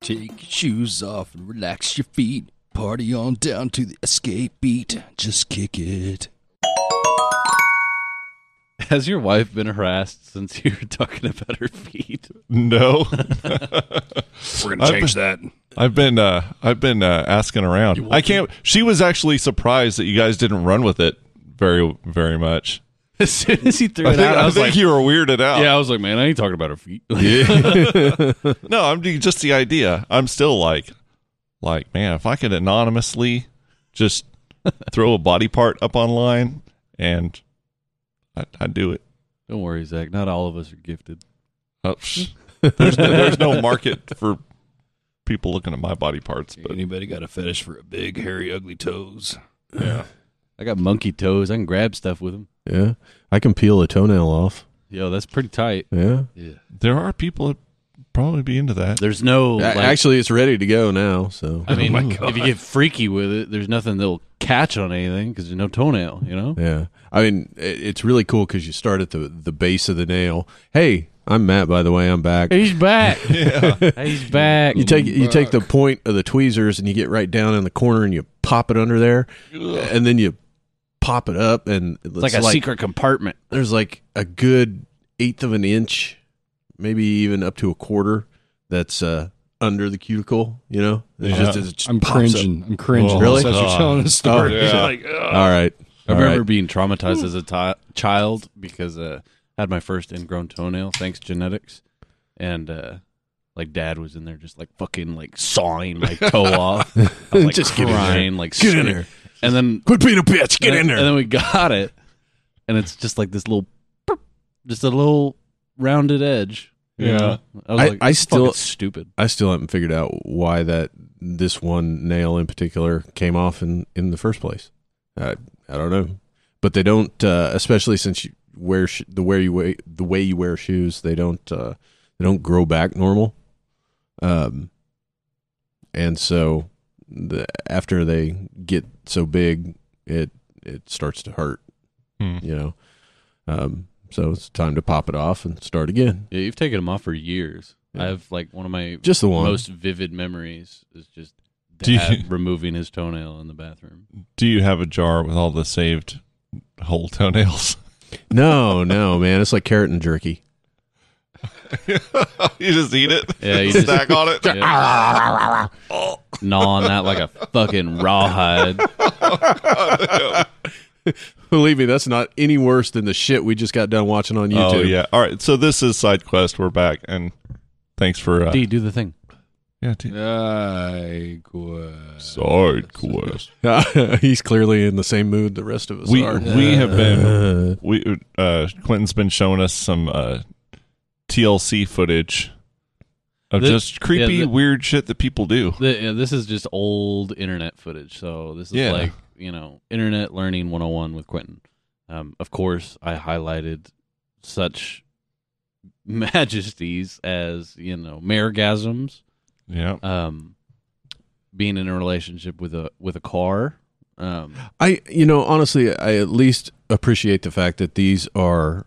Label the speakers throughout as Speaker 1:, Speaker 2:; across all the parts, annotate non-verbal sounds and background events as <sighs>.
Speaker 1: Take your shoes off and relax your feet. Party on down to the escape beat. Just kick it.
Speaker 2: Has your wife been harassed since you were talking about her feet?
Speaker 3: No, <laughs>
Speaker 1: We're gonna
Speaker 3: I've
Speaker 1: change that.
Speaker 3: I've been uh, I've been uh, asking around. I can't. She was actually surprised that you guys didn't run with it very very much.
Speaker 2: <laughs> As soon as he threw
Speaker 3: I
Speaker 2: it
Speaker 3: think,
Speaker 2: out,
Speaker 3: I
Speaker 2: I was
Speaker 3: think
Speaker 2: like,
Speaker 3: you were weirded out.
Speaker 2: "Yeah, I was like, man, I ain't talking about her feet." <laughs>
Speaker 3: No, I'm doing just the idea. I'm still like, like man, if I could anonymously just <laughs> throw a body part up online and I, I'd do it.
Speaker 2: Don't worry, Zach. Not all of us are gifted.
Speaker 3: Oh, psh. <laughs> there's no, there's no market for people looking at my body parts, but
Speaker 1: Anybody got a fetish for a big, hairy, ugly toes?
Speaker 2: I got monkey toes. I can grab stuff with them.
Speaker 4: Yeah. I can peel a toenail off.
Speaker 2: Yo, that's pretty tight.
Speaker 4: Yeah.
Speaker 3: there are people that probably be into that.
Speaker 2: There's no
Speaker 4: A-
Speaker 2: like,
Speaker 4: Actually, it's ready to go now. So,
Speaker 2: I mean,
Speaker 1: my
Speaker 2: if you
Speaker 1: God.
Speaker 2: get freaky with it, there's nothing that'll catch on anything because there's no toenail. You know,
Speaker 4: yeah. I mean, i- it's really cool because you start at the, the base of the nail. Hey, I'm Matt, by the way. I'm back.
Speaker 2: he's <laughs> back. he's back.
Speaker 4: You take you take the point of the tweezers and you get right down in the corner and you pop it under there, and then you pop it up and it's
Speaker 2: it's like a secret compartment.
Speaker 4: There's like a good eighth of an inch, maybe even up to a quarter. That's uh, under the cuticle. You know, It's
Speaker 3: Yeah.
Speaker 4: just, it just
Speaker 1: I'm
Speaker 4: pops up.
Speaker 1: cringing. I'm cringing.
Speaker 4: Really?
Speaker 1: As you're
Speaker 3: God.
Speaker 1: telling the story,
Speaker 3: Oh, <laughs> yeah.
Speaker 1: Like, ugh.
Speaker 4: All right.
Speaker 2: I
Speaker 4: All
Speaker 2: remember
Speaker 4: right. Hmm.
Speaker 2: being traumatized as a ti child because uh, I had my first ingrown toenail thanks genetics, and uh, like dad was in there just like fucking like sawing my
Speaker 4: <laughs>
Speaker 2: toe off, I was, like,
Speaker 4: Just get in there.
Speaker 2: crying, like
Speaker 4: Get in
Speaker 2: scream-
Speaker 4: there.
Speaker 2: and then
Speaker 4: Quit being a bitch. Get
Speaker 2: and,
Speaker 4: in there.
Speaker 2: and then we got it, and it's just like this little, perp, just a little rounded edge. you
Speaker 3: Yeah.
Speaker 2: know? I was
Speaker 4: I-
Speaker 2: like,
Speaker 4: I
Speaker 2: "This is fucking
Speaker 4: still-
Speaker 2: stupid.
Speaker 4: I still haven't figured out why that this one nail in particular came off in in the first place. I I don't know, but they don't, uh, especially since you wear sh- the where you wear the way you wear shoes, they don't uh, they don't grow back normal. Um, and so the after they get so big, it it starts to hurt.
Speaker 3: Hmm.
Speaker 4: You know, um, so it's time to pop it off and start again.
Speaker 2: Yeah, you've taken them off for years.
Speaker 4: Yeah.
Speaker 2: I have like one of my
Speaker 4: Just the one.
Speaker 2: most vivid memories is just
Speaker 3: Do you-
Speaker 2: dad removing his toenail in the bathroom.
Speaker 3: Do you have a jar with all the saved whole toenails? <laughs>
Speaker 4: no, no, man, it's like carrot and jerky.
Speaker 3: you just eat it.
Speaker 2: Yeah,
Speaker 3: <laughs>
Speaker 2: you
Speaker 3: stack
Speaker 2: just <laughs>
Speaker 3: on it. <laughs>
Speaker 2: gnawing that like a fucking rawhide.
Speaker 4: Believe me, that's not any worse than the shit we just got done watching on YouTube.
Speaker 3: Oh yeah. All right. So this is side quest. We're back, and thanks for uh,
Speaker 2: D, do the thing.
Speaker 3: yeah. dude.
Speaker 1: I quit.
Speaker 3: Side quest.
Speaker 4: <laughs> He's clearly in the same mood the rest of us
Speaker 3: We
Speaker 2: <laughs>
Speaker 4: are.
Speaker 3: we have been
Speaker 4: Uh,
Speaker 3: we uh, Quentin's been showing us some uh, TLC footage of
Speaker 2: The-
Speaker 3: just creepy
Speaker 2: yeah, the-
Speaker 3: weird shit that people do.
Speaker 2: The, yeah, this is just old internet footage. So this is
Speaker 3: Yeah.
Speaker 2: like, you know, internet learning 101 with Quentin. Um, of course, I highlighted such <laughs> majesties as, you know, mergasms.
Speaker 3: Yeah.
Speaker 2: um, being in a relationship with a with a car. Um,
Speaker 4: I, you know, honestly, I at least appreciate the fact that these are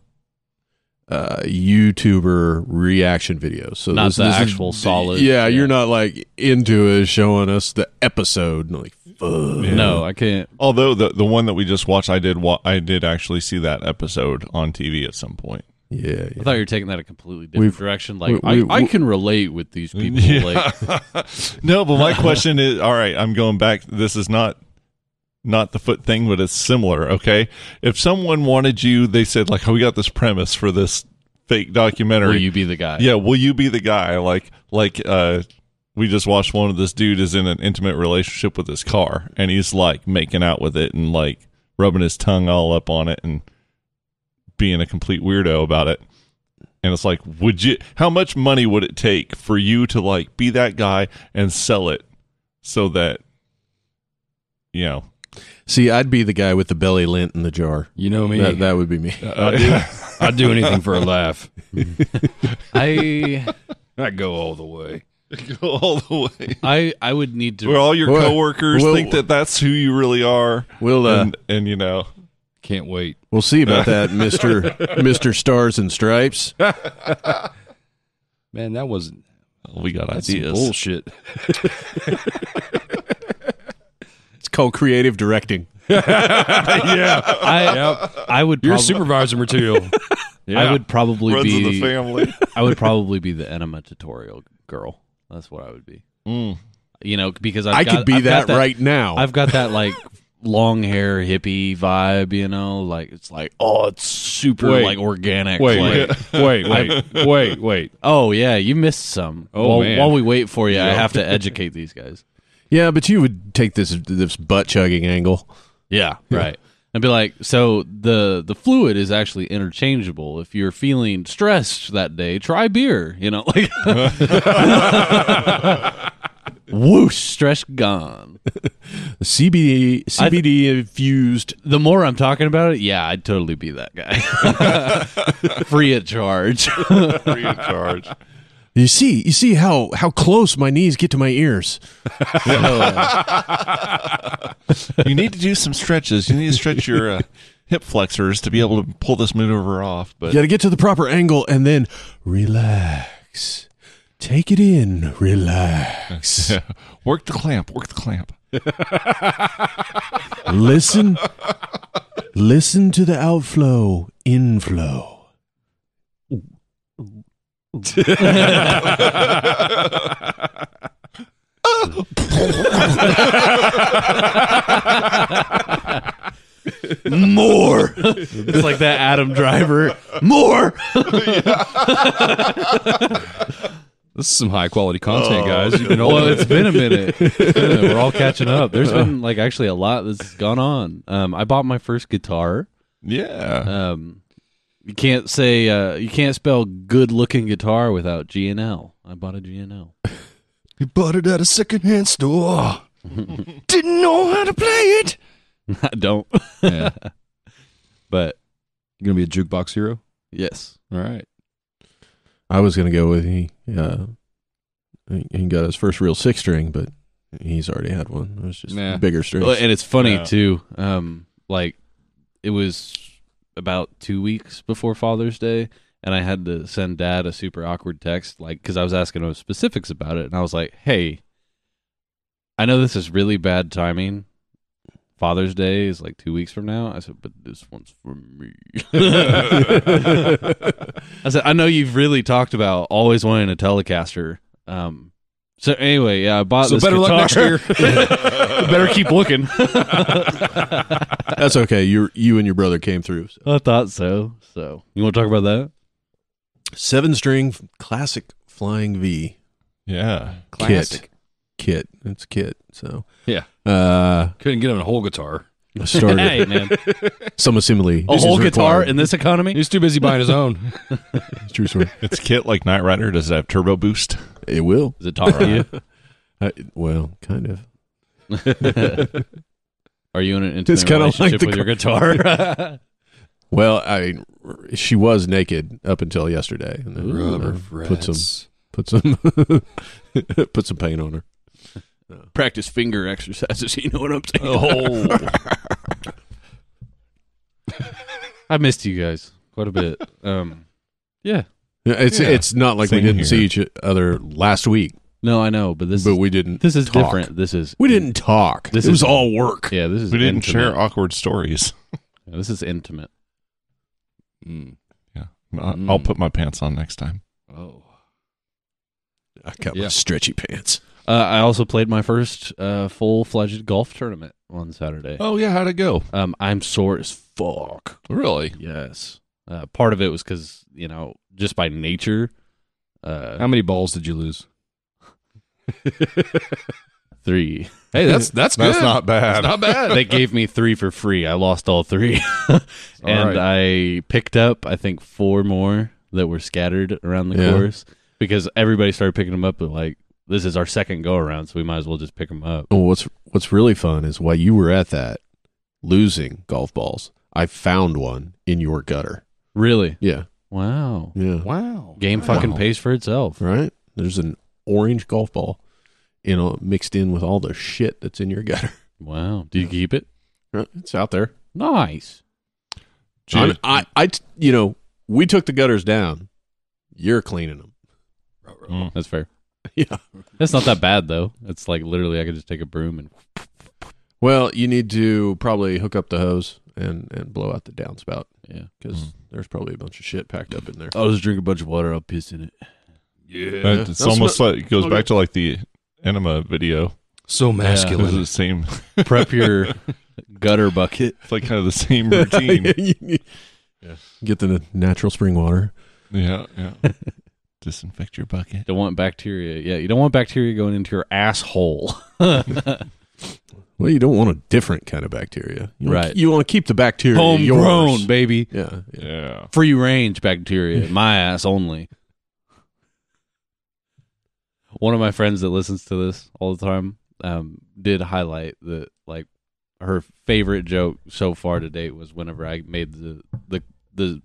Speaker 4: uh, YouTuber reaction videos. So
Speaker 2: Not
Speaker 4: this,
Speaker 2: the
Speaker 4: this is-
Speaker 2: actual solid-
Speaker 4: Yeah,
Speaker 2: yeah.
Speaker 4: you're not like into it showing us the episode. and Like, fuck.
Speaker 2: No, I can't.
Speaker 3: Although the the one that we just watched, I did wa- I did actually see that episode on TV at some point.
Speaker 4: Yeah,
Speaker 2: I
Speaker 4: yeah.
Speaker 2: thought you were taking that a completely different
Speaker 4: We've-
Speaker 2: direction.
Speaker 4: we-
Speaker 2: Like
Speaker 4: we-
Speaker 2: I, I
Speaker 4: we-
Speaker 2: can relate with these
Speaker 4: <laughs>
Speaker 2: people.
Speaker 3: <laughs>
Speaker 2: Like
Speaker 3: no, but my question is all right, I'm going back. This is not not the foot thing, but it's similar, okay? If someone wanted you, they said like, "Oh, we got this premise for this fake documentary."
Speaker 2: will you be the guy?
Speaker 3: yeah, will you be the guy like like uh we just watched one of this dude is in an intimate relationship with his car and he's like making out with it and like rubbing his tongue all up on it and being a complete weirdo about it. And it's like, would you how much money would it take for you to like be that guy and sell it so that you know
Speaker 4: See, I'd be the guy with the belly lint in the jar.
Speaker 1: You know me.
Speaker 4: That, that would be me.
Speaker 1: I'd, do, I'd <laughs> do anything for a <laughs> laugh.
Speaker 2: I
Speaker 1: I'd go all the way.
Speaker 3: go <laughs> all the way.
Speaker 2: I I would need to.
Speaker 3: Where all your
Speaker 4: Well,
Speaker 3: coworkers
Speaker 4: well-
Speaker 3: think that that's who you really are.
Speaker 4: We'll uh,
Speaker 3: and, and you know
Speaker 1: Can't wait.
Speaker 4: We'll see about
Speaker 2: <laughs>
Speaker 4: that, Mister Mister Stars and Stripes.
Speaker 1: Man, that wasn't
Speaker 3: We got
Speaker 2: That's some
Speaker 3: ideas.
Speaker 2: bullshit.
Speaker 4: It's called creative directing.
Speaker 5: yeah.
Speaker 4: <laughs>
Speaker 2: I I would
Speaker 5: You're
Speaker 2: prob-
Speaker 1: <laughs>
Speaker 5: supervisor material.
Speaker 2: I would probably
Speaker 3: Friends of the
Speaker 2: be
Speaker 3: family.
Speaker 2: I would probably be the enema tutorial girl. That's what I would be.
Speaker 3: Mm.
Speaker 2: You know, because I've
Speaker 4: I
Speaker 2: got-
Speaker 4: could be
Speaker 2: I've got
Speaker 4: that, right now.
Speaker 2: I've got that
Speaker 5: <laughs>
Speaker 2: like long hair hippie vibe, you know, like it's like oh, it's super
Speaker 5: Wait.
Speaker 2: like organic. like-
Speaker 5: <laughs> Wait, wait, wait, wait, wait.
Speaker 2: Oh yeah, you missed some.
Speaker 5: Oh,
Speaker 2: while,
Speaker 5: man.
Speaker 2: while we wait for you, I have
Speaker 5: <laughs>
Speaker 2: to educate these guys.
Speaker 4: yeah, but you would take this this butt chugging angle.
Speaker 2: Yeah, right. And be like, so the the fluid is actually interchangeable. If you're feeling stressed that day, try beer. You know,
Speaker 5: <laughs>
Speaker 2: <laughs> like whoosh, stress gone.
Speaker 4: CBD CBD infused.
Speaker 2: The more I'm talking about it, yeah, I'd totally be that
Speaker 5: <laughs>
Speaker 2: guy, <laughs> free of charge.
Speaker 3: Free of charge.
Speaker 4: You see, you see how how close my knees get to my ears.
Speaker 3: you need to do some stretches. You need to stretch your uh, hip flexors to be able to pull this maneuver off. But
Speaker 4: You got to get to the proper angle and then relax. Take it in.
Speaker 2: <laughs>
Speaker 4: Relax.
Speaker 3: uh, work the clamp. Work the clamp.
Speaker 4: listen. Listen to the outflow, inflow.
Speaker 2: more. it's like that Adam Driver. More. <laughs>
Speaker 5: This is some high quality content, guys. You've been
Speaker 2: Well,
Speaker 5: all
Speaker 2: it's been
Speaker 5: <laughs>
Speaker 2: a minute. We're all catching up. There's been like actually a lot that's gone on. Um, I bought my first guitar.
Speaker 3: Yeah.
Speaker 2: Um, you can't say uh, you can't spell good looking guitar without G and L. I bought a G and L. <laughs>
Speaker 1: You bought it at a secondhand store. Didn't know how to play it.
Speaker 2: I don't.
Speaker 5: yeah.
Speaker 2: <laughs> But
Speaker 5: You gonna be a jukebox hero?
Speaker 2: yes.
Speaker 5: All right.
Speaker 4: I was gonna go with he. Uh, he- he got his first real six string, but he's already had one. It was just
Speaker 5: Nah.
Speaker 4: bigger strings.
Speaker 2: Well, and it's funny
Speaker 3: Yeah.
Speaker 2: too. Um, like it was about two weeks before Father's Day, and I had to send Dad a super awkward text, like because I was asking him specifics about it, and I was like, "Hey, I know this is really bad timing. Father's Day is like two weeks from now." I said, "But this one's for me." I said, "I know you've really talked about always wanting a Telecaster." Um, so anyway, yeah, I bought
Speaker 5: So
Speaker 2: this
Speaker 5: better luck
Speaker 2: guitar.
Speaker 5: next year.
Speaker 2: <laughs> better keep looking.
Speaker 4: That's okay. You you and your brother came through. So.
Speaker 2: I thought so. So you want to talk about that?
Speaker 4: Seven string f- classic flying V
Speaker 3: yeah.
Speaker 4: kit. Kit. It's kit. So
Speaker 5: Yeah.
Speaker 4: Uh,
Speaker 5: Couldn't get him a whole guitar.
Speaker 4: I
Speaker 2: <laughs>
Speaker 4: started
Speaker 2: Hey man,
Speaker 4: some assembly.
Speaker 2: a
Speaker 4: This
Speaker 2: whole
Speaker 4: is
Speaker 2: guitar
Speaker 4: required.
Speaker 2: in this economy?
Speaker 5: He's too busy buying his
Speaker 1: <laughs>
Speaker 5: own.
Speaker 4: True story.
Speaker 3: It's kit like Knight Rider. Does it have turbo boost?
Speaker 2: <laughs>
Speaker 4: It will.
Speaker 2: Is it talk to you?
Speaker 4: I, well, kind of.
Speaker 2: <laughs> Are you in an intimate
Speaker 4: kinda like
Speaker 2: relationship
Speaker 4: the
Speaker 2: with your guitar?
Speaker 4: Well, I she was naked up until yesterday, and then
Speaker 5: Rubber
Speaker 4: uh, put
Speaker 5: frets.
Speaker 4: some put some <laughs> put some paint on her.
Speaker 2: Practice finger exercises. You know what I'm saying?
Speaker 3: Oh.
Speaker 2: I missed you guys quite a bit.
Speaker 3: <laughs>
Speaker 2: Um, yeah.
Speaker 4: Yeah, It's
Speaker 3: Yeah.
Speaker 4: it's not like we
Speaker 3: Same
Speaker 4: didn't
Speaker 3: here.
Speaker 4: see each other last week,
Speaker 2: No, I know, but this
Speaker 4: but
Speaker 2: is,
Speaker 4: we didn't.
Speaker 2: this is
Speaker 4: talk.
Speaker 2: different. This is
Speaker 4: We didn't talk.
Speaker 2: This
Speaker 4: it was
Speaker 2: is-
Speaker 4: all work.
Speaker 2: Yeah, this is
Speaker 3: we didn't
Speaker 2: intimate.
Speaker 3: share awkward stories.
Speaker 2: Yeah, this is intimate.
Speaker 5: Mm.
Speaker 3: I-
Speaker 5: Mm.
Speaker 3: I'll put my pants on next time.
Speaker 5: Oh.
Speaker 4: I got
Speaker 5: Yeah.
Speaker 4: my stretchy pants.
Speaker 2: Uh, I also played my first uh, full fledged golf tournament on Saturday.
Speaker 3: Oh yeah, how'd it go?
Speaker 2: Um, I'm sore as fuck.
Speaker 3: Really?
Speaker 2: Yes. Uh, part of it was because you know just by nature, uh,
Speaker 5: How many balls did you lose?
Speaker 2: three.
Speaker 1: <laughs>
Speaker 5: Hey, that's that's good.
Speaker 3: That's not bad.
Speaker 5: That's not bad.
Speaker 2: they gave me three for free. I lost all three, <laughs> and I picked up I think four more that were scattered around the
Speaker 4: Yeah.
Speaker 2: course because everybody started picking them up. But like this is our second go around, so we might as well just pick them up.
Speaker 4: Well, what's what's really fun is while you were at that losing golf balls, I found one in your gutter.
Speaker 2: Really?
Speaker 4: Yeah,
Speaker 2: Wow.
Speaker 4: yeah,
Speaker 5: wow.
Speaker 2: Game fucking pays for itself.
Speaker 4: right. There's an orange golf ball, you know, mixed in with all the shit that's in your gutter. <laughs>
Speaker 2: Wow. Do you keep it?
Speaker 4: Right? It's out there.
Speaker 2: Nice.
Speaker 3: Did you-
Speaker 4: I'm- I, I t- you know, we took the gutters down. You're cleaning them.
Speaker 3: Mm.
Speaker 2: That's fair.
Speaker 4: <laughs> yeah.
Speaker 2: That's not that bad though. It's like literally, I could just take a broom and
Speaker 4: Well, you need to probably hook up the hose and and blow out the downspout
Speaker 2: yeah.
Speaker 4: because there's probably a bunch of shit packed up in there.
Speaker 2: I'll just drink a bunch of water. I'll piss in it.
Speaker 3: That-
Speaker 4: Yeah.
Speaker 3: it's
Speaker 4: That's
Speaker 3: almost like it goes
Speaker 4: okay.
Speaker 3: back to like the enema video.
Speaker 1: So
Speaker 3: It was
Speaker 1: masculine.
Speaker 3: the same.
Speaker 2: Prep your <laughs> gutter <laughs> bucket.
Speaker 3: It's like kind of the same <laughs> routine.
Speaker 4: <laughs> Yeah, you need- Get the n- natural spring water.
Speaker 3: yeah, yeah. Disinfect your bucket.
Speaker 2: Don't want bacteria. Yeah, you don't want bacteria going into your asshole. <laughs>
Speaker 4: Well, you don't want a different kind of bacteria, you wanna-
Speaker 2: Right.
Speaker 4: you want to keep the bacteria yours.
Speaker 2: Homegrown, baby.
Speaker 4: Yeah, yeah.
Speaker 3: Yeah.
Speaker 2: Free range bacteria. <laughs> My ass only. One of my friends that listens to this all the time um, did highlight that like her favorite joke so far to date was whenever I made the the the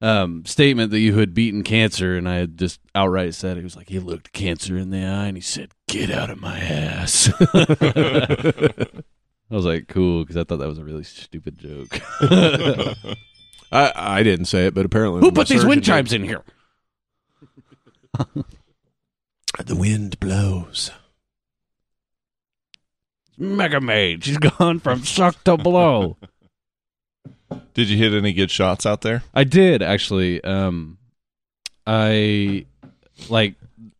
Speaker 2: um, statement that you had beaten cancer, and I had just outright said it. He was like, he looked cancer in the eye, and he said, "Get out of my ass." <laughs> I was like, cool, because I thought that was a really stupid joke.
Speaker 3: <laughs>
Speaker 4: I, I didn't say it, but apparently
Speaker 2: Who
Speaker 4: my
Speaker 2: put these
Speaker 4: surgeon
Speaker 2: wind
Speaker 4: did.
Speaker 2: chimes in here?
Speaker 4: The wind blows.
Speaker 2: Mega Maid. She's gone from suck to blow.
Speaker 3: Did you hit any good shots out there?
Speaker 2: <laughs> I did actually. Um, I like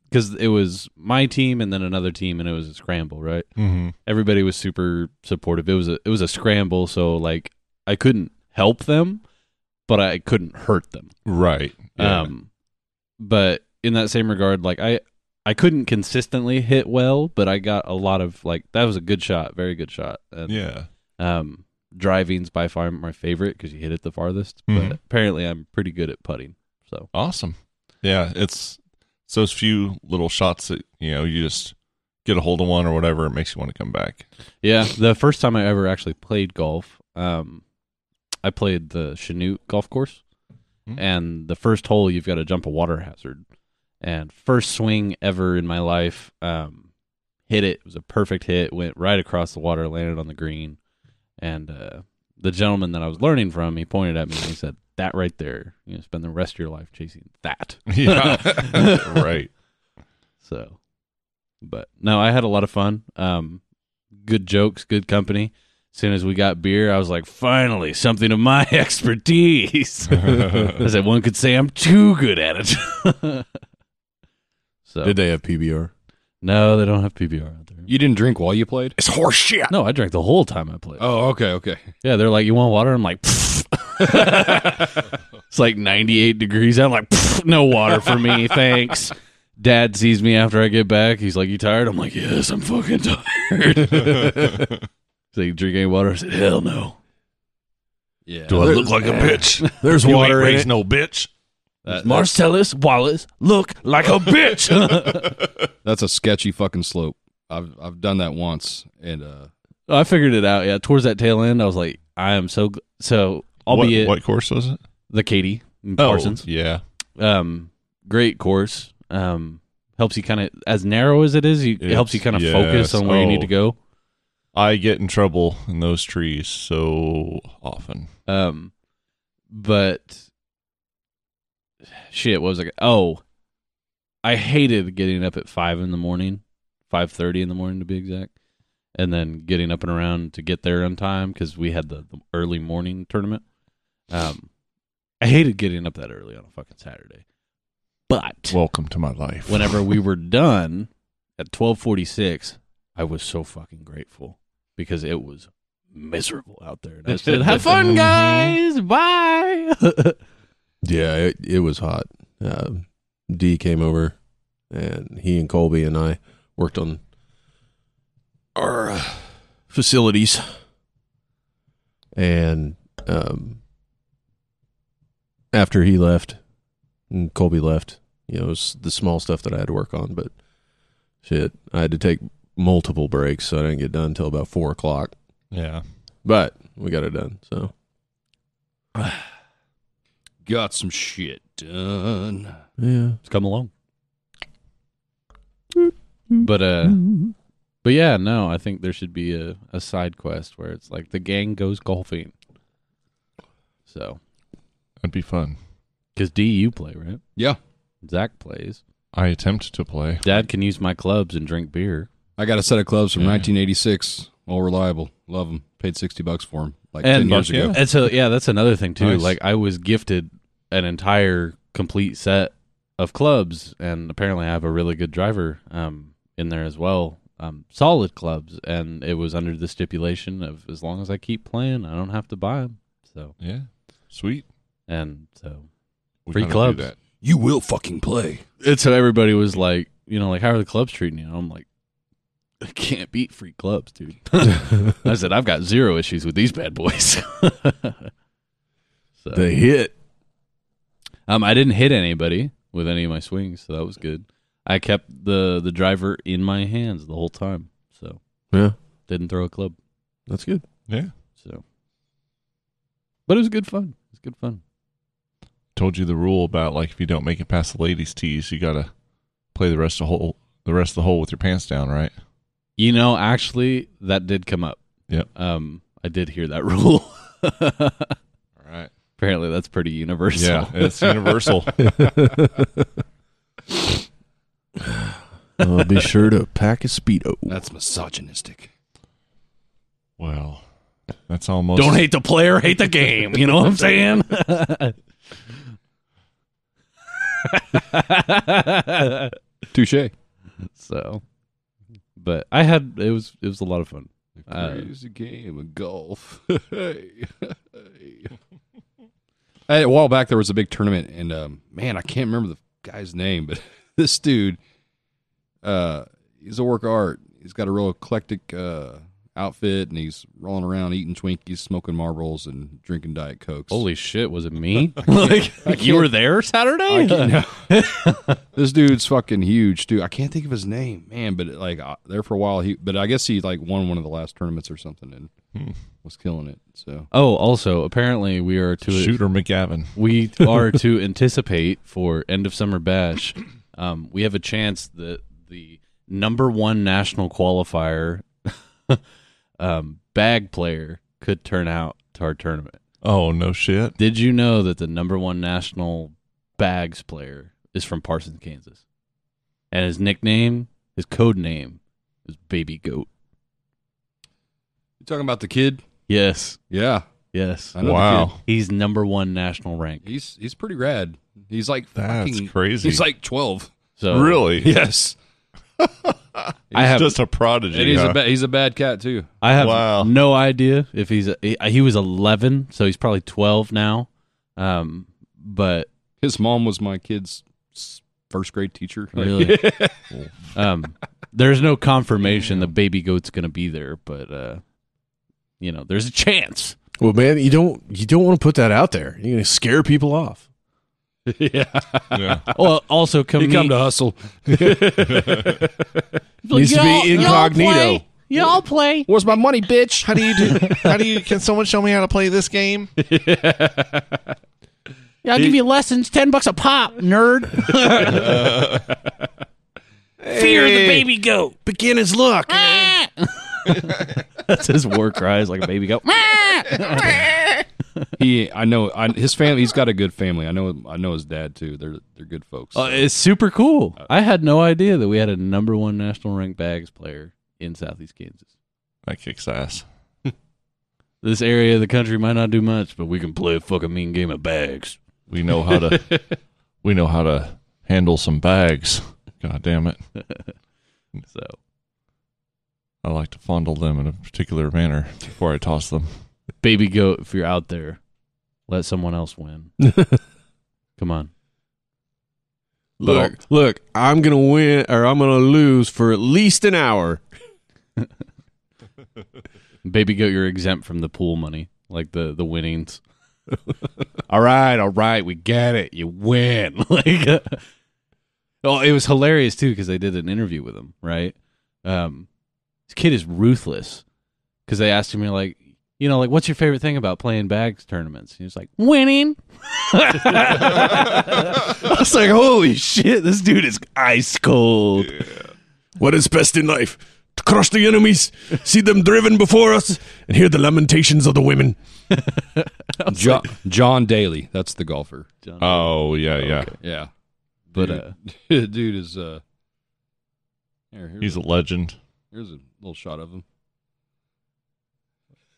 Speaker 2: because it was my team and then another team, and it was a scramble, right?
Speaker 3: Mm-hmm.
Speaker 2: everybody was super supportive. It was a it was a scramble, so like I couldn't help them, but I couldn't hurt them.
Speaker 3: Right. Yeah.
Speaker 2: Um, but in that same regard, like I I couldn't consistently hit well, but I got a lot of like that was a good shot, very good shot. And,
Speaker 3: yeah.
Speaker 2: Um, driving's by far my favorite because you hit it the farthest.
Speaker 3: Mhm.
Speaker 2: But apparently, I'm pretty good at putting. So
Speaker 3: Awesome. Yeah, it's it's those few little shots that you know you just get a hold of one or whatever it makes you want to come <laughs> back.
Speaker 2: yeah, the first time I ever actually played golf, um, I played the Chanute golf course. and the first hole you've got to jump a water hazard and first swing ever in my life um hit it. it was a perfect hit went right across the water landed on the green and uh the gentleman that i was learning from he pointed at me and he said that right there you know spend the rest of your life chasing that
Speaker 3: yeah, right.
Speaker 2: <laughs> so but no i had a lot of fun um good jokes good company as soon as we got beer i was like finally something of my <laughs>
Speaker 4: <laughs>
Speaker 2: expertise I said one could say I'm too good at it. <laughs> so
Speaker 4: Did they have PBR?
Speaker 2: no, they don't have PBR out there.
Speaker 5: <laughs> You didn't drink while you played?
Speaker 4: It's horseshit.
Speaker 2: No, I drank the whole time I played.
Speaker 5: Oh, okay, okay.
Speaker 2: Yeah, they're like, you want water? I'm like, "Pfft." <laughs> it's like 98 degrees. I'm like, "Pfft, no water for me, thanks. Dad sees me after I get back. He's like, you tired? I'm like, yes, I'm fucking tired. <laughs> He's like, drink any water? I said, hell no.
Speaker 5: Yeah.
Speaker 3: <laughs> Do I look like a bitch?
Speaker 4: There's
Speaker 3: You ain't
Speaker 4: water in
Speaker 3: raised
Speaker 4: it.
Speaker 3: no bitch.
Speaker 5: That-
Speaker 2: Marcellus Wallace look like a bitch.
Speaker 5: <laughs>
Speaker 3: <laughs>
Speaker 5: That's a sketchy fucking slope. I've I've done that once and uh
Speaker 2: I figured it out. Yeah, towards that tail end, I was like, I am so gl- so.
Speaker 3: what,
Speaker 2: Albeit
Speaker 3: what course was it?
Speaker 2: the Katie in
Speaker 3: Oh,
Speaker 2: Parsons,
Speaker 3: yeah.
Speaker 2: um, great course. Um, helps you kind of as narrow as it is, you, it
Speaker 3: It's-
Speaker 2: helps you kind of
Speaker 3: yes.
Speaker 2: focus on where you need
Speaker 3: Oh.
Speaker 2: to go.
Speaker 3: I get in trouble in those trees so often.
Speaker 2: Um, but shit, what was I? go- Oh, I hated getting up at five in the morning, five thirty in the morning to be exact, and then getting up and around to get there on time because we had the, the early morning tournament. Um, I hated getting up that early on a fucking Saturday, but
Speaker 3: Welcome to my life.
Speaker 2: whenever we were done at twelve forty six, I was so fucking grateful because it was miserable out there. <laughs> And I said, "Have fun, guys! Bye." <laughs>
Speaker 4: <laughs> Yeah, it, it was hot. Um, D came over, and he and Colby and I worked on our uh, facilities, and um, after he left, and Colby left, you know, it was the small stuff that I had to work on, but shit, I had to take multiple breaks, so I didn't get done till about four o'clock.
Speaker 3: yeah.
Speaker 4: But we got it done, so
Speaker 5: got some shit done.
Speaker 4: yeah.
Speaker 2: come along. But uh, but yeah, no, I think there should be a, a side quest where it's like the gang goes golfing. So,
Speaker 3: That'd be fun.
Speaker 2: because D, you play right?
Speaker 5: Yeah.
Speaker 2: Zach plays.
Speaker 3: I attempt to play.
Speaker 2: Dad can use my clubs and drink beer.
Speaker 5: I got a set of clubs from
Speaker 3: Yeah.
Speaker 5: 1986, all reliable. Love them. Paid 60 bucks for them like
Speaker 2: And-
Speaker 5: 10 years
Speaker 3: Fuck
Speaker 5: ago.
Speaker 3: yeah.
Speaker 2: And so yeah, that's another thing too.
Speaker 3: Nice.
Speaker 2: Like I was gifted an entire complete set of clubs, and apparently I have a really good driver um, in there as well. Um, solid clubs, and it was under the stipulation of as long as I keep playing, I don't have to buy them. So
Speaker 3: Yeah, sweet.
Speaker 2: and so
Speaker 3: We
Speaker 2: Free
Speaker 3: gotta do
Speaker 2: clubs.
Speaker 3: that.
Speaker 1: You will fucking play.
Speaker 2: and so everybody was like, you know, like how are the clubs treating you? And I'm like, I can't beat free clubs, dude. <laughs> I said I've got zero issues with these bad boys. <laughs> so
Speaker 4: the hit.
Speaker 2: Um, I didn't hit anybody with any of my swings, so that was good. I kept the the driver in my hands the whole time, so
Speaker 4: Yeah,
Speaker 2: didn't throw a club.
Speaker 4: that's good.
Speaker 3: Yeah,
Speaker 2: So, but it was good fun. It was good fun.
Speaker 3: told you the rule about like if you don't make it past the ladies' tees, you gotta play the rest of the hole. The rest of the hole with your pants down, right?
Speaker 2: You know, actually, that did come up.
Speaker 3: Yep.
Speaker 2: Um, I did hear that <laughs> rule.
Speaker 3: All right.
Speaker 2: Apparently, that's pretty universal.
Speaker 3: Yeah,
Speaker 5: <laughs>
Speaker 3: it's universal.
Speaker 4: Uh, <laughs> be sure to pack a speedo.
Speaker 1: That's misogynistic.
Speaker 3: well, that's almost.
Speaker 2: Don't hate the player, hate the game. You know what
Speaker 1: <laughs>
Speaker 2: I'm saying?
Speaker 5: Touche.
Speaker 2: so, but I had it was it was a lot of fun. Uh,
Speaker 5: Crazy game of golf. <laughs> Hey. Hey, a while back, there was a big tournament, and um, man, I can't remember the guy's name, but <laughs> this dude, uh, he's a work of art. He's got a real eclectic uh, outfit, and he's rolling around eating Twinkies, smoking marbles, and drinking Diet Cokes.
Speaker 2: Holy shit, was it
Speaker 5: <laughs>
Speaker 2: me? like you were there
Speaker 5: I
Speaker 2: Saturday?
Speaker 5: can't-
Speaker 3: <laughs>
Speaker 5: no. this dude's fucking huge too. I can't think of his name, man. But it, like uh, there for a while, he. But I guess he like won one of the last tournaments or something and
Speaker 3: Hmm.
Speaker 5: was killing it. So
Speaker 2: Oh, also, apparently we are to
Speaker 3: Shooter McGavin.
Speaker 2: we are to anticipate for end of summer bash. Um, we have a chance that the number one national qualifier <laughs> um, bag player could turn out to our tournament.
Speaker 3: Oh no shit.
Speaker 2: Did you know that the number one national bags player is from Parsons, Kansas? And his nickname, his code name, is Baby Goat.
Speaker 5: you talking about the kid?
Speaker 2: Yes.
Speaker 5: Yeah,
Speaker 2: Yes.
Speaker 5: I know the kid.
Speaker 3: Wow,
Speaker 2: He's number one national rank.
Speaker 5: He's he's pretty rad. He's like
Speaker 3: that's
Speaker 5: fucking.
Speaker 3: crazy.
Speaker 5: He's like uh, twelve.
Speaker 2: So
Speaker 3: really? <laughs>
Speaker 5: Yes,
Speaker 2: I have
Speaker 3: just a prodigy.
Speaker 5: and he's
Speaker 3: huh?
Speaker 5: a ba- he's a bad cat too.
Speaker 2: I have
Speaker 3: Wow.
Speaker 2: no idea if he's he, he was 11, so he's probably 12 now. Um but
Speaker 5: His mom was my kid's s- first grade teacher. Like,
Speaker 2: really um there's no confirmation the baby goat's going to be there, but uh you know, there's a chance.
Speaker 4: Well, man, you don't you don't want to put that out there. You're gonna scare people off.
Speaker 5: <laughs> yeah,
Speaker 3: yeah.
Speaker 5: <laughs>
Speaker 2: Well, Oh, also come
Speaker 5: he come
Speaker 2: meet-
Speaker 5: to hustle.
Speaker 4: Needs to be incognito.
Speaker 2: Y'all play.
Speaker 5: Where's my money, bitch?
Speaker 3: How do you do? How do you? Can someone show me how to play this game?
Speaker 2: I'll give you lessons. Ten bucks a pop, nerd. Fear the baby <laughs> goat.
Speaker 4: Beginner's luck.
Speaker 2: Ah. That's his war cries like a baby <laughs> goat.
Speaker 5: he I know I, his family he's got a good family. I know I know his dad too. They're they're good folks.
Speaker 2: Uh, it's super cool. I had no idea that we had a number one national ranked bags player in Southeast Kansas.
Speaker 3: That kicks ass.
Speaker 2: This area of the country might not do much, but we can play a fucking mean game of bags. <laughs>
Speaker 3: We know how <laughs> to. we know how to handle some bags. God damn it!
Speaker 2: So
Speaker 3: I like to fondle them in a particular manner before I toss them.
Speaker 2: baby goat, if you're out there, let someone else win. Come on.
Speaker 4: <laughs> Look, look, I'm gonna win or I'm gonna lose for at least an hour.
Speaker 2: Baby goat, you're exempt from the pool money, like the the winnings. <laughs> all right, all right, we get it. You win. <laughs> like, uh, oh, it was hilarious too because they did an interview with him. Right, um, this kid is ruthless because they asked him, "You're like, you know, like, what's your favorite thing about playing bags tournaments?" And he was like, "Winning." <laughs> I was like, "Holy shit, this dude is ice cold."
Speaker 4: What is best in life? To crush the enemies, see them driven before us, and hear the lamentations of the women.
Speaker 5: John, John Daly, that's the golfer.
Speaker 2: John,
Speaker 3: Oh yeah, yeah.
Speaker 5: Yeah,
Speaker 2: But
Speaker 5: Dude. <laughs>
Speaker 2: uh,
Speaker 5: dude is uh here, here's,
Speaker 3: He's
Speaker 5: a,
Speaker 3: a legend.
Speaker 5: here's a little shot of him.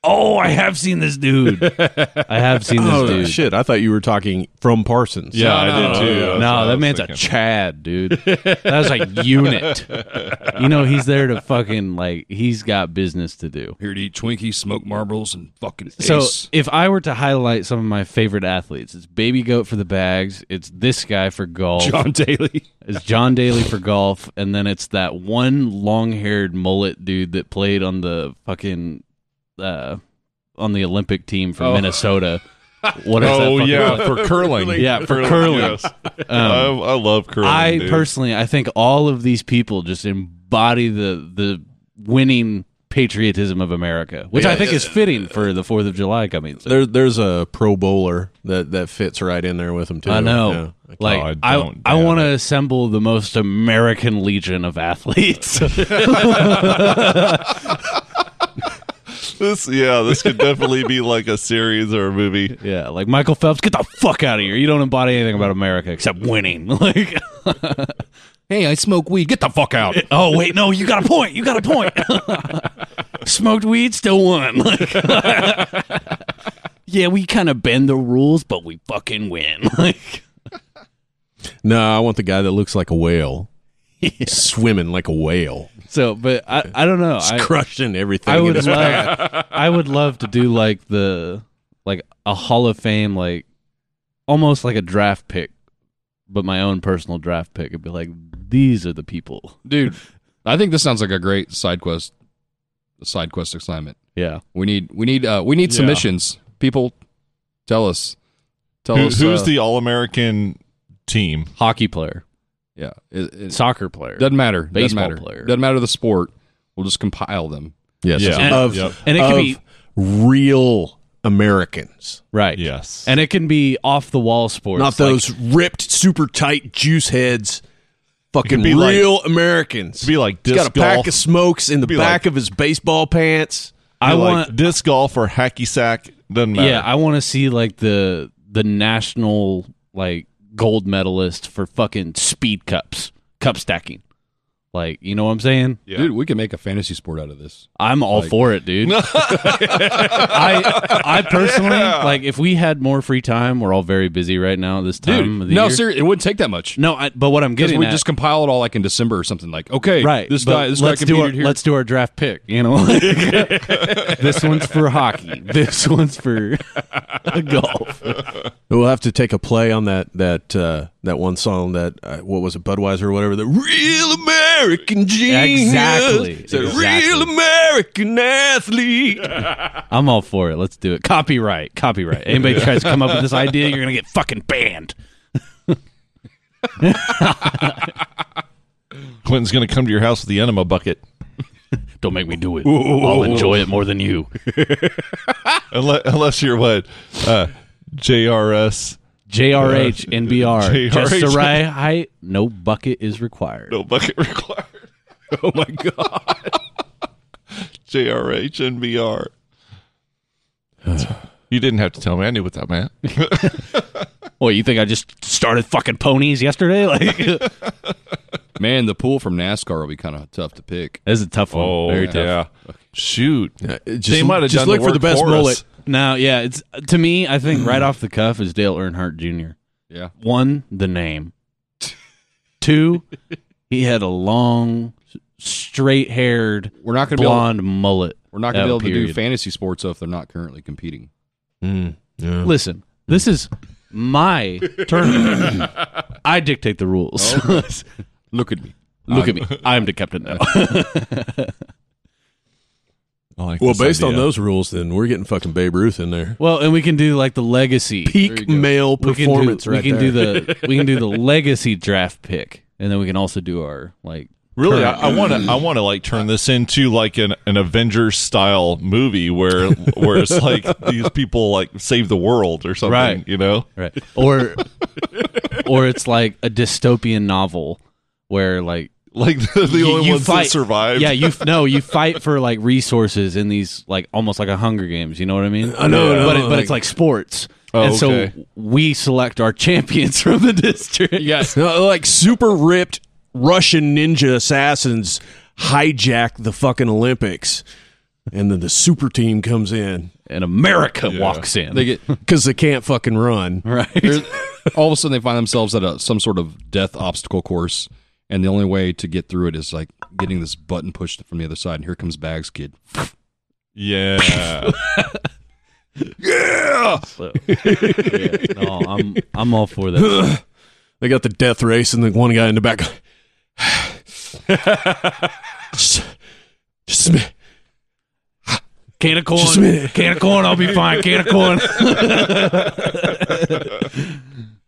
Speaker 2: oh, I have seen this dude. I have seen this
Speaker 4: Oh
Speaker 2: dude.
Speaker 4: shit! I thought you were talking from Parsons.
Speaker 3: Oh, Yeah,
Speaker 5: No,
Speaker 3: I
Speaker 5: no,
Speaker 3: did
Speaker 5: no,
Speaker 3: too.
Speaker 5: no,
Speaker 3: uh, That's what
Speaker 2: No,
Speaker 3: I
Speaker 2: that
Speaker 3: was
Speaker 2: man's
Speaker 3: <laughs>
Speaker 2: a
Speaker 3: thinking.
Speaker 2: Chad, dude. That was a unit. You know, he's there to fucking like he's got business to do.
Speaker 5: Here to eat Twinkies, smoke marbles, and fucking
Speaker 2: So
Speaker 5: ace.
Speaker 2: if I were to highlight some of my favorite athletes, it's Baby Goat for the bags, it's this guy for golf,
Speaker 5: John Daly.
Speaker 2: it's John Daly for golf, and then it's that one long-haired mullet dude that played on the fucking uh, on the Olympic team for
Speaker 5: Oh.
Speaker 2: Minnesota. What is that
Speaker 3: Oh
Speaker 2: fucking-
Speaker 3: yeah, for curling.
Speaker 2: Yeah, for curling.
Speaker 3: yes.
Speaker 2: Um,
Speaker 3: I, I love curling.
Speaker 2: I
Speaker 3: dude.
Speaker 2: personally, I think all of these people just embody the the winning patriotism of America, which I think is fitting for the Fourth of July coming. soon.
Speaker 4: There, there's a Pro Bowler that that fits right in there with him too.
Speaker 2: I know.
Speaker 4: Yeah. I can't-
Speaker 2: Like
Speaker 3: God,
Speaker 2: I,
Speaker 3: don't
Speaker 2: I
Speaker 3: damn
Speaker 2: want to assemble the most American legion of
Speaker 3: <laughs>
Speaker 2: athletes.
Speaker 3: <laughs> This, yeah, this could definitely be like a series or a movie.
Speaker 2: yeah, like Michael Phelps, get the fuck out of here! You don't embody anything about America except winning. <laughs> Like,
Speaker 1: Hey, I smoke weed. Get the fuck out.
Speaker 2: oh wait, no, you got a point. You got a point. <laughs> Smoked weed, still won. <laughs> Like, yeah, we kind of bend the rules, but we fucking win. <laughs> Like,
Speaker 4: No, I want the guy that looks like a whale,
Speaker 3: <laughs>
Speaker 4: swimming like a whale,
Speaker 2: so, but I, I don't know. I,
Speaker 4: crushing everything.
Speaker 2: I
Speaker 4: in
Speaker 2: would
Speaker 4: his path.
Speaker 2: love, I would love to do like the like a Hall of Fame, like almost like a draft pick, but my own personal draft pick. It'd be like these are the people.
Speaker 5: <laughs> Dude, I think this sounds like a great side quest side quest assignment.
Speaker 2: Yeah,
Speaker 5: We need we need uh we need
Speaker 3: Yeah.
Speaker 5: submissions. People tell us. Tell
Speaker 3: Who,
Speaker 5: us
Speaker 3: who's
Speaker 5: uh,
Speaker 3: the all-American team?
Speaker 2: hockey player,
Speaker 5: Yeah. It, it
Speaker 2: soccer player,
Speaker 5: doesn't matter. doesn't
Speaker 2: Baseball
Speaker 5: matter.
Speaker 2: player.
Speaker 5: Doesn't matter the sport. We'll just compile them.
Speaker 4: Yes,
Speaker 3: Yeah.
Speaker 2: And-
Speaker 4: of
Speaker 3: Yep.
Speaker 2: and it
Speaker 4: of
Speaker 2: could be
Speaker 4: real Americans,
Speaker 2: right.
Speaker 3: Yes.
Speaker 2: and it can be off the wall sports,
Speaker 4: not
Speaker 2: like-
Speaker 4: those ripped, super tight juice heads. Fucking
Speaker 3: be like-
Speaker 4: real Americans.
Speaker 3: It'd be like
Speaker 4: He's
Speaker 3: disc
Speaker 4: got a
Speaker 3: golf.
Speaker 4: pack of smokes in the
Speaker 3: Be
Speaker 4: back
Speaker 3: like-
Speaker 4: of his baseball pants.
Speaker 2: I
Speaker 3: I
Speaker 2: want.
Speaker 3: like disc golf or hacky sack. Doesn't matter.
Speaker 2: Yeah, I want to see like the the national like gold medalist for fucking speed cups, cup stacking. Like, you know what I'm saying?
Speaker 3: Yeah.
Speaker 5: Dude, we can make a fantasy sport out of this.
Speaker 2: I'm all for it, dude. I I personally like if we had more free time, we're all very busy right now this time of the
Speaker 5: no,
Speaker 2: year.
Speaker 5: seriously, it wouldn't take that much.
Speaker 2: no, I, but what I'm
Speaker 5: Because
Speaker 2: getting
Speaker 5: we
Speaker 2: at-
Speaker 5: just compile it all like in December or something. Like, okay,
Speaker 2: right.
Speaker 5: This
Speaker 2: but
Speaker 5: guy, this guy
Speaker 2: let's do our,
Speaker 5: competed here.
Speaker 2: let's do our draft pick. You
Speaker 5: <laughs>
Speaker 2: know, <laughs> this one's for hockey. This one's for <laughs> golf.
Speaker 4: We'll have to take a play on that that uh, that one song that uh, what was it Budweiser or whatever the real American genius
Speaker 2: Exactly,
Speaker 4: It's a
Speaker 2: exactly.
Speaker 4: real
Speaker 2: <laughs>
Speaker 4: American athlete.
Speaker 2: I'm all for it. Let's do it. Copyright. Copyright. Anybody tries to come up with this idea, you're gonna get fucking banned.
Speaker 3: Quentin's gonna come to your house with the enema bucket.
Speaker 2: Don't make me do it. I'll enjoy it more than you.
Speaker 3: Unless, unless you're what uh, JRS.
Speaker 5: <laughs>
Speaker 2: JRH NBR.
Speaker 3: JRH.
Speaker 2: Just the right height. No bucket is required.
Speaker 3: No bucket <laughs> required.
Speaker 5: oh my god!
Speaker 3: JRH and VR. you didn't have to tell me. I knew what that meant.
Speaker 2: Well, you think I just started fucking ponies yesterday? <laughs> Like
Speaker 5: Man, the pool from NASCAR will be kind of tough to pick.
Speaker 2: that's a tough one. Very
Speaker 5: Oh,
Speaker 2: tough.
Speaker 3: yeah. Shoot.
Speaker 4: just,
Speaker 3: They might have
Speaker 4: just
Speaker 3: done
Speaker 4: look
Speaker 3: the
Speaker 4: for the
Speaker 3: work
Speaker 4: best
Speaker 3: for
Speaker 4: bullet.
Speaker 3: us.
Speaker 2: Now, yeah, it's to me, I think right off the cuff is Dale Earnhardt Jr.
Speaker 5: Yeah.
Speaker 2: One, the
Speaker 4: <laughs>
Speaker 2: name. Two, he had a long, straight haired
Speaker 5: We're not going to be able,
Speaker 2: blonde mullet.
Speaker 5: we're not going to be
Speaker 2: Oh,
Speaker 5: able to do
Speaker 2: period.
Speaker 5: fantasy sports though if they're not currently competing.
Speaker 4: Mm, yeah.
Speaker 2: Listen, this is my
Speaker 4: <laughs>
Speaker 2: tournament. I dictate the rules.
Speaker 4: Oh,
Speaker 5: Look at me.
Speaker 2: <laughs> Look at me. I'm the captain now. <laughs>
Speaker 3: I like
Speaker 4: Well,
Speaker 3: this
Speaker 4: based on
Speaker 3: idea.
Speaker 4: those rules, then we're getting fucking Babe Ruth in there.
Speaker 2: well, and we can do like the legacy
Speaker 4: Peak
Speaker 5: go.
Speaker 4: male
Speaker 2: we can do-
Speaker 4: performance,
Speaker 2: We
Speaker 4: right
Speaker 2: can
Speaker 4: there.
Speaker 2: do
Speaker 4: <laughs>
Speaker 2: the we can do the legacy draft pick, and then we can also do our like
Speaker 3: Really, I want to. I want to like turn this into like an, an Avengers style movie where where it's like these people like save the world or something.
Speaker 2: Right.
Speaker 3: You know.
Speaker 2: right
Speaker 4: <laughs>
Speaker 2: or or it's like a dystopian novel where like
Speaker 3: Like <laughs> the, the only ones that survived. <laughs>
Speaker 2: Yeah, you f- no, you fight for like resources in these like almost like a Hunger Games. You know what I mean?
Speaker 4: I know, I know,
Speaker 2: but it, but
Speaker 4: like-
Speaker 2: it's like sports.
Speaker 3: Oh,
Speaker 2: and
Speaker 3: okay.
Speaker 2: so we select our champions <laughs> from the district.
Speaker 5: Yes.
Speaker 4: No, Uh, like super ripped Russian ninja assassins hijack the fucking Olympics, and then the super team comes in
Speaker 2: And America walks in.
Speaker 5: They get <laughs>
Speaker 4: because they can't fucking run.
Speaker 2: <laughs> right.
Speaker 5: all of a sudden they find themselves at a, some sort of death obstacle course, and the only way to get through it is like getting this button pushed from the other side. And here comes Bags Kid.
Speaker 3: Yeah.
Speaker 2: So, yeah, <laughs> no, I'm I'm all for
Speaker 4: <laughs>
Speaker 2: that.
Speaker 4: They got the death race, and the one guy in the back. <sighs> just, just a minute.
Speaker 2: Can of
Speaker 4: Just
Speaker 2: corn,
Speaker 4: a minute.
Speaker 2: can of corn, I'll be fine. Can of
Speaker 4: <laughs>
Speaker 2: corn.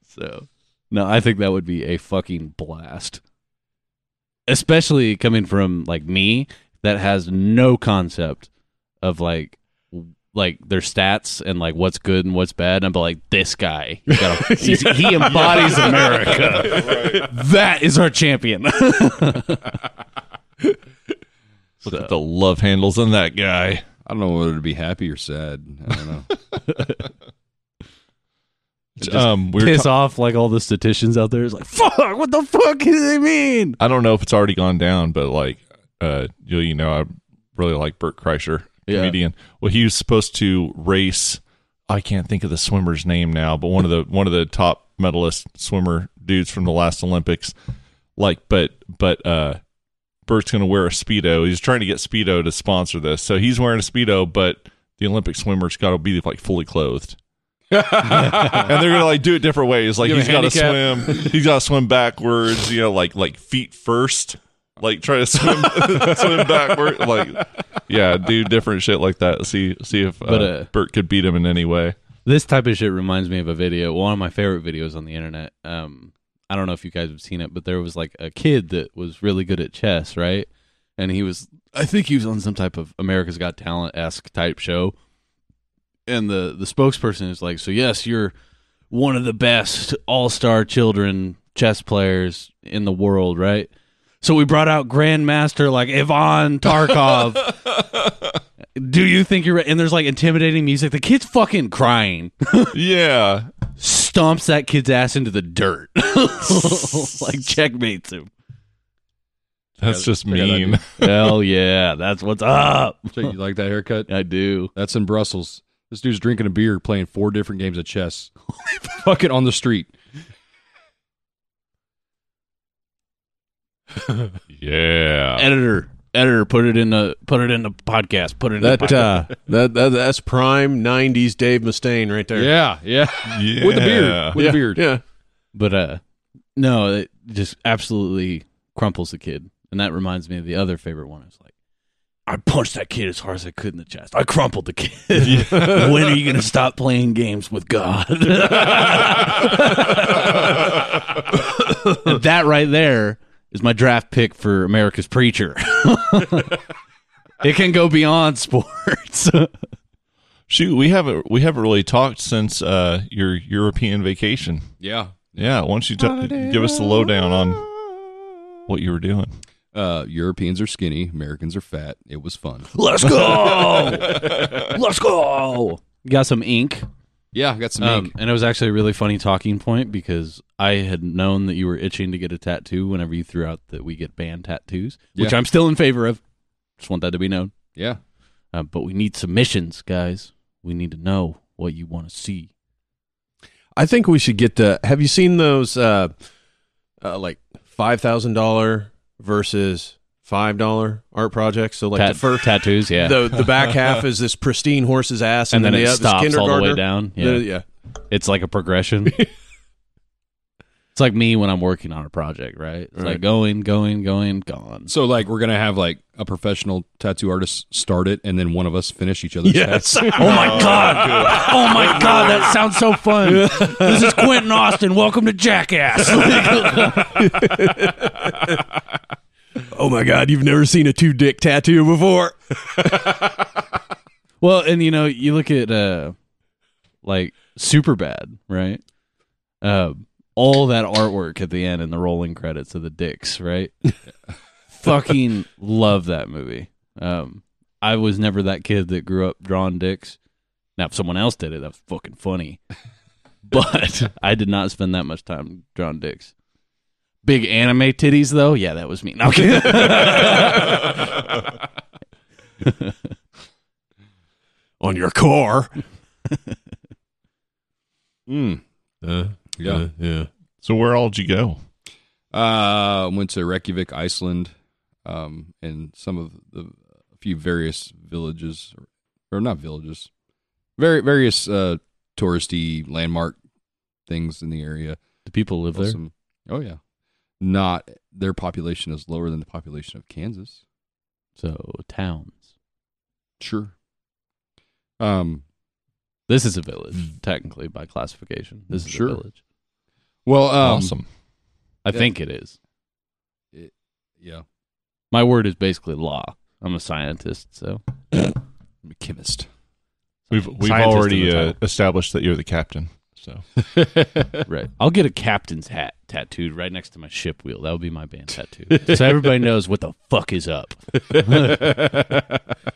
Speaker 2: so, no, I think that would be a fucking blast, especially coming from like me that has no concept of like w- like their stats and like what's good and what's bad. And I'm like, this guy, he's got
Speaker 4: <laughs>
Speaker 2: a- he's- he embodies America. That is our
Speaker 4: <laughs>
Speaker 2: champion.
Speaker 3: Look at the love handles on that guy.
Speaker 5: I don't know whether to be happy or sad. I don't <laughs> know.
Speaker 3: um, we were
Speaker 2: piss
Speaker 3: ta-
Speaker 2: off like all the statisticians out there. It's like, fuck, what the fuck do they mean?
Speaker 3: I don't know if it's already gone down, but like, uh, you, you know, I really like Bert Kreischer,
Speaker 2: Yeah.
Speaker 3: comedian. Well, he was supposed to race. I can't think of the swimmer's name now, but one of the one of the top medalist swimmer dudes from the last Olympics. Like, but but uh, Bert's gonna wear a speedo. He's trying to get speedo to sponsor this, so he's wearing a speedo, but. The Olympic swimmer's got to be like fully
Speaker 5: <laughs>
Speaker 3: clothed, and they're gonna like do it different ways. Like
Speaker 5: Give him
Speaker 3: he's
Speaker 5: a
Speaker 3: got to
Speaker 5: handicap.
Speaker 3: swim, he's got to swim backwards. You know, like like feet first, like try to swim <laughs> swim backward like yeah do different shit like that see see if uh,
Speaker 2: But, uh,
Speaker 3: bert could beat him in any way
Speaker 2: This type of shit reminds me of a video, one of my favorite videos on the internet. Um, I don't know if you guys have seen it, but there was like a kid that was really good at chess, right? And he was, I think he was on some type of America's Got Talent esque type show. And the the spokesperson is like, so yes, you're one of the best all star children chess players in the world, right? So we brought out Grandmaster like Ivan Tarkov. Do you think you're? Re-? And there's like intimidating music. The kid's fucking crying.
Speaker 3: yeah
Speaker 2: Stomps that kid's ass into the dirt. <laughs> like checkmates him.
Speaker 3: that's just
Speaker 5: I got that
Speaker 3: mean
Speaker 2: Hell yeah, that's what's up.
Speaker 5: So you like that haircut?
Speaker 2: I do.
Speaker 5: That's in Brussels. This dude's drinking a beer, playing four different games of <laughs> chess. Fuck it on the street.
Speaker 3: <laughs> yeah
Speaker 2: Editor, editor, put it in the put it in the podcast. Put it in
Speaker 4: That
Speaker 2: the podcast.
Speaker 4: uh, that, that that's prime '90s Dave Mustaine right there.
Speaker 5: Yeah, yeah.
Speaker 3: yeah
Speaker 5: With a beard. With
Speaker 4: yeah,
Speaker 5: a beard.
Speaker 4: Yeah,
Speaker 2: But uh, no, it just absolutely crumples the kid. And that reminds me of the other favorite one. It's like, I punched that kid as hard as I could in the chest. I crumpled the kid. <laughs> when are you going to stop playing games with God? <laughs> And that right there is my draft pick for America's Preacher. <laughs> it can go beyond sports. <laughs>
Speaker 3: shoot we haven't we haven't really talked since uh your european vacation
Speaker 5: Yeah.
Speaker 3: yeah why don't you t- give us the lowdown on what you were doing
Speaker 5: Uh, Europeans are skinny, Americans are fat. It was fun.
Speaker 2: Let's go. Let's go. Got some ink.
Speaker 5: Yeah, I got some
Speaker 2: Um,
Speaker 5: ink.
Speaker 2: and it was actually a really funny talking point because I had known that you were itching to get a tattoo whenever you threw out that we get banned tattoos, which
Speaker 5: Yeah.
Speaker 2: I'm still in favor of. Just want that to be known.
Speaker 5: Yeah.
Speaker 2: Uh, but we need submissions, guys. We need to know what you want to see.
Speaker 4: I think we should get the. Have you seen those uh, uh like five thousand dollar versus five dollar art projects? So like
Speaker 2: Tat-
Speaker 4: the first,
Speaker 2: tattoos, yeah.
Speaker 4: the the back half is this pristine horse's ass,
Speaker 2: and
Speaker 4: and,
Speaker 2: then
Speaker 4: they
Speaker 2: it
Speaker 4: have this
Speaker 2: stops all the way
Speaker 4: kindergartner.
Speaker 2: down. Yeah.
Speaker 4: The- yeah. <laughs>
Speaker 2: It's like a progression. it's like me when I'm working on a project, right? It's like
Speaker 4: Right.
Speaker 2: going, going, going, gone.
Speaker 5: So like we're gonna have like a professional tattoo artist start it and then one of us finish each other's tats.
Speaker 2: Oh my god. Oh my god, that sounds so fun. This is Quentin Austin. Welcome to Jackass.
Speaker 4: Oh my God! You've never seen a two dick tattoo before.
Speaker 2: well, and you know, you look at uh like super bad, right? Uh all that artwork at the end and the rolling credits of the dicks, right? Fucking love that movie. Um I was never that kid that grew up drawing dicks. Now, if someone else did it, that's fucking funny. But I did not spend that much time drawing dicks. Big anime titties, though. Yeah, that was me. No, I'm kidding.
Speaker 4: on your car.
Speaker 5: Mm.
Speaker 4: Uh,
Speaker 5: Yeah.
Speaker 4: uh, yeah.
Speaker 3: So where all did you go?
Speaker 5: Uh, went to Reykjavik, Iceland, um, and some of the a few various villages, or not villages, very various uh, touristy landmark things in the area.
Speaker 2: Do people live there?
Speaker 5: Some- oh yeah, not their population is lower than the population of Kansas.
Speaker 2: So towns.
Speaker 5: Sure. Um.
Speaker 2: This is a village, technically by classification. This is
Speaker 5: Sure.
Speaker 2: a village.
Speaker 5: Well. Um,
Speaker 3: awesome.
Speaker 2: I
Speaker 5: Yeah.
Speaker 2: think it is.
Speaker 5: Yeah.
Speaker 2: My word is basically law. I'm a scientist, so
Speaker 5: I'm a chemist.
Speaker 3: We've we've
Speaker 2: Scientist in
Speaker 3: already
Speaker 2: the
Speaker 3: uh,
Speaker 2: title.
Speaker 3: established that you're the captain. So
Speaker 2: <laughs> right. I'll get a captain's hat tattooed right next to my ship wheel. That would be my band <laughs> tattoo, so everybody knows what the fuck is <laughs> up.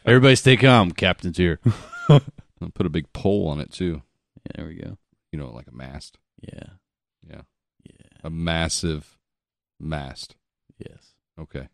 Speaker 2: everybody stay calm. Captain's here.
Speaker 5: I'll <laughs> put a big pole on it too.
Speaker 2: Yeah, there we go.
Speaker 5: You know, like a mast,
Speaker 2: Yeah.
Speaker 5: Yeah.
Speaker 2: Yeah.
Speaker 5: a massive mast.
Speaker 2: Yes.
Speaker 5: Okay.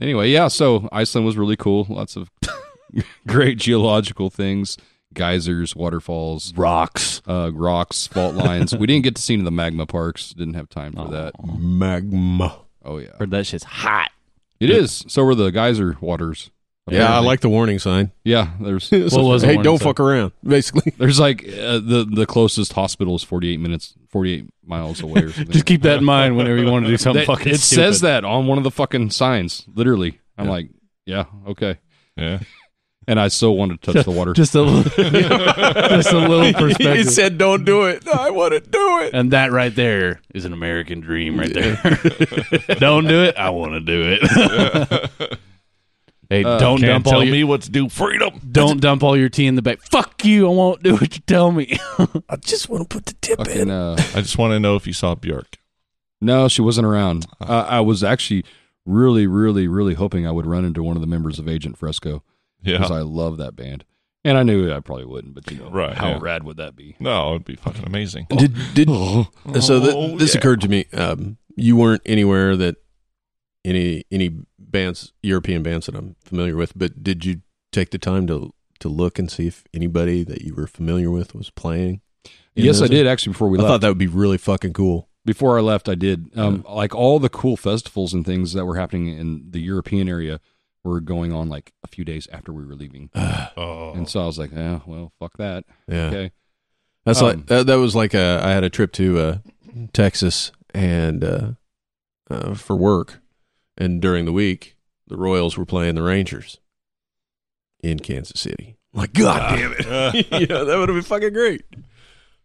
Speaker 5: Anyway, yeah, so Iceland was really cool. Lots of <laughs> great geological things, geysers, waterfalls,
Speaker 2: Rocks.
Speaker 5: uh, rocks, fault lines. we didn't get to see any of the magma parks. Didn't have time for that.
Speaker 2: Aw.
Speaker 4: Magma.
Speaker 5: Oh yeah.
Speaker 2: Heard that shit's hot.
Speaker 5: It is. So were the geyser waters.
Speaker 4: Yeah, I
Speaker 5: apparently.
Speaker 4: like the warning <laughs> sign.
Speaker 5: Yeah, there's
Speaker 2: What was the
Speaker 4: hey,
Speaker 2: warning
Speaker 4: don't
Speaker 2: sign?
Speaker 4: fuck around. <laughs> Basically,
Speaker 5: there's like uh, the the closest hospital is 48 minutes 48 miles away or something.
Speaker 2: <laughs> Just keep that in mind whenever you <laughs> want to do something
Speaker 5: That-
Speaker 2: fucking
Speaker 5: it
Speaker 2: stupid.
Speaker 5: says that on one of the fucking signs, literally. I'm like, yeah, okay.
Speaker 3: yeah,
Speaker 5: And I so wanted to touch the water.
Speaker 2: Just a <laughs> little, just a little perspective.
Speaker 4: said, "Don't do it." <laughs> I want to do it.
Speaker 2: And that right there is an American dream right there. <laughs> don't do it. I want to do it. <laughs> Uh, hey, don't
Speaker 3: can't
Speaker 2: dump
Speaker 3: tell
Speaker 2: all your,
Speaker 3: me what to do. Freedom.
Speaker 2: don't dump all your tea in the bag. Fuck you. I won't do what you tell me. <laughs> I just want to put the tip
Speaker 5: fucking uh,
Speaker 3: I just want to know if you saw Bjork.
Speaker 5: No, she wasn't around. Uh, I was actually really, really, really hoping I would run into one of the members of Agent Fresco
Speaker 3: Yeah,
Speaker 5: because I love that band, and I knew I probably wouldn't. But you know,
Speaker 3: Right,
Speaker 5: How
Speaker 3: yeah.
Speaker 5: rad would that be?
Speaker 3: no, it'd be fucking amazing.
Speaker 4: Did did so? Th-
Speaker 3: Oh,
Speaker 4: this
Speaker 3: yeah.
Speaker 4: occurred to me. Um, you weren't anywhere that any any bands, European bands that I'm familiar with. But did you take the time to to look and see if anybody that you were familiar with was playing? in
Speaker 5: yes, I
Speaker 4: those?
Speaker 5: did actually. Before we
Speaker 4: I
Speaker 5: left,
Speaker 4: thought that would be really fucking cool. <sighs>
Speaker 5: before I left, I did. Um, Like all the cool festivals and things that were happening in the European area were going on like a few days after we were leaving,
Speaker 3: Oh, <laughs>
Speaker 5: and so I was like, yeah, well, fuck that.
Speaker 4: Yeah.
Speaker 5: Okay,
Speaker 4: That's
Speaker 5: Um,
Speaker 4: like that, that was like a, I had a trip to uh, Texas and uh, uh, for work, and during the week the Royals were playing the Rangers in Kansas City. Like God damn it! <laughs> yeah, that would have been fucking great.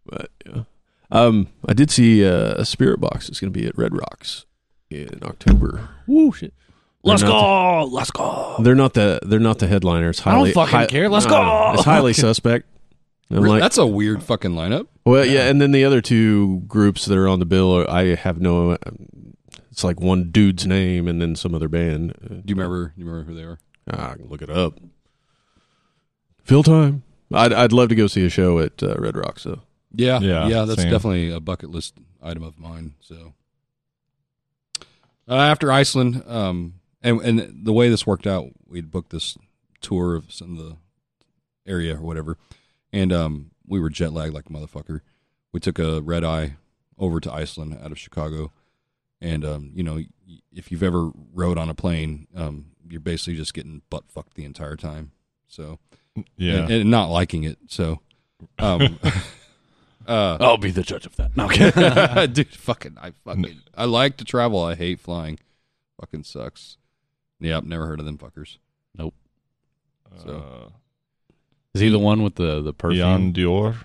Speaker 4: But yeah, um, I did see uh, a Spirit Box. It's going to be at Red Rocks in October.
Speaker 2: Woo, shit. Let's
Speaker 4: They're
Speaker 2: go. Let's go.
Speaker 4: They're not the they're not the headliner. It's
Speaker 2: Oh. I don't
Speaker 4: highly
Speaker 2: fucking care. Let's
Speaker 4: No,
Speaker 2: go. <laughs>
Speaker 4: It's highly suspect. I'm like,
Speaker 5: that's a weird fucking lineup.
Speaker 4: Well, yeah. and then the other two groups that are on the bill, are, I have no. uh, It's like one dude's name and then some other band. Uh,
Speaker 5: Do you remember? Do you remember who they were?
Speaker 4: Ah, I can look it up. Fill time. I'd I'd love to go see a show at uh, Red Rocks though.
Speaker 5: Yeah, yeah,
Speaker 3: Yeah,
Speaker 5: that's
Speaker 3: same.
Speaker 5: definitely a bucket list item of mine. So uh, after Iceland, um, and and the way this worked out, we'd booked this tour of some of the area or whatever, and um, we were jet lagged like a motherfucker. We took a red eye over to Iceland out of Chicago, and um, you know, y- if you've ever rode on a plane, um, you're basically just getting butt fucked the entire time. So
Speaker 3: yeah.
Speaker 5: and, and not liking it. So.
Speaker 3: <laughs>
Speaker 5: Um, Uh, <laughs>
Speaker 2: I'll be the judge of that. No, I'm kidding.
Speaker 5: dude, fucking, I fucking, I like to travel. I hate flying. Fucking sucks. Yep, never heard of them fuckers. <laughs>
Speaker 3: Uh, so.
Speaker 2: Is he the one with the, the perfume?
Speaker 3: Ian Dior.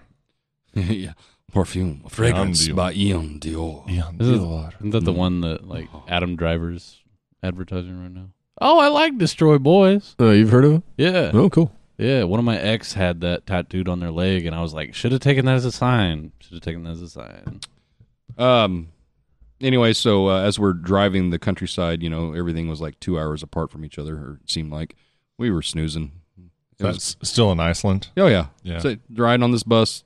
Speaker 5: yeah, perfume, fragrance
Speaker 3: Dior.
Speaker 5: by Ian Dior.
Speaker 3: Ian
Speaker 2: This is-
Speaker 3: Dior.
Speaker 2: Isn't that the one that like Adam Driver's advertising right now? Oh, I like Destroy Boys.
Speaker 4: Oh, you've heard of it?
Speaker 2: Yeah.
Speaker 4: Oh, cool.
Speaker 2: Yeah, one of my ex had that tattooed on their leg, and I was like, should have taken that as a sign. Should have taken that as a sign.
Speaker 5: Um. Anyway, so uh, as we're driving the countryside, you know, everything was like two hours apart from each other, or it seemed like we were snoozing. It was-
Speaker 3: That's still in Iceland.
Speaker 5: oh yeah.
Speaker 3: Yeah.
Speaker 5: So ride on this bus,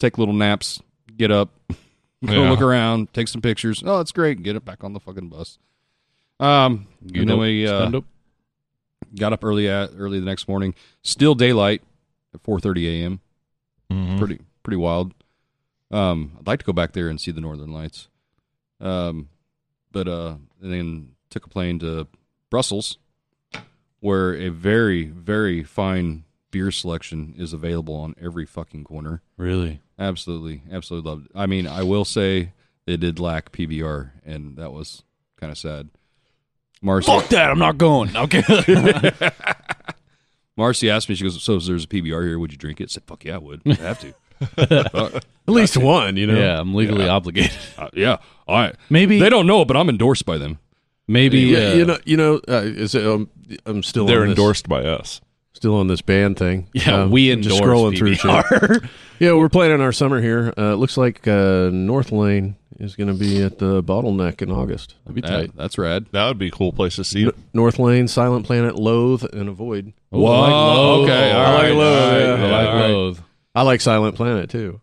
Speaker 5: take little naps, get up, <laughs> go
Speaker 3: Yeah.
Speaker 5: look around, take some pictures. Oh, it's great. Get it back on the fucking bus. Um,
Speaker 2: You
Speaker 5: and then
Speaker 2: know,
Speaker 5: we uh,
Speaker 2: stand up.
Speaker 5: got up early at early the next morning. Still daylight at 4:30 a.m.
Speaker 3: Mhm.
Speaker 5: Pretty pretty wild. Um, I'd like to go back there and see the northern lights. Um, but uh, and then took a plane to Brussels, where a very very fine beer selection is available on every fucking corner.
Speaker 2: Really?
Speaker 5: Absolutely, absolutely loved it. I mean, I will say they did lack PBR, and that was kind of sad. Marcy,
Speaker 2: Fuck that! I'm not going. Okay.
Speaker 5: Marcy asked me, she goes, "So, if there's a PBR here, would you drink it?" I said, "Fuck yeah, I would. I have to. Fuck.
Speaker 4: At least one, you
Speaker 2: <laughs>
Speaker 4: know.
Speaker 2: yeah, I'm legally obligated.
Speaker 5: Uh, yeah, all right.
Speaker 2: Maybe.
Speaker 5: They don't know it, but I'm endorsed by them.
Speaker 2: maybe.
Speaker 4: Yeah,
Speaker 2: uh,
Speaker 4: you know, you know, uh, is it, um, I'm still
Speaker 3: They're
Speaker 4: on this-
Speaker 3: endorsed by us.
Speaker 4: still on this band thing.
Speaker 2: Yeah,
Speaker 4: Um,
Speaker 2: we
Speaker 4: I'm
Speaker 2: endorse
Speaker 4: just scrolling through. shit.
Speaker 2: PBR.
Speaker 4: Yeah, we're planning our summer here. Uh, it looks like uh, North Lane is going to be at the Bottleneck in August.
Speaker 2: That'd be
Speaker 5: That-
Speaker 2: tight.
Speaker 5: that's rad.
Speaker 3: That would be a cool place to
Speaker 4: <laughs>
Speaker 3: see it.
Speaker 4: North Lane, Silent Planet, Loathe, and Avoid.
Speaker 2: Oh,
Speaker 5: Whoa, okay, all
Speaker 2: I like
Speaker 5: right,
Speaker 2: Loathe.
Speaker 5: all right,
Speaker 2: I
Speaker 5: yeah,
Speaker 2: like
Speaker 5: all right.
Speaker 2: Loathe.
Speaker 4: I like Silent Planet too.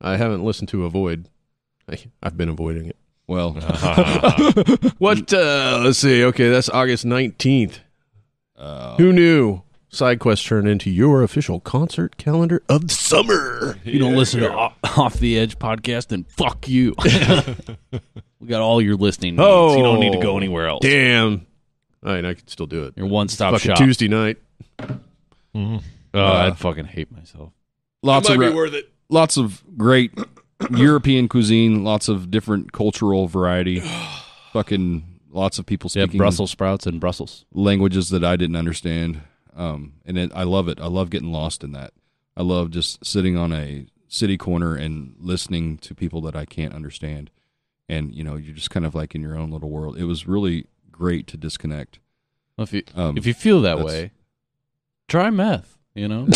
Speaker 4: I haven't listened to Avoid. I, I've been avoiding it.
Speaker 5: Well,
Speaker 4: What? Uh, let's see. Okay, that's August 19th.
Speaker 5: uh,
Speaker 4: Who knew? SideQuest turned into your official concert calendar of the summer.
Speaker 2: You don't listen to Off- Off the Edge podcast, then fuck <laughs> you. we got all your listening. Needs. you don't need to go
Speaker 4: Oh,
Speaker 2: anywhere else.
Speaker 4: Damn. I mean, I could still do it.
Speaker 2: Your one stop
Speaker 4: Fucking
Speaker 2: shop.
Speaker 4: Tuesday night.
Speaker 2: Oh,
Speaker 5: Uh,
Speaker 2: I'd fucking hate myself.
Speaker 5: lots of ra-
Speaker 4: worth it.
Speaker 5: lots of great European cuisine, lots of different cultural variety. Fucking lots of people
Speaker 2: Yeah,
Speaker 5: speaking
Speaker 2: Brussels sprouts and Brussels.
Speaker 5: languages that I didn't understand. Um, and it, I love it. I love getting lost in that. I love just sitting on a city corner and listening to people that I can't understand. And, you know, you're just kind of like in your own little world. It was really great to disconnect.
Speaker 2: If you
Speaker 5: Um,
Speaker 2: if you feel that
Speaker 5: that's-
Speaker 2: way, try meth. You know, <laughs>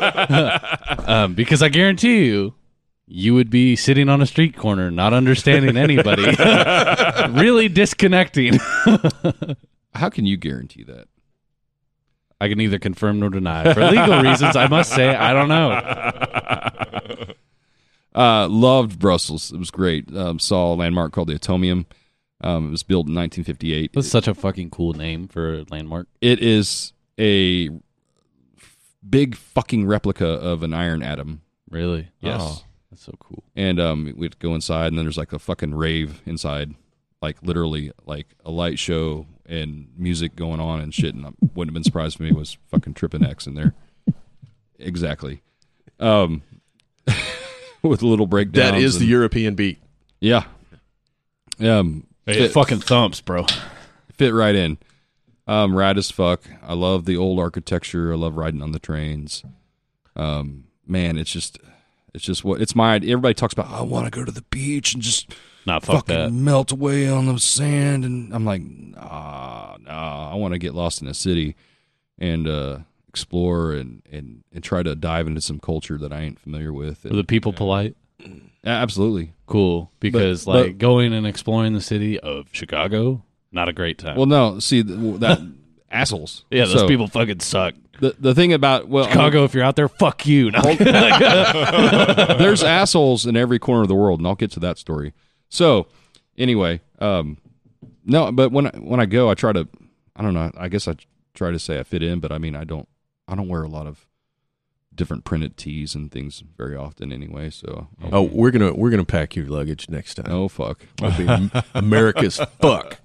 Speaker 2: um, because I guarantee you, you would be sitting on a street corner, not understanding anybody, <laughs> really disconnecting. <laughs>
Speaker 5: how can you guarantee that?
Speaker 2: I can neither confirm nor deny. For legal reasons, I must say I don't know.
Speaker 5: Uh, loved Brussels. It was great. Um, saw a landmark called the Atomium. Um, it was built in 1958.
Speaker 2: That's such a fucking cool name for a landmark.
Speaker 5: It is a big fucking replica of an iron atom.
Speaker 2: Really?
Speaker 5: Yes.
Speaker 2: Oh, that's so cool.
Speaker 5: and um, we'd go inside, and then there's like a fucking rave inside, like literally like a light show and music going on and shit. And I wouldn't have been surprised if me was fucking tripping X in there. Exactly. Um, <laughs> with little breakdowns.
Speaker 4: That is the
Speaker 5: and-
Speaker 4: European beat.
Speaker 5: yeah. Um, fit,
Speaker 2: fucking thumps, bro.
Speaker 5: fit right in. Um, rad as fuck. I love the old architecture. I love riding on the trains. Um, man, it's just, it's just what it's my. Everybody talks about. "Oh, I want to go to the beach and just
Speaker 2: Not fuck
Speaker 5: fucking
Speaker 2: that.
Speaker 5: melt away on the sand and I'm like, nah, nah, I want to get lost in a city and uh explore and and and try to dive into some culture that I ain't familiar with.
Speaker 2: Were
Speaker 5: And,
Speaker 2: the people polite?
Speaker 5: A- absolutely.
Speaker 2: Cool. Because
Speaker 5: but-
Speaker 2: like going and exploring the city of Chicago, not a great time.
Speaker 5: Well, no, see th- that <laughs> assholes.
Speaker 2: yeah, those
Speaker 5: So,
Speaker 2: people fucking suck.
Speaker 5: The the thing about well, I mean,
Speaker 2: Chicago, if you're out there, fuck you. <laughs> No.
Speaker 5: there's assholes in every corner of the world, and I'll get to that story. So, anyway, um, no, but when I, when I go, I try to, I don't know, I guess I try to say I fit in, but I mean, I don't, I don't wear a lot of different printed tees and things very often anyway. So, oh,
Speaker 4: Oh, we're gonna we're gonna pack your luggage next time.
Speaker 5: no fuck,
Speaker 4: It'll
Speaker 2: <laughs>
Speaker 4: be Am- America's fuck.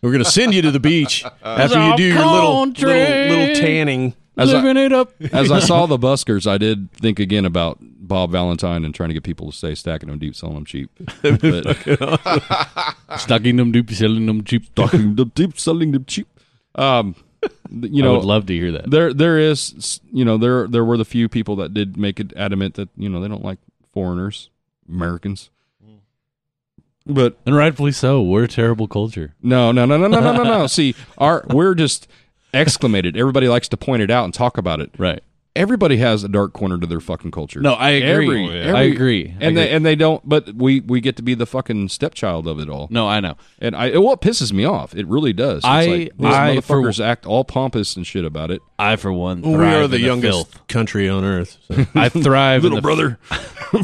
Speaker 4: We're gonna send you to the beach after you do your little,
Speaker 2: Country.
Speaker 4: little little tanning.
Speaker 5: As I-
Speaker 2: it <laughs> up.
Speaker 5: As I saw the buskers, I did think again about Bob Valentine and trying to get people to stay stacking them deep, selling them
Speaker 2: <laughs>
Speaker 5: cheap. But,
Speaker 2: Stocking them deep, selling them cheap. <laughs>
Speaker 5: stacking them <laughs> deep, selling them cheap. Um, you
Speaker 2: You
Speaker 5: know,
Speaker 2: know, I would love to hear that.
Speaker 5: there there is you know there there were the few people that did make it adamant that you know they don't like foreigners americans but
Speaker 2: and rightfully so. We're a terrible culture.
Speaker 5: no no no no no no
Speaker 2: <laughs>
Speaker 5: no no see our we're just exclamated everybody likes to point it out and talk about it
Speaker 2: Right.
Speaker 5: everybody has a dark corner to their fucking culture.
Speaker 2: No, I agree.
Speaker 5: Every-
Speaker 2: I
Speaker 5: every-
Speaker 2: agree. I
Speaker 5: and
Speaker 2: agree.
Speaker 5: they and they don't. But we we get to be the fucking stepchild of it all.
Speaker 2: no, I know.
Speaker 5: And I well, it pisses me off. It really does. It's
Speaker 2: I-
Speaker 5: like, these
Speaker 2: I, for-
Speaker 5: motherfuckers act all pompous and shit about it.
Speaker 2: I for one,
Speaker 4: Well, we
Speaker 2: thrive
Speaker 4: are
Speaker 2: in
Speaker 4: the youngest
Speaker 2: filth.
Speaker 4: country on earth. So.
Speaker 2: <laughs> I thrive, in the,
Speaker 5: brother, <laughs>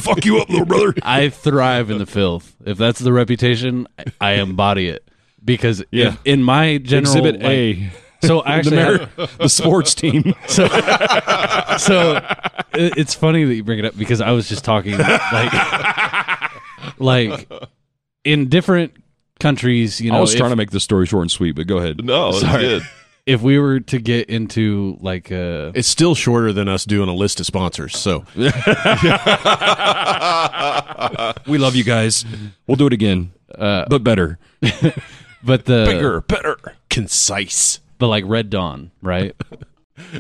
Speaker 5: fuck you up, little
Speaker 2: <laughs>
Speaker 5: brother.
Speaker 2: I thrive in the filth. If that's the reputation, I, I embody it because
Speaker 5: Yeah.
Speaker 2: if, in my general
Speaker 5: Exhibit
Speaker 2: like-
Speaker 5: A,
Speaker 2: <laughs> So I actually,
Speaker 5: Ameri- <laughs> the sports <laughs> team.
Speaker 2: so, so it- it's funny that you bring it up because I was just talking like, <laughs> like in different countries, you know,
Speaker 5: I was
Speaker 2: if-
Speaker 5: trying to make the story short and sweet, but go ahead.
Speaker 3: No, it's <laughs> good.
Speaker 2: if we were to get into like uh, a
Speaker 4: It's still shorter than us doing a list of sponsors. So
Speaker 5: We love you guys. We'll do it again, but better.
Speaker 2: but the
Speaker 4: better, concise.
Speaker 2: but like Red Dawn, right?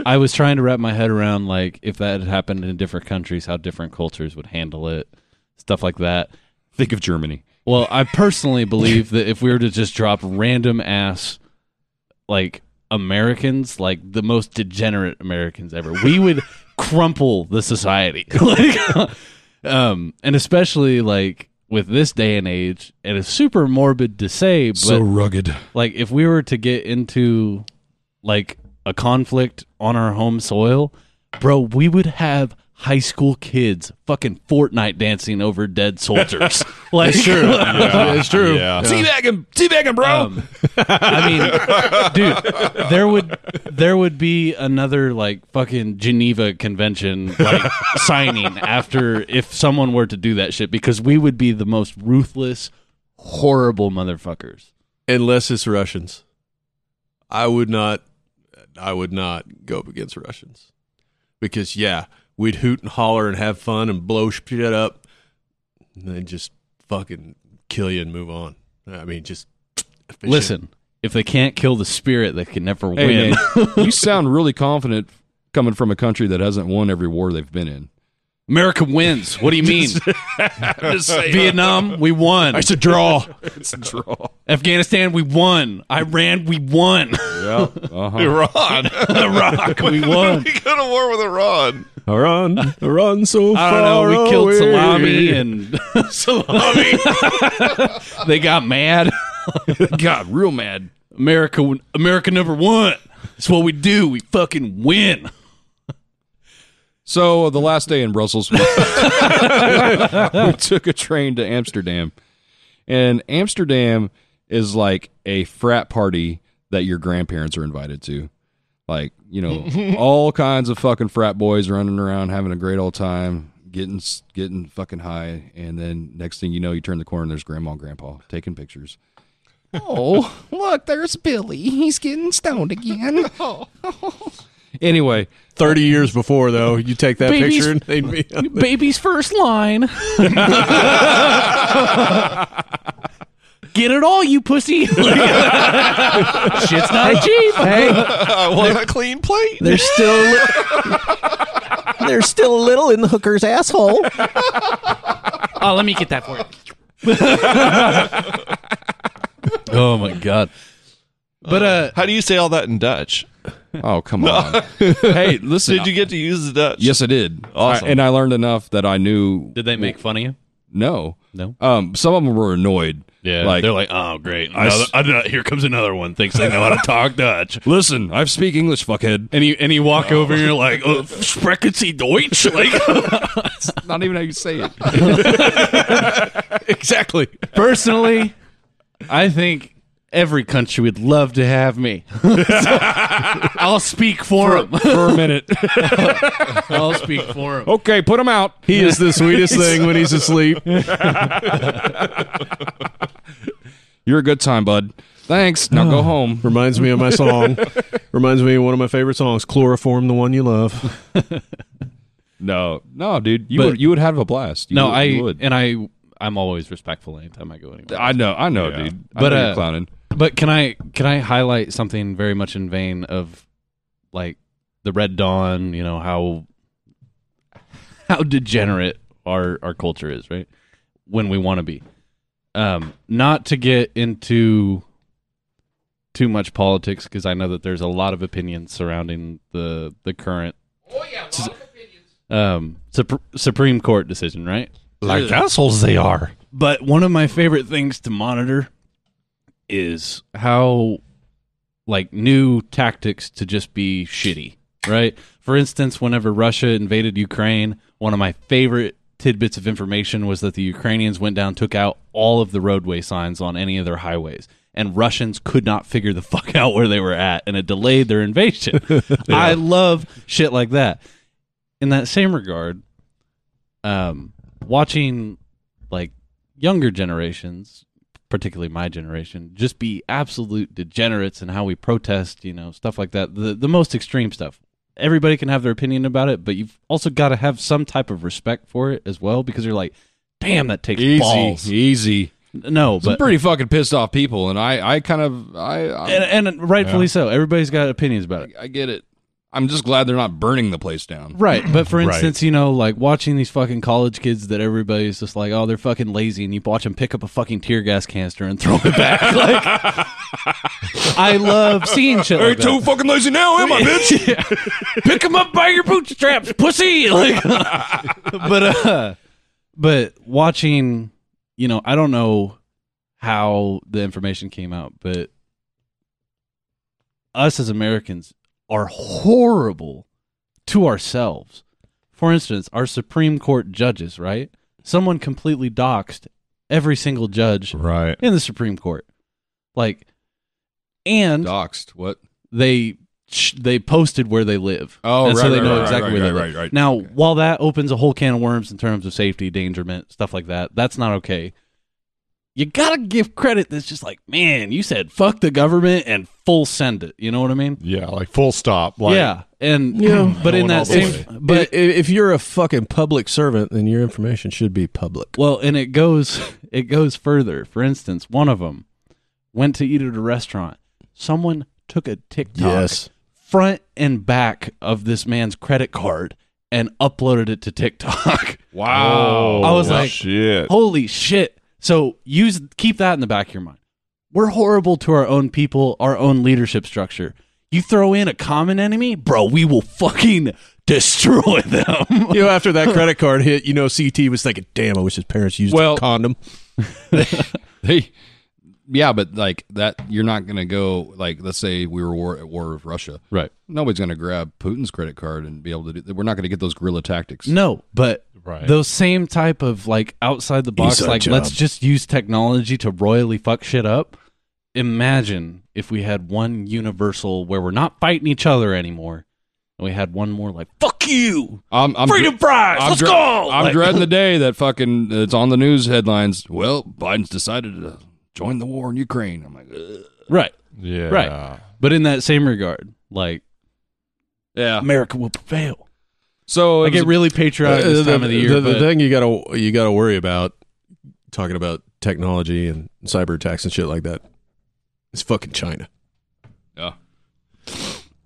Speaker 2: I was trying to wrap my head around like if that had happened in different countries, how different cultures would handle it, stuff like that.
Speaker 5: Think of Germany.
Speaker 2: Well, I personally believe that if we were to just drop random ass like Americans, like the most degenerate Americans ever, we would crumple the society. <laughs> like, um, and especially like with this day and age, and it's super morbid to say, but
Speaker 5: rugged.
Speaker 2: like if we were to get into like a conflict on our home soil, bro, we would have high school kids fucking Fortnite dancing over dead soldiers. like
Speaker 4: <laughs>
Speaker 2: <laughs>
Speaker 4: it's true.
Speaker 3: Yeah.
Speaker 5: Teabag him, teabag him, bro.
Speaker 2: Um, I mean, dude, there would there would be another like fucking Geneva Convention
Speaker 5: <laughs>
Speaker 2: like signing after if someone were to do that shit because we would be the most ruthless, horrible motherfuckers.
Speaker 4: Unless it's Russians, I would not. I would not go up against Russians because yeah, we'd hoot and holler and have fun and blow shit up, and then just fucking kill you and move on. I mean, just efficient.
Speaker 2: Listen, if they can't kill the spirit, they can never
Speaker 5: Hey
Speaker 2: win.
Speaker 5: man, <laughs> you sound really confident coming from a country that hasn't won every war they've been in.
Speaker 2: America wins. What do
Speaker 5: <laughs>
Speaker 2: you mean? Vietnam, we won.
Speaker 4: It's
Speaker 2: <laughs>
Speaker 4: a draw.
Speaker 2: Afghanistan, we won. Iran, we won.
Speaker 5: uh-huh.
Speaker 2: <laughs>
Speaker 3: Iran.
Speaker 2: Iraq, we won.
Speaker 3: we go to war with Iran.
Speaker 4: Iran, Iran, so
Speaker 2: I don't know.
Speaker 4: far
Speaker 2: We killed
Speaker 4: away.
Speaker 2: salami and <laughs> salami. <laughs> they got mad.
Speaker 5: God, real mad.
Speaker 2: America, America number one. That's what we do. We fucking win.
Speaker 5: So the last day in Brussels, we <laughs> took a train to Amsterdam, and Amsterdam is like a frat party that your grandparents are invited to. Like you know, all kinds of fucking frat boys running around having a great old time, getting s- getting fucking high, and then next thing you know, you turn the corner and there's grandma and grandpa taking pictures. Oh, look, there's Billy. He's getting stoned again. <laughs> anyway,
Speaker 4: Thirty years before, though, you take that
Speaker 2: <laughs> Babies-
Speaker 4: picture and they'd be
Speaker 2: Baby's first <laughs> line. Get it all, you pussy. <laughs> Shit's not cheap. Hey,
Speaker 3: I want a clean plate.
Speaker 6: There's still there's still a little in the hooker's asshole.
Speaker 7: Oh, let me get that for you.
Speaker 2: <laughs> Oh my god. But uh
Speaker 3: How do you say all that in Dutch?
Speaker 5: Oh come
Speaker 2: <laughs>
Speaker 5: on! hey, listen.
Speaker 3: Did you get to use the Dutch?
Speaker 5: Yes, I did.
Speaker 3: Awesome.
Speaker 5: I- and I learned enough that I knew.
Speaker 2: did they make fun of you?
Speaker 5: No,
Speaker 2: No.
Speaker 5: Um, some of them were annoyed. like,
Speaker 2: they're like, oh great, another, another- here comes another one. Thinks they
Speaker 5: <laughs>
Speaker 2: know how to talk Dutch,
Speaker 5: listen, I speak English,
Speaker 2: <laughs>
Speaker 5: fuckhead.
Speaker 2: and you and you walk over and you're like, oh, sprechen Sie Deutsch? Like,
Speaker 5: Not even how you say it.
Speaker 4: exactly.
Speaker 2: personally, I think every country would love to have me. <laughs> I'll speak for Oh,
Speaker 5: <laughs>
Speaker 2: them. <laughs>
Speaker 5: For a minute.
Speaker 2: I'll speak for them.
Speaker 5: okay, put them out.
Speaker 4: He is the sweetest thing when he's
Speaker 2: <laughs>
Speaker 4: asleep.
Speaker 5: You're a good time, bud. Thanks. Now
Speaker 2: <sighs>
Speaker 5: go home.
Speaker 4: Reminds me of my song. Reminds me of one of my favorite songs, "Chloroform," the one you love.
Speaker 5: No, no, dude. You
Speaker 2: But-
Speaker 5: would you would have a blast. You
Speaker 2: No,
Speaker 5: would,
Speaker 2: I
Speaker 5: you would.
Speaker 2: and I I'm always respectful anytime I go anywhere.
Speaker 5: I know, I know, dude. I
Speaker 2: But,
Speaker 5: know
Speaker 2: uh,
Speaker 5: you're clowning.
Speaker 2: But can I can I highlight something very much in vain of like the Red Dawn, you know, how how degenerate our our culture is, right? When we want to be. Um not to get into too much politics because I know that there's Oh, a lot of opinions surrounding the the current su- um, Sup- Supreme Court decision, right?
Speaker 3: Like assholes they are.
Speaker 2: But one of my favorite things to monitor is how like new tactics to just be shitty, right? For instance, whenever Russia invaded Ukraine, one of my favorite tidbits of information was that the Ukrainians went down, took out all of the roadway signs on any of their highways. And Russians could not figure the <laughs> fuck out where they were at, and it delayed their invasion. I love shit like that. In that same regard, um, watching like younger generations, particularly my generation, just be absolute degenerates in how we protest, you know, stuff like that. The the most extreme stuff. Everybody can have their opinion about it, but you've also got to have some type of respect for it as well, because you're like, damn, that takes
Speaker 5: Easy,
Speaker 2: balls.
Speaker 5: easy.
Speaker 2: No,
Speaker 5: Some
Speaker 2: but
Speaker 5: pretty fucking pissed off people, and I, I kind of, I, I,
Speaker 2: and, and rightfully so. Everybody's got opinions about it.
Speaker 5: I get it. I'm just glad they're not burning the place down.
Speaker 2: Right. But for instance, you know, like watching these fucking college kids that everybody's just like, oh, they're fucking lazy. And you watch them pick up a fucking tear gas canister and throw it back. <laughs> like, I love seeing shit like that.
Speaker 5: fucking lazy now, <laughs> am I,
Speaker 2: <laughs>
Speaker 5: bitch?
Speaker 2: Pick them up by your bootstraps, pussy. <laughs> Like, but, uh, but watching, you know, I don't know how the information came out, but us as Americans are horrible to ourselves. For instance, our Supreme Court judges, right? Someone completely doxed every single judge
Speaker 3: Right.
Speaker 2: in the Supreme Court. Like and
Speaker 5: Doxed. What?
Speaker 2: they sh- they posted where they live.
Speaker 5: Oh,
Speaker 2: and
Speaker 5: right,
Speaker 2: so they
Speaker 5: right,
Speaker 2: know
Speaker 5: right,
Speaker 2: exactly
Speaker 5: right,
Speaker 2: where
Speaker 5: right,
Speaker 2: they
Speaker 5: right,
Speaker 2: live.
Speaker 5: right.
Speaker 2: Now, while that opens a whole can of worms in terms of safety, endangerment, stuff like that, that's not okay. You gotta give credit. That's just like, man, you said fuck the government and full send it. You know what I mean?
Speaker 3: Yeah, like full stop. Like,
Speaker 2: yeah, and
Speaker 4: Yeah.
Speaker 2: <laughs> but in
Speaker 3: Going all
Speaker 2: that
Speaker 3: the
Speaker 2: same,
Speaker 4: But
Speaker 2: but
Speaker 4: if, if you're a fucking public servant, then your information should be public.
Speaker 2: Well, and it goes <laughs> it goes further. For instance, one of them went to eat at a restaurant. Someone took a TikTok
Speaker 4: Yes.
Speaker 2: front and back of this man's credit card and uploaded it to TikTok. <laughs>
Speaker 5: Wow.
Speaker 2: I was like,
Speaker 3: oh,
Speaker 2: oh,
Speaker 3: shit.
Speaker 2: Holy shit. So use keep that in the back of your mind. We're horrible to our own people, our own leadership structure. You throw in a common enemy, bro, we will fucking destroy <laughs> them.
Speaker 4: <laughs> You know, after that credit card hit, you know, CT was thinking, damn, I wish his parents used
Speaker 5: Well-
Speaker 4: a condom.
Speaker 5: Hey, yeah, but like that, you're not gonna go like let's say we were war, at war with Russia.
Speaker 2: Right.
Speaker 5: Nobody's gonna grab Putin's credit card and be able to do. that. We're not gonna get those guerrilla tactics.
Speaker 2: No, but
Speaker 3: Right.
Speaker 2: those same type of like outside the box,
Speaker 4: Inside
Speaker 2: like
Speaker 4: job.
Speaker 2: let's just use technology to royally fuck shit up. Imagine if we had one universal where we're not fighting each other anymore, and we had one more like fuck you,
Speaker 5: I'm, I'm
Speaker 2: freedom prize,
Speaker 5: I'm
Speaker 2: let's
Speaker 5: dre-
Speaker 2: go.
Speaker 5: I'm
Speaker 2: Like-
Speaker 5: dreading the day that fucking uh, it's on the news headlines. Well, Biden's decided to join the war in Ukraine. I'm like, Ugh.
Speaker 2: right,
Speaker 3: Yeah.
Speaker 2: Right. but in that same regard, like
Speaker 5: yeah.
Speaker 2: America will prevail.
Speaker 5: So
Speaker 2: I
Speaker 5: it was
Speaker 2: get really patriotic this time of the year,
Speaker 4: Uh, the
Speaker 2: but
Speaker 4: thing you gotta you gotta worry about talking about technology and cyber attacks and shit like that is fucking China.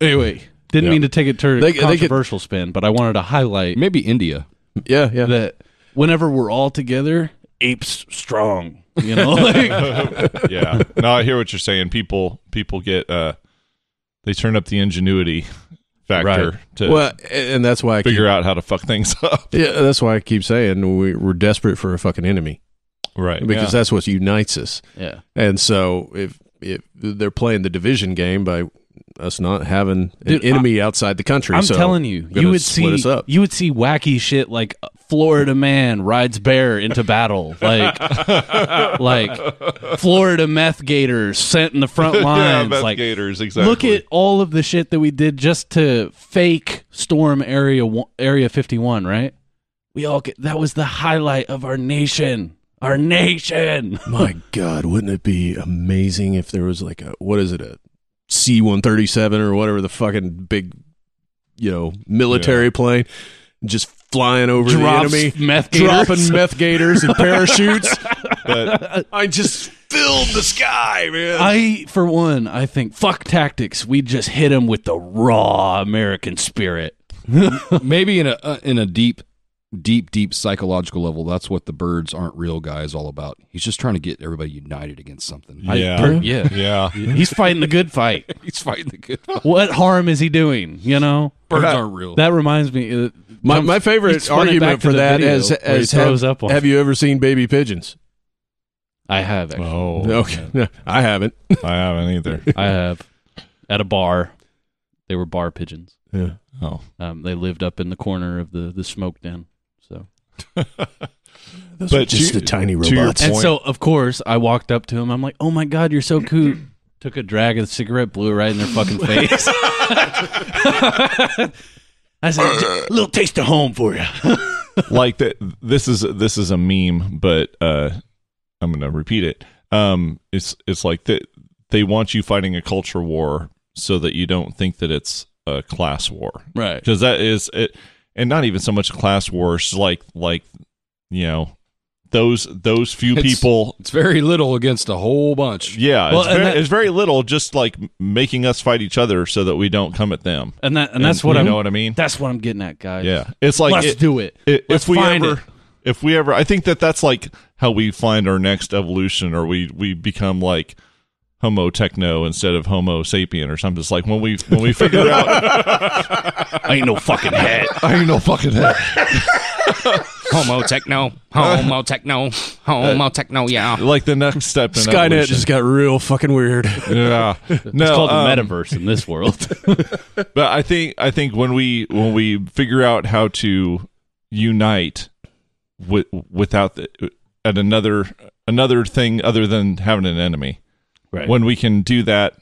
Speaker 2: anyway, didn't
Speaker 4: Yeah.
Speaker 2: mean to take it to a
Speaker 4: They- they get-
Speaker 2: controversial spin, but I wanted to highlight
Speaker 5: maybe India.
Speaker 4: Yeah, yeah.
Speaker 2: that whenever we're all together, apes strong. You know, <laughs> like,
Speaker 3: <laughs> yeah. No, I hear what you're saying. People people get uh they turn up the ingenuity factor to
Speaker 4: well, and that's why I keep,
Speaker 3: figure out how to fuck things <laughs> up.
Speaker 4: yeah, that's why I keep saying we, we're desperate for a fucking enemy
Speaker 3: Right.
Speaker 4: because that's what unites us.
Speaker 2: yeah,
Speaker 4: And so if if they're playing the division game by us not having an
Speaker 2: Dude,
Speaker 4: enemy outside the country,
Speaker 2: I'm
Speaker 4: so
Speaker 2: telling you,
Speaker 4: gonna
Speaker 2: you would
Speaker 4: split
Speaker 2: see
Speaker 4: us up.
Speaker 2: you would see wacky shit like Florida man rides bear into
Speaker 4: <laughs>
Speaker 2: battle, like like Florida meth gators sent in the <laughs>
Speaker 4: <laughs>
Speaker 2: front
Speaker 3: <laughs> yeah,
Speaker 2: lines,
Speaker 3: Beth
Speaker 2: like.
Speaker 3: Gators, exactly.
Speaker 2: Look at all of the shit that we did just to fake storm area one, area 51, right? We all get, that was the highlight of our nation. Our nation.
Speaker 4: My God, wouldn't it be amazing if there was like a what is it a C one thirty seven or whatever the fucking big you know military plane just flying over
Speaker 2: Drops
Speaker 4: the enemy,
Speaker 2: meth gators.
Speaker 4: dropping meth
Speaker 2: <laughs>
Speaker 4: gators and parachutes.
Speaker 3: But-
Speaker 4: I just filled the sky, man.
Speaker 2: I, for one, I think fuck tactics. We just hit them with the raw American spirit.
Speaker 5: maybe in a uh, in a deep deep deep psychological level that's what the birds aren't real guy is all about he's just trying to get everybody united against something <laughs>
Speaker 3: yeah.
Speaker 2: Yeah,
Speaker 3: yeah.
Speaker 2: he's fighting the good fight. <laughs>
Speaker 5: he's fighting the good
Speaker 2: What harm is he doing? You know,
Speaker 5: Birds aren't real.
Speaker 2: That reminds me. uh,
Speaker 4: My,
Speaker 2: comes-
Speaker 4: my
Speaker 2: he
Speaker 4: favorite
Speaker 2: spun it back
Speaker 4: argument
Speaker 2: to
Speaker 4: for
Speaker 2: the
Speaker 4: that
Speaker 2: video
Speaker 4: is
Speaker 2: where he
Speaker 4: as
Speaker 2: throws
Speaker 4: have,
Speaker 2: up on
Speaker 4: have
Speaker 2: it.
Speaker 4: you ever seen baby pigeons?
Speaker 2: I have actually. <laughs>
Speaker 3: Oh,
Speaker 4: <laughs> okay, no, I haven't.
Speaker 3: I haven't either.
Speaker 2: I have at a bar. They were bar pigeons.
Speaker 4: Yeah.
Speaker 3: Oh,
Speaker 2: Um, they lived up in the corner of the the smoke den. So
Speaker 3: but
Speaker 6: just the
Speaker 3: to-
Speaker 6: tiny
Speaker 3: to your
Speaker 6: robots.
Speaker 2: and
Speaker 3: point-
Speaker 2: so of course I walked up to him. I'm like, "Oh my god, you're so cool." <clears throat> Took a drag of the cigarette, blew it right in their
Speaker 3: <laughs>
Speaker 2: fucking face. <laughs> I said, "J- "Little taste of home for you."
Speaker 3: like that this is this is a meme but uh i'm gonna repeat it um it's it's like that they want you fighting a culture war so that you don't think that it's a class war
Speaker 2: Right.
Speaker 3: because that is it and not even so much a class war it's like like you know those those few
Speaker 5: It's-
Speaker 3: people
Speaker 5: It's very little against a whole bunch.
Speaker 3: yeah
Speaker 2: Well,
Speaker 3: it's,
Speaker 2: and
Speaker 3: very,
Speaker 2: that-
Speaker 3: it's very little just like making us fight each other so that we don't come at them
Speaker 2: And that and that's what
Speaker 3: you
Speaker 2: I'm
Speaker 3: know what i mean
Speaker 2: that's what I'm getting at, guys.
Speaker 3: yeah it's like
Speaker 2: Let's
Speaker 3: it-
Speaker 2: do it.
Speaker 3: I-
Speaker 2: Let's
Speaker 3: if we
Speaker 2: find
Speaker 3: ever
Speaker 2: it.
Speaker 3: if we ever i think that that's like how we find our next evolution or we we become like homo techno instead of homo sapien or something it's like when we when we
Speaker 2: <laughs>
Speaker 3: figure out
Speaker 2: Ain't no
Speaker 3: <laughs>
Speaker 2: fucking hat.
Speaker 3: <laughs> i ain't no fucking head
Speaker 2: <laughs>
Speaker 7: Homo techno.
Speaker 2: Uh,
Speaker 7: Homo techno. Homo techno, yeah.
Speaker 3: like the next step in
Speaker 4: Skynet
Speaker 3: evolution.
Speaker 4: just got real fucking weird. <laughs>
Speaker 3: yeah no
Speaker 2: <laughs> It's called
Speaker 3: um,
Speaker 2: the metaverse in this
Speaker 3: <laughs>
Speaker 2: world.
Speaker 3: but i think i think when we when we figure out how to unite with without the, at another another thing other than having an enemy
Speaker 2: right.
Speaker 3: when we can do that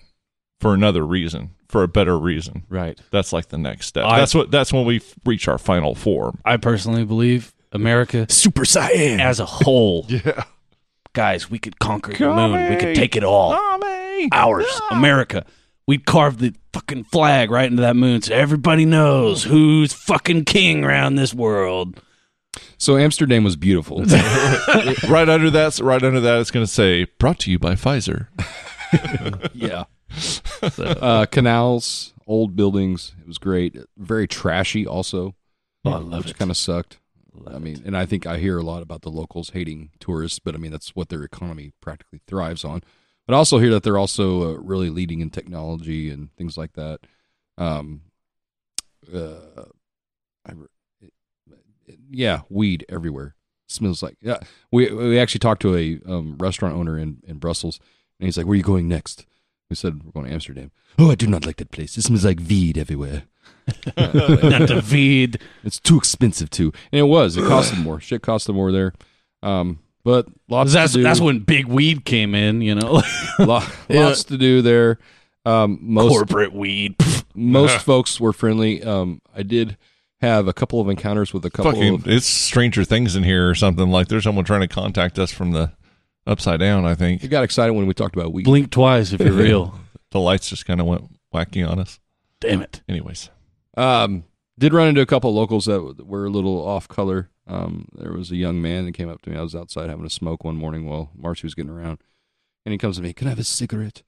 Speaker 3: for another reason, for a better reason.
Speaker 2: right.
Speaker 3: That's like the next step.
Speaker 2: I-
Speaker 3: that's what that's when we f- reach our final form.
Speaker 2: I personally believe America
Speaker 6: Super Saiyan.
Speaker 2: as a
Speaker 3: <laughs>
Speaker 2: whole. yeah. Guys, we could conquer the moon. We could take it all. Ours. America. We'd carve the fucking flag right into that moon so everybody knows who's fucking king around this world.
Speaker 5: <laughs> So Amsterdam was beautiful.
Speaker 3: <laughs> right under that, right under that, it's going to say "Brought to you by Pfizer."
Speaker 5: yeah. Uh, canals, old buildings. It was great. Very trashy, also.
Speaker 2: Oh, I love
Speaker 5: which
Speaker 2: it.
Speaker 5: kind of sucked. I mean, and I think I hear a lot about the locals hating tourists, but I mean that's what their economy practically thrives on. But I also hear that they're also uh, really leading in technology and things like that. Um, uh, I, re- it- it- yeah, weed everywhere smells like yeah. We we actually talked to a um, restaurant owner in in Brussels, and he's like, "Where are you going next?" We said, "We're going to Amsterdam." Oh, I do not like that place. It smells like weed everywhere. <laughs> Uh,
Speaker 2: Not <laughs> to feed.
Speaker 5: It's too expensive too, and it was. It costed more. Shit costed more there. Um, but lots.
Speaker 2: That's,
Speaker 5: to do.
Speaker 2: that's when big weed came in, you know?
Speaker 5: Lo-
Speaker 2: <laughs>
Speaker 5: lots to do there. Um, most
Speaker 2: Corporate weed. Pfft.
Speaker 5: most folks were friendly. Um, I did have a couple of encounters with a couple
Speaker 3: Fucking,
Speaker 5: of
Speaker 3: it's Stranger Things in here or something. Like there's someone trying to contact us from the upside down. I
Speaker 5: It
Speaker 3: think
Speaker 5: got excited when we talked about weed.
Speaker 2: <laughs> Blink twice if you're real.
Speaker 3: the lights just kind of went wacky on us.
Speaker 2: <laughs> Damn it.
Speaker 3: Anyways,
Speaker 5: Um, did run into a couple of locals that w- that were a little off color. Um, there was a young man that came up to me. I was outside having a smoke one morning while Marcy was getting around, and he comes to me. Can I have a cigarette?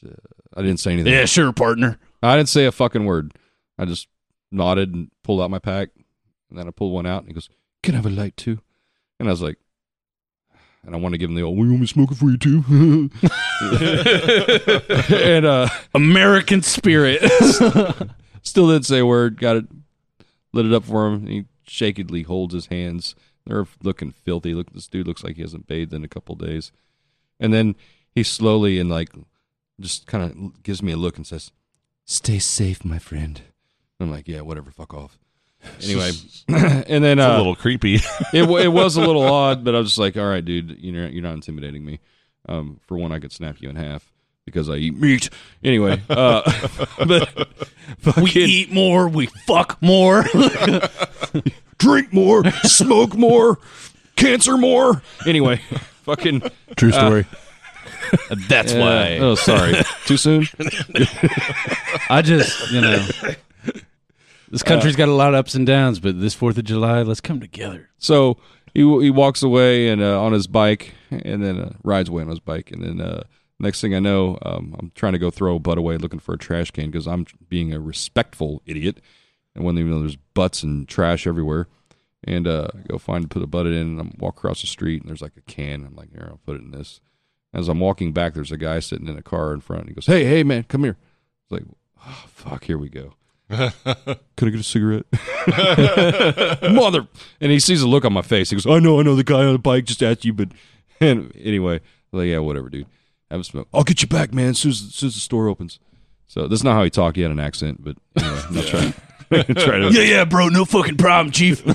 Speaker 5: So, I didn't say anything.
Speaker 2: Yeah, sure, partner.
Speaker 5: I didn't say a fucking word. I just nodded and pulled out my pack. And then I pulled one out and he goes, Can I have a light too? And I was like, And I want to give him the old, Well, you want me to smoke it for you too? <laughs> and uh,
Speaker 2: American <laughs> spirit.
Speaker 5: still didn't say a word. Got it, lit it up for him. And he shakily holds his hands. They're looking filthy. Look, this dude looks like he hasn't bathed in a couple days. And then he slowly and like just kind of gives me a look and says, "Stay safe, my friend." I'm like, "Yeah, whatever. Fuck off."
Speaker 3: <laughs>
Speaker 5: Anyway, <clears throat> and then
Speaker 3: it's
Speaker 5: uh,
Speaker 3: a little creepy.
Speaker 5: it, wa- it was a
Speaker 3: <laughs>
Speaker 5: little odd, but I was just like, all right, dude, you know, you're not intimidating me. Um, for one, I could snap you in half because I eat meat. Anyway, uh, <laughs> but
Speaker 2: we
Speaker 5: fucking
Speaker 2: eat more. We fuck more. <laughs>
Speaker 5: drink more, smoke more, cancer more. Anyway, <laughs> fucking.
Speaker 4: True story.
Speaker 2: That's
Speaker 5: uh,
Speaker 2: why.
Speaker 5: oh,
Speaker 2: <laughs>
Speaker 5: sorry. Too soon?
Speaker 2: I just, you <laughs> know, this country's got a lot of ups and downs, but this 4th of July, let's come together.
Speaker 5: So he he walks away and uh, on his bike, and then uh, rides away on his bike, and then uh, next thing I know, um, I'm trying to go throw a butt away looking for a trash can because I'm being a respectful idiot, and when even though there's butts and trash everywhere, and uh, I go find put a butt in, and I walk across the street, and there's like a can. I'm like, here, I'll put it in this. As I'm walking back, there's a guy sitting in a car in front. And he goes, "Hey, hey, man, come here." It's like, oh, "Fuck, here we go."
Speaker 2: Could I get a cigarette?
Speaker 5: <laughs> mother. And he sees a look on my face. He goes, I know, I know the guy on the bike just asked you, but <laughs> and anyway, I'm like, yeah, whatever, dude. Have a smoke. I'll get you back, man, as soon as, as soon as the store opens. So that's not how he talked. He had an accent, but anyway, I'm not trying, trying to.
Speaker 2: yeah, yeah, bro. No fucking problem, chief. <laughs>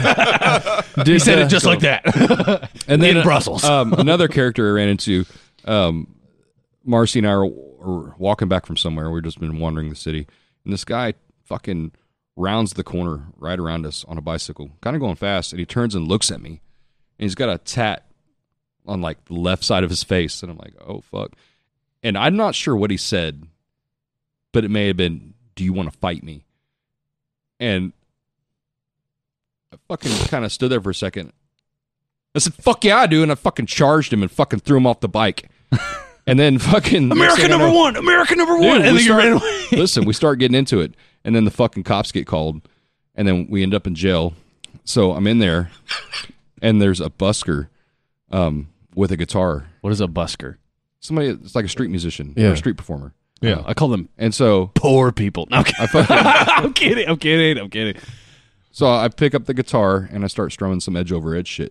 Speaker 4: Did, uh,
Speaker 2: just like that. <laughs>
Speaker 5: And then
Speaker 2: In
Speaker 5: uh, <laughs>
Speaker 2: Brussels.
Speaker 5: um,
Speaker 2: <laughs>
Speaker 5: another character I ran into. Um, Marcy and I were, were walking back from somewhere. We've just been wandering the city, and this guy fucking rounds the corner right around us on a bicycle, kind of going fast. And he turns and looks at me, and he's got a tat on like the left side of his face, and I'm like, oh fuck. And I'm not sure what he said, but it may have been, "Do you want to fight me?" And I fucking kind of stood there for a second, I said, "Fuck yeah, I do," and I fucking charged him and fucking threw him off the
Speaker 2: <laughs>
Speaker 5: bike. And then fucking
Speaker 2: America number
Speaker 5: one.
Speaker 2: one. America number
Speaker 5: Dude,
Speaker 2: one.
Speaker 5: we
Speaker 2: And then you
Speaker 5: start-
Speaker 2: ran away.
Speaker 5: Listen, we start getting into it, and then the fucking cops get called, and then we end up in jail. So I'm in there, and there's a busker um, with a guitar.
Speaker 2: <laughs> What is a busker?
Speaker 5: Somebody, it's like a street musician or
Speaker 4: Yeah.
Speaker 5: a street performer.
Speaker 3: Yeah.
Speaker 2: I call them
Speaker 5: And so,
Speaker 2: poor people. No, I'm kidding.
Speaker 5: I fucking,
Speaker 2: <laughs> I'm kidding. I'm kidding. I'm kidding.
Speaker 5: so I pick up the guitar and I start strumming some edge over edge shit.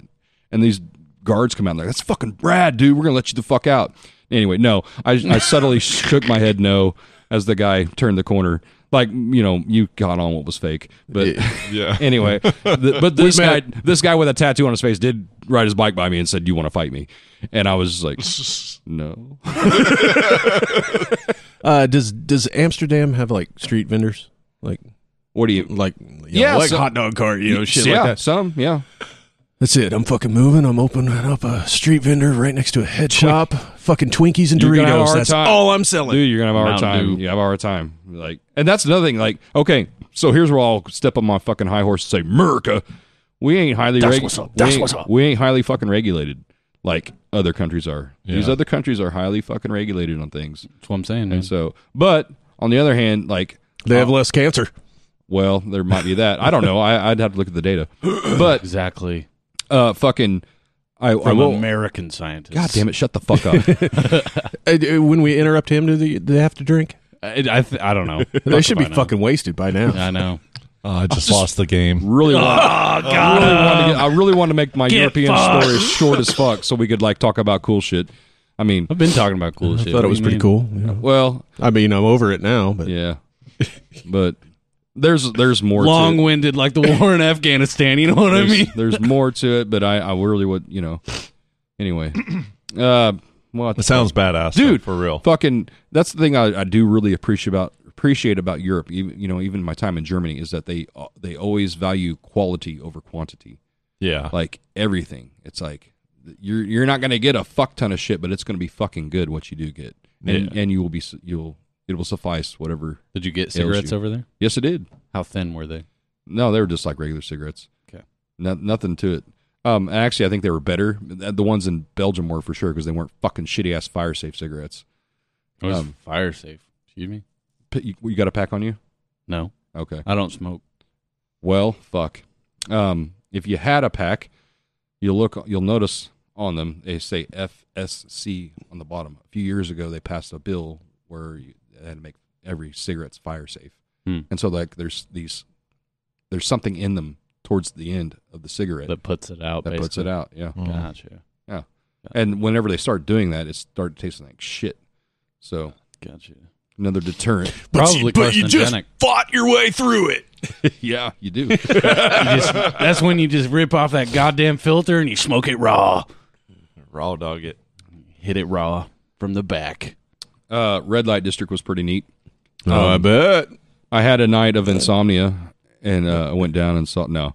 Speaker 5: And these guards come out and they're like, "That's fucking rad, dude. We're gonna let you the fuck out." Anyway, no, I, I
Speaker 4: <laughs>
Speaker 5: subtly shook my head no as the guy turned the corner. Like you know, you caught on what was fake, but.
Speaker 3: yeah.
Speaker 5: <laughs> anyway, th- but this guy, this guy with a tattoo on his face, did ride his bike by me and said, "You want to fight me?" And I was just like,
Speaker 4: <laughs>
Speaker 5: "No."
Speaker 4: uh, does does Amsterdam have like street vendors? Like
Speaker 5: What do you?
Speaker 4: like you know,
Speaker 5: Yeah,
Speaker 4: like
Speaker 5: so-
Speaker 4: hot dog cart, you know, Oh, shit
Speaker 5: yeah,
Speaker 4: like that.
Speaker 5: some, yeah.
Speaker 4: That's it. I'm fucking moving. I'm opening up a street vendor right next to a head shop. Fucking Twinkies and
Speaker 5: You're gonna have a
Speaker 4: Doritos.
Speaker 5: hard
Speaker 4: That's
Speaker 5: time.
Speaker 4: all I'm selling.
Speaker 5: Dude, you're gonna have our
Speaker 2: Mountain
Speaker 5: time.
Speaker 2: Dew.
Speaker 5: You have our time. Like, and that's another thing. Like, okay, so here's where I'll step on my fucking high horse and say, "America, we ain't highly
Speaker 2: That's
Speaker 5: regu-
Speaker 2: what's up.
Speaker 5: we
Speaker 2: That's
Speaker 5: ain't-
Speaker 2: what's up."
Speaker 5: We ain't highly fucking regulated like other countries are. These
Speaker 3: Yeah.
Speaker 5: other countries are highly fucking regulated on things.
Speaker 2: That's what I'm saying.
Speaker 5: And so, but on the other hand, like
Speaker 4: They have less cancer.
Speaker 5: Well, there might be that. I don't know. I, I'd have to look at the
Speaker 2: <laughs>
Speaker 5: data. But
Speaker 2: Exactly.
Speaker 5: uh, fucking, I, I
Speaker 2: From
Speaker 5: will.
Speaker 2: American scientists.
Speaker 5: God damn it! Shut the fuck up.
Speaker 4: Uh, d- when we interrupt him, do they, do they have to drink?
Speaker 2: I, I, th- I <laughs> don't know.
Speaker 4: They
Speaker 2: Fuck
Speaker 4: should
Speaker 2: if
Speaker 4: be
Speaker 2: I know.
Speaker 4: fucking wasted by now.
Speaker 2: I <laughs> know.
Speaker 3: <laughs> Oh, I just lost the <laughs> game.
Speaker 5: Really
Speaker 2: Oh,
Speaker 5: want. really want to get, I really want to make my European story as short as fuck, so we could like talk about cool shit. I mean,
Speaker 2: I've been talking about cool shit.
Speaker 4: Thought it was pretty cool. you know.
Speaker 5: well,
Speaker 4: I mean, I'm over it now, but
Speaker 5: yeah, but there's there's more.
Speaker 2: Long
Speaker 5: to it.
Speaker 2: winded, <laughs> like the war in Afghanistan. You know what I
Speaker 5: There's,
Speaker 2: mean?
Speaker 5: there's more to it, but I I really would you know. Anyway, uh, what
Speaker 3: It sounds badass,
Speaker 5: Dude.
Speaker 3: For real.
Speaker 5: fucking that's the thing I, I do really appreciate about appreciate about Europe. Even you know, even my time in Germany is that they uh, they always value quality over quantity.
Speaker 3: Yeah.
Speaker 5: Like everything, it's like you're you're not gonna get a fuck ton of shit, but it's gonna be fucking good what you do get, and and you will be su- you'll it will suffice whatever.
Speaker 2: Did you get
Speaker 5: cigarettes
Speaker 2: cigarettes over there?
Speaker 5: Yes, it did.
Speaker 2: How thin were they?
Speaker 5: No, they were just like regular cigarettes.
Speaker 2: Okay.
Speaker 5: no, nothing to it. Um, and actually, I think they were better. The ones in Belgium were for sure because they weren't fucking shitty ass fire safe cigarettes.
Speaker 2: It was
Speaker 5: Um,
Speaker 2: fire safe. Excuse me?
Speaker 5: P- You, you got a pack on you?
Speaker 2: No,
Speaker 5: Okay.
Speaker 2: I don't smoke.
Speaker 5: Well, fuck. Um, if you had a pack, you'll look. You'll notice on them they say FSC on the bottom. A few years ago, they passed a bill where you they had to make every cigarette's fire safe,
Speaker 2: Hmm.
Speaker 5: and so like there's these there's something in them towards the end of the cigarette
Speaker 2: That puts it out.
Speaker 5: that puts it
Speaker 2: basically.
Speaker 5: out. Yeah,
Speaker 3: Mm.
Speaker 2: Gotcha.
Speaker 5: and whenever they start doing that, it started tasting like shit. So
Speaker 2: Gotcha.
Speaker 5: another
Speaker 2: <laughs>
Speaker 5: deterrent.
Speaker 2: Probably carcinogenic.
Speaker 4: fought your way through it.
Speaker 5: yeah, you do.
Speaker 2: You just- <laughs> that's when you just rip off that goddamn filter and you smoke it raw.
Speaker 3: Raw dog it.
Speaker 2: Hit it raw from the back.
Speaker 5: uh, Red light district was pretty neat.
Speaker 4: Oh, I bet.
Speaker 5: I had a night of insomnia and uh, I went down and saw. <laughs> No.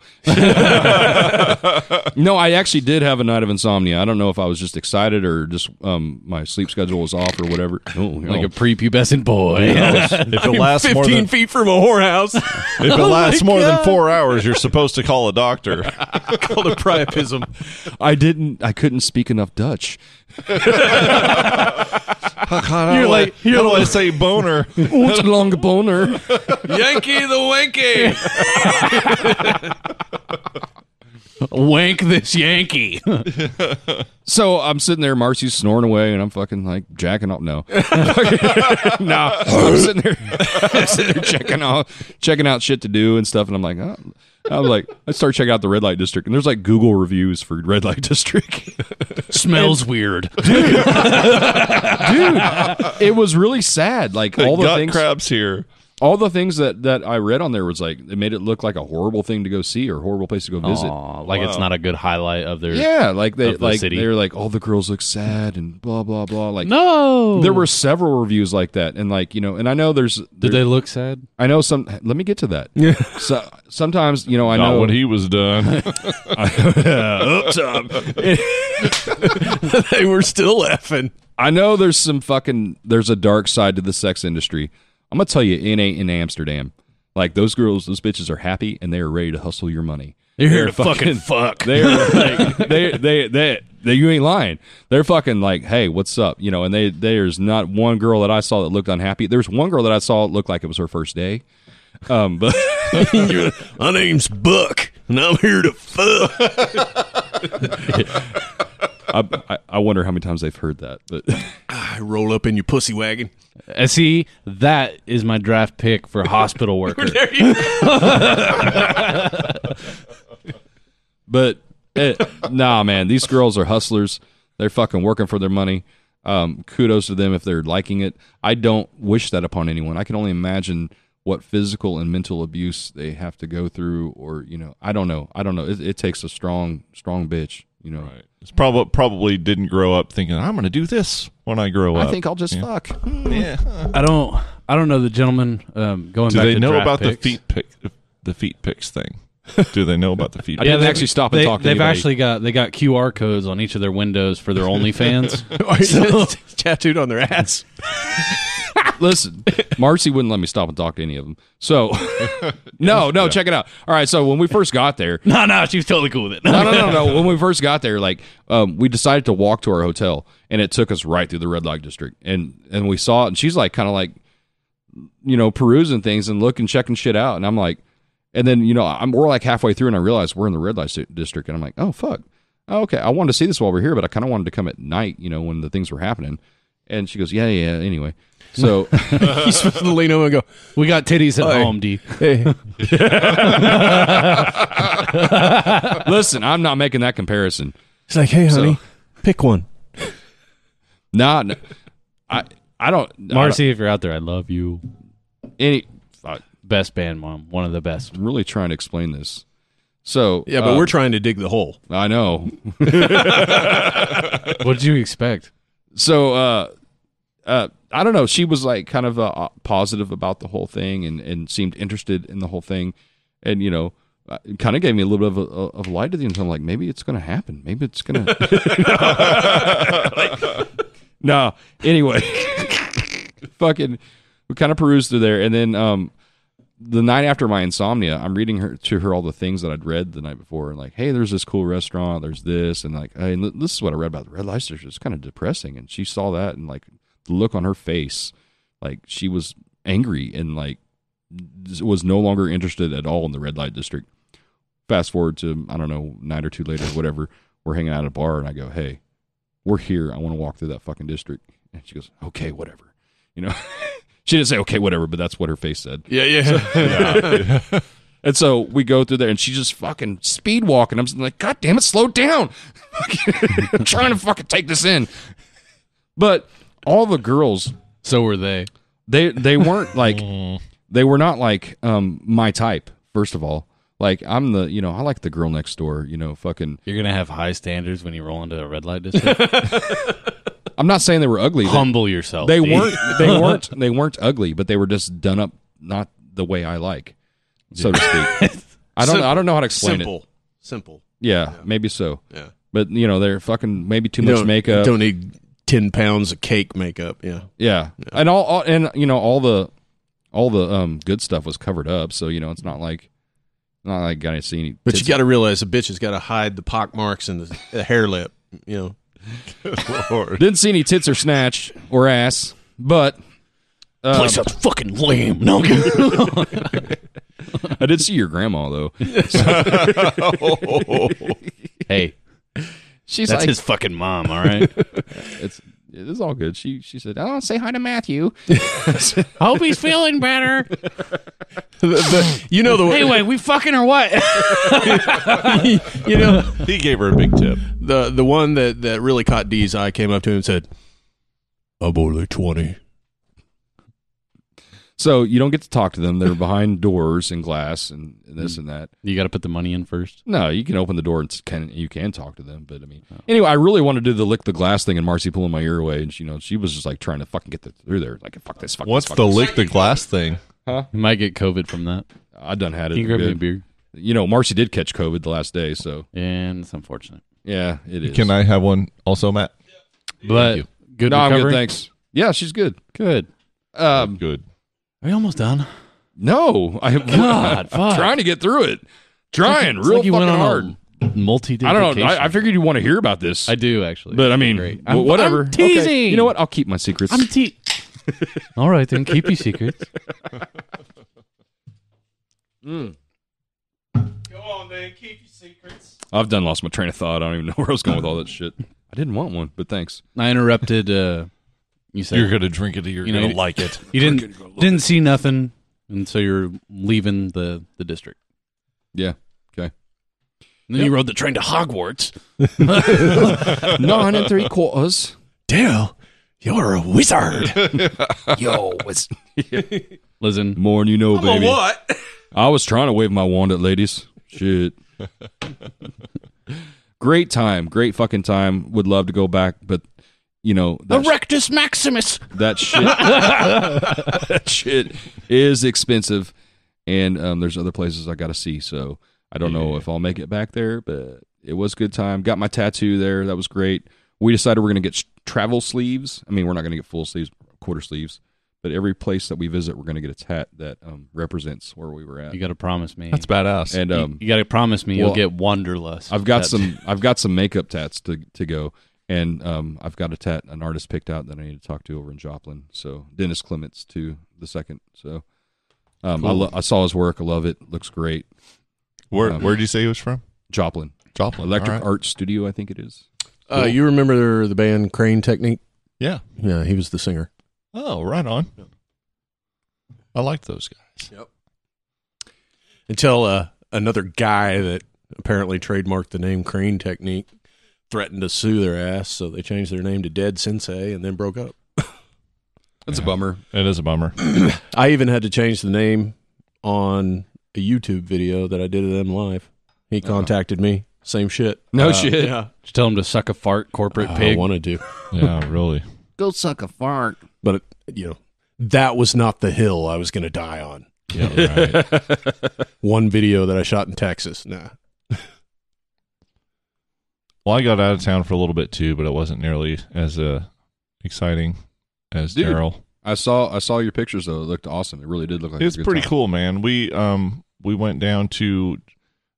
Speaker 5: no, I actually did have a night of insomnia. I don't know if I was just excited or just um, my sleep schedule was off or whatever. Oh,
Speaker 2: Like a prepubescent boy.
Speaker 3: <laughs> <laughs> If it lasts more than
Speaker 4: feet from a
Speaker 3: <laughs>
Speaker 4: whorehouse.
Speaker 3: if it lasts more than four hours, you're supposed to call a doctor.
Speaker 4: <laughs> Called a priapism.
Speaker 5: I didn't, I couldn't speak enough Dutch.
Speaker 3: <laughs> you're like, you're like, say boner.
Speaker 5: What's long boner?
Speaker 4: Yankee the Wanky.
Speaker 2: <laughs> Wank this Yankee.
Speaker 5: So I'm sitting there, Marcy's snoring away, and I'm fucking like jacking off.
Speaker 2: <laughs>
Speaker 5: No, <laughs> no, I'm sitting there, <laughs> I'm sitting there checking out, checking out shit to do and stuff, and I'm like, oh. I'm like, I start checking out the red light district, and there's like Google reviews for red light <laughs> district.
Speaker 2: Smells
Speaker 3: <laughs>
Speaker 2: weird.
Speaker 5: it was really sad. Like all the
Speaker 3: gut
Speaker 5: things,
Speaker 3: crabs here.
Speaker 5: all the things that that I read on there was like it made it look like a horrible thing to go see or horrible place to go visit.
Speaker 2: Aw, like it's not a good highlight of their.
Speaker 5: Yeah, like they
Speaker 2: of the
Speaker 5: like
Speaker 2: city.
Speaker 5: they're like all the girls look sad and blah blah blah. Like
Speaker 2: No.
Speaker 5: there were several reviews like that, and like you know, and I know there's,
Speaker 2: Did
Speaker 5: there-
Speaker 2: they look sad?
Speaker 5: I know some. Let me get to that. Yeah. So sometimes you know I
Speaker 3: Not
Speaker 5: know
Speaker 3: when he was done.
Speaker 4: <laughs> they were still laughing.
Speaker 5: I know there's some fucking there's a dark side to the sex industry. I'm gonna tell you, it ain't in Amsterdam. Like those girls, those bitches are happy and they are ready to hustle your money.
Speaker 2: You're here to fucking fuck.
Speaker 5: They are like they, they they they you ain't lying. They're fucking like, hey, what's up? You know, and they there's not one girl that I saw that looked unhappy. There's one girl that I saw that looked like it was her first day. Um, but
Speaker 4: <laughs> My name's Buck, and I'm here to fuck.
Speaker 5: I, I, I wonder how many times they've heard that. But
Speaker 4: <laughs>
Speaker 5: <laughs>
Speaker 4: I roll up in your pussy wagon. <laughs>
Speaker 2: Uh, See, that is my draft pick for
Speaker 3: <laughs>
Speaker 2: hospital worker.
Speaker 5: But eh, <laughs> nah, man, these girls are hustlers. They're fucking working for their money. Um, kudos to them if they're liking it. I don't wish that upon anyone. I can only imagine what physical and mental abuse they have to go through, or you know, I don't know. I don't know. It, it takes a strong, strong bitch. You know,
Speaker 3: It's probably probably didn't grow up thinking I'm going to do this when I grow up.
Speaker 5: I think I'll just fuck.
Speaker 2: I don't. I don't know the gentleman. Um, going
Speaker 3: Do
Speaker 2: back
Speaker 3: they
Speaker 2: to
Speaker 3: know
Speaker 2: draft
Speaker 3: about
Speaker 2: picks.
Speaker 3: the feet pick the feet picks thing? Do they know about the <laughs> feet?
Speaker 5: I didn't
Speaker 2: they-
Speaker 5: actually stop and
Speaker 2: they,
Speaker 5: talk to
Speaker 2: They've
Speaker 5: anybody.
Speaker 2: actually got they got QR codes on each of their windows for
Speaker 5: <laughs>
Speaker 2: their OnlyFans.
Speaker 4: <laughs> tattooed on their ass.
Speaker 2: <laughs>
Speaker 5: Listen, Marcy wouldn't let me stop and talk to any of them. So, <laughs> no, no, check it out. All right, so when we first got there,
Speaker 2: no, no, she was totally cool with it.
Speaker 5: no, no, no, no. When we first got there, like um, we decided to walk to our hotel, and it took us right through the red light district, and and we saw it, and she's like kind of like, you know, perusing things and looking, checking shit out, and I'm like, and then you know, I'm we're like halfway through, and I realize we're in the red light si- district, and I'm like, oh fuck, oh, okay, I wanted to see this while we're here, but I kind of wanted to come at night, you know, when the things were happening, and she goes, yeah, yeah, anyway, so.
Speaker 4: He's supposed to lean over and go,
Speaker 2: <laughs> We got titties at
Speaker 4: Hey.
Speaker 2: home, D.
Speaker 4: hey.
Speaker 5: Listen, I'm not making that comparison.
Speaker 4: It's like, hey, honey, pick one.
Speaker 5: Nah, n- I I don't I don't-
Speaker 2: Marcy, if you're out there, I love you.
Speaker 5: any.
Speaker 2: Best band mom, one of the best.
Speaker 5: I'm really trying to explain this. So
Speaker 4: Yeah, but
Speaker 5: uh,
Speaker 4: we're trying to dig the hole.
Speaker 5: I know.
Speaker 2: What did you expect?
Speaker 5: So uh, uh, I don't know. She was like kind of uh, positive about the whole thing and and seemed interested in the whole thing, and you know. Kind of gave me a little bit of a, of light at the end. So I'm like, maybe it's going to happen. Maybe it's going to. <laughs> No. Anyway, <laughs> fucking, we kind of perused through there, and then um, the night after my insomnia, I'm reading her to her all the things that I'd read the night before, and like, hey, there's this cool restaurant, there's this, and like, hey, and this is what I read about the Red Light District. It's kind of depressing, and she saw that, and like, the look on her face, like she was angry and like was no longer interested at all in the Red Light District. Fast forward to I don't know night or two later, whatever. We're hanging out at a bar, and I go, hey, we're here. I want to walk through that fucking district, and she goes, okay, whatever. You know, <laughs> she didn't say okay, whatever, but that's what her face said.
Speaker 4: Yeah, <laughs> yeah.
Speaker 5: And so we go through there, and she's just fucking speed walking. I'm just like, God damn it, slow down! <laughs> I'm trying to fucking take this in. But all the girls,
Speaker 2: So were they.
Speaker 5: they they weren't like, they were not like um my type. First of all, like I'm the you know I like the girl next door. You know, fucking.
Speaker 2: You're gonna have high standards when you roll into a red
Speaker 5: <laughs>
Speaker 2: light district.
Speaker 5: I'm not saying they were ugly. They-
Speaker 2: Humble yourself.
Speaker 5: They
Speaker 2: D.
Speaker 5: weren't. They weren't. They weren't ugly, but they were just done up not the way I like, so to speak. I don't. I don't know how to explain it.
Speaker 4: Simple. Simple.
Speaker 5: Yeah, maybe so.
Speaker 4: Yeah.
Speaker 5: But you know, they're fucking maybe too much
Speaker 4: don't,
Speaker 5: makeup.
Speaker 4: Don't need 10 pounds of cake makeup. Yeah.
Speaker 5: Yeah. And all, all and you know, all the all the um good stuff was covered up, so you know, it's not like not like I didn't see any
Speaker 4: But
Speaker 5: tits.
Speaker 4: you got to realize a bitch has got to hide the pock marks and the, the hair lip. You know, <laughs>
Speaker 3: Lord.
Speaker 5: didn't see any tits or snatch or ass, but
Speaker 2: Um, Place sounds fucking lame. No,
Speaker 5: I did see your grandma
Speaker 4: <laughs>
Speaker 5: though.
Speaker 2: <laughs> Hey,
Speaker 5: She's
Speaker 2: that's
Speaker 5: like,
Speaker 2: his fucking mom. All
Speaker 5: <laughs>
Speaker 2: right.
Speaker 5: it's it is all good. She she said, oh, say hi to Matthew.
Speaker 2: Hope he's feeling better.
Speaker 4: you know the way.
Speaker 2: Anyway, we fucking or what?
Speaker 4: you know
Speaker 3: He gave her a big tip.
Speaker 4: the the one that that really caught D's eye came up to him and said, "I'm only 20.
Speaker 5: So you don't get to talk to them. They're behind doors and glass and, and this and that.
Speaker 2: You got to put the money in first.
Speaker 5: No, you can open the door and s- can you can talk to them. But I mean, anyway, I really wanted to do the lick the glass thing, and Marcy pulling my ear away, and she, you know she was just like trying to fucking get the, through there, like fuck this, fuck
Speaker 3: What's
Speaker 5: this, fuck
Speaker 3: the
Speaker 5: this.
Speaker 3: lick the glass thing?
Speaker 2: You might get COVID from that.
Speaker 5: I done had it.
Speaker 2: Can you grab me a
Speaker 5: good.
Speaker 2: beer?
Speaker 5: You know, Marcy did catch COVID the last day, so
Speaker 2: And it's unfortunate.
Speaker 5: yeah, it is.
Speaker 3: Can I have one also, Matt?
Speaker 2: But good
Speaker 5: No, I'm good.
Speaker 2: recovery.
Speaker 5: Thanks. Yeah, she's good.
Speaker 2: Good.
Speaker 5: Um,
Speaker 3: Good.
Speaker 2: Are you almost done?
Speaker 5: no, I am <laughs>
Speaker 2: God, fuck.
Speaker 5: trying to get through it, trying
Speaker 2: It's
Speaker 5: real
Speaker 2: like you
Speaker 5: fucking
Speaker 2: went on
Speaker 5: hard.
Speaker 2: Multi.
Speaker 5: I don't know. I, I figured you want to hear about this.
Speaker 2: I do actually.
Speaker 5: But I mean,
Speaker 2: Great.
Speaker 5: wh-
Speaker 2: I'm-
Speaker 5: whatever.
Speaker 2: I'm
Speaker 5: Okay.
Speaker 2: teasing.
Speaker 5: You know what? I'll keep my secrets.
Speaker 2: I'm te- All right then, keep your secrets.
Speaker 5: I've done lost my train of thought. I don't even know <laughs> where I was going with all that shit. I didn't want one, but thanks.
Speaker 2: I interrupted. Uh, you said
Speaker 3: You're gonna drink it. You're
Speaker 2: You know,
Speaker 3: gonna
Speaker 2: you-
Speaker 3: like it.
Speaker 2: you didn't didn't see nothing, and so you're leaving the the district.
Speaker 5: Yeah. Okay.
Speaker 2: And then you rode the train to Hogwarts.
Speaker 5: Nine and three quarters.
Speaker 4: Dale, you're a wizard."
Speaker 7: Yo, what's
Speaker 2: Listen,
Speaker 5: More than you know, baby. what? <laughs> I was trying to wave my wand at ladies. Shit. great time. Great fucking time. Would love to go back, but you know that,
Speaker 2: Erectus Maximus.
Speaker 5: that
Speaker 2: <laughs>
Speaker 5: shit. that shit is expensive, and um, there's other places I got to see. So I don't know if I'll make it back there, but it was a good time. Got my tattoo there. That was great. We decided we're gonna get s- travel sleeves. I mean, we're not gonna get full sleeves, quarter sleeves. But every place that we visit, we're gonna get a tat that um, represents where we were at.
Speaker 2: You got to promise me.
Speaker 3: That's badass.
Speaker 5: and um,
Speaker 2: you got to promise me you'll
Speaker 5: well,
Speaker 2: get wanderlust.
Speaker 5: I've got
Speaker 2: That's-
Speaker 5: some I've got some makeup tats to to go, and um, I've got a tat an artist picked out that I need to talk to over in Joplin. So Dennis Clements too, the second. So um, I, lo- I saw his work. I love it. Looks great.
Speaker 3: <laughs> where
Speaker 5: um,
Speaker 3: where did you say he was from?
Speaker 5: Joplin
Speaker 3: Joplin.
Speaker 5: Electric
Speaker 3: All right.
Speaker 5: Art Studio, I think it is.
Speaker 4: Uh, you remember the band Crane Technique?
Speaker 3: Yeah.
Speaker 4: Yeah, he was the singer.
Speaker 3: Oh, right on. I like those guys.
Speaker 4: Until uh, another guy that apparently trademarked the name Crane Technique threatened to sue their ass, so they changed their name to Dead Sensei and then broke up.
Speaker 5: That's a bummer.
Speaker 3: It is a bummer.
Speaker 4: I even had to change the name on a YouTube video that I did of them live. He contacted me. Same shit. Uh,
Speaker 5: No shit.
Speaker 2: Just tell him to suck a fart, corporate
Speaker 4: Oh, I
Speaker 2: pig.
Speaker 4: wanted to,
Speaker 3: <laughs> yeah, really.
Speaker 7: go suck a fart.
Speaker 4: but you know, that was not the hill I was going to die on.
Speaker 3: Yeah, right.
Speaker 4: One video that I shot in Texas. Nah.
Speaker 3: well, I got out of town for a little bit too, but it wasn't nearly as uh, exciting as
Speaker 5: Dude,
Speaker 3: Daryl.
Speaker 5: I saw I saw your pictures though. It looked awesome. It really did look like
Speaker 3: it's
Speaker 5: a good
Speaker 3: pretty
Speaker 5: time.
Speaker 3: cool, man. We um we went down to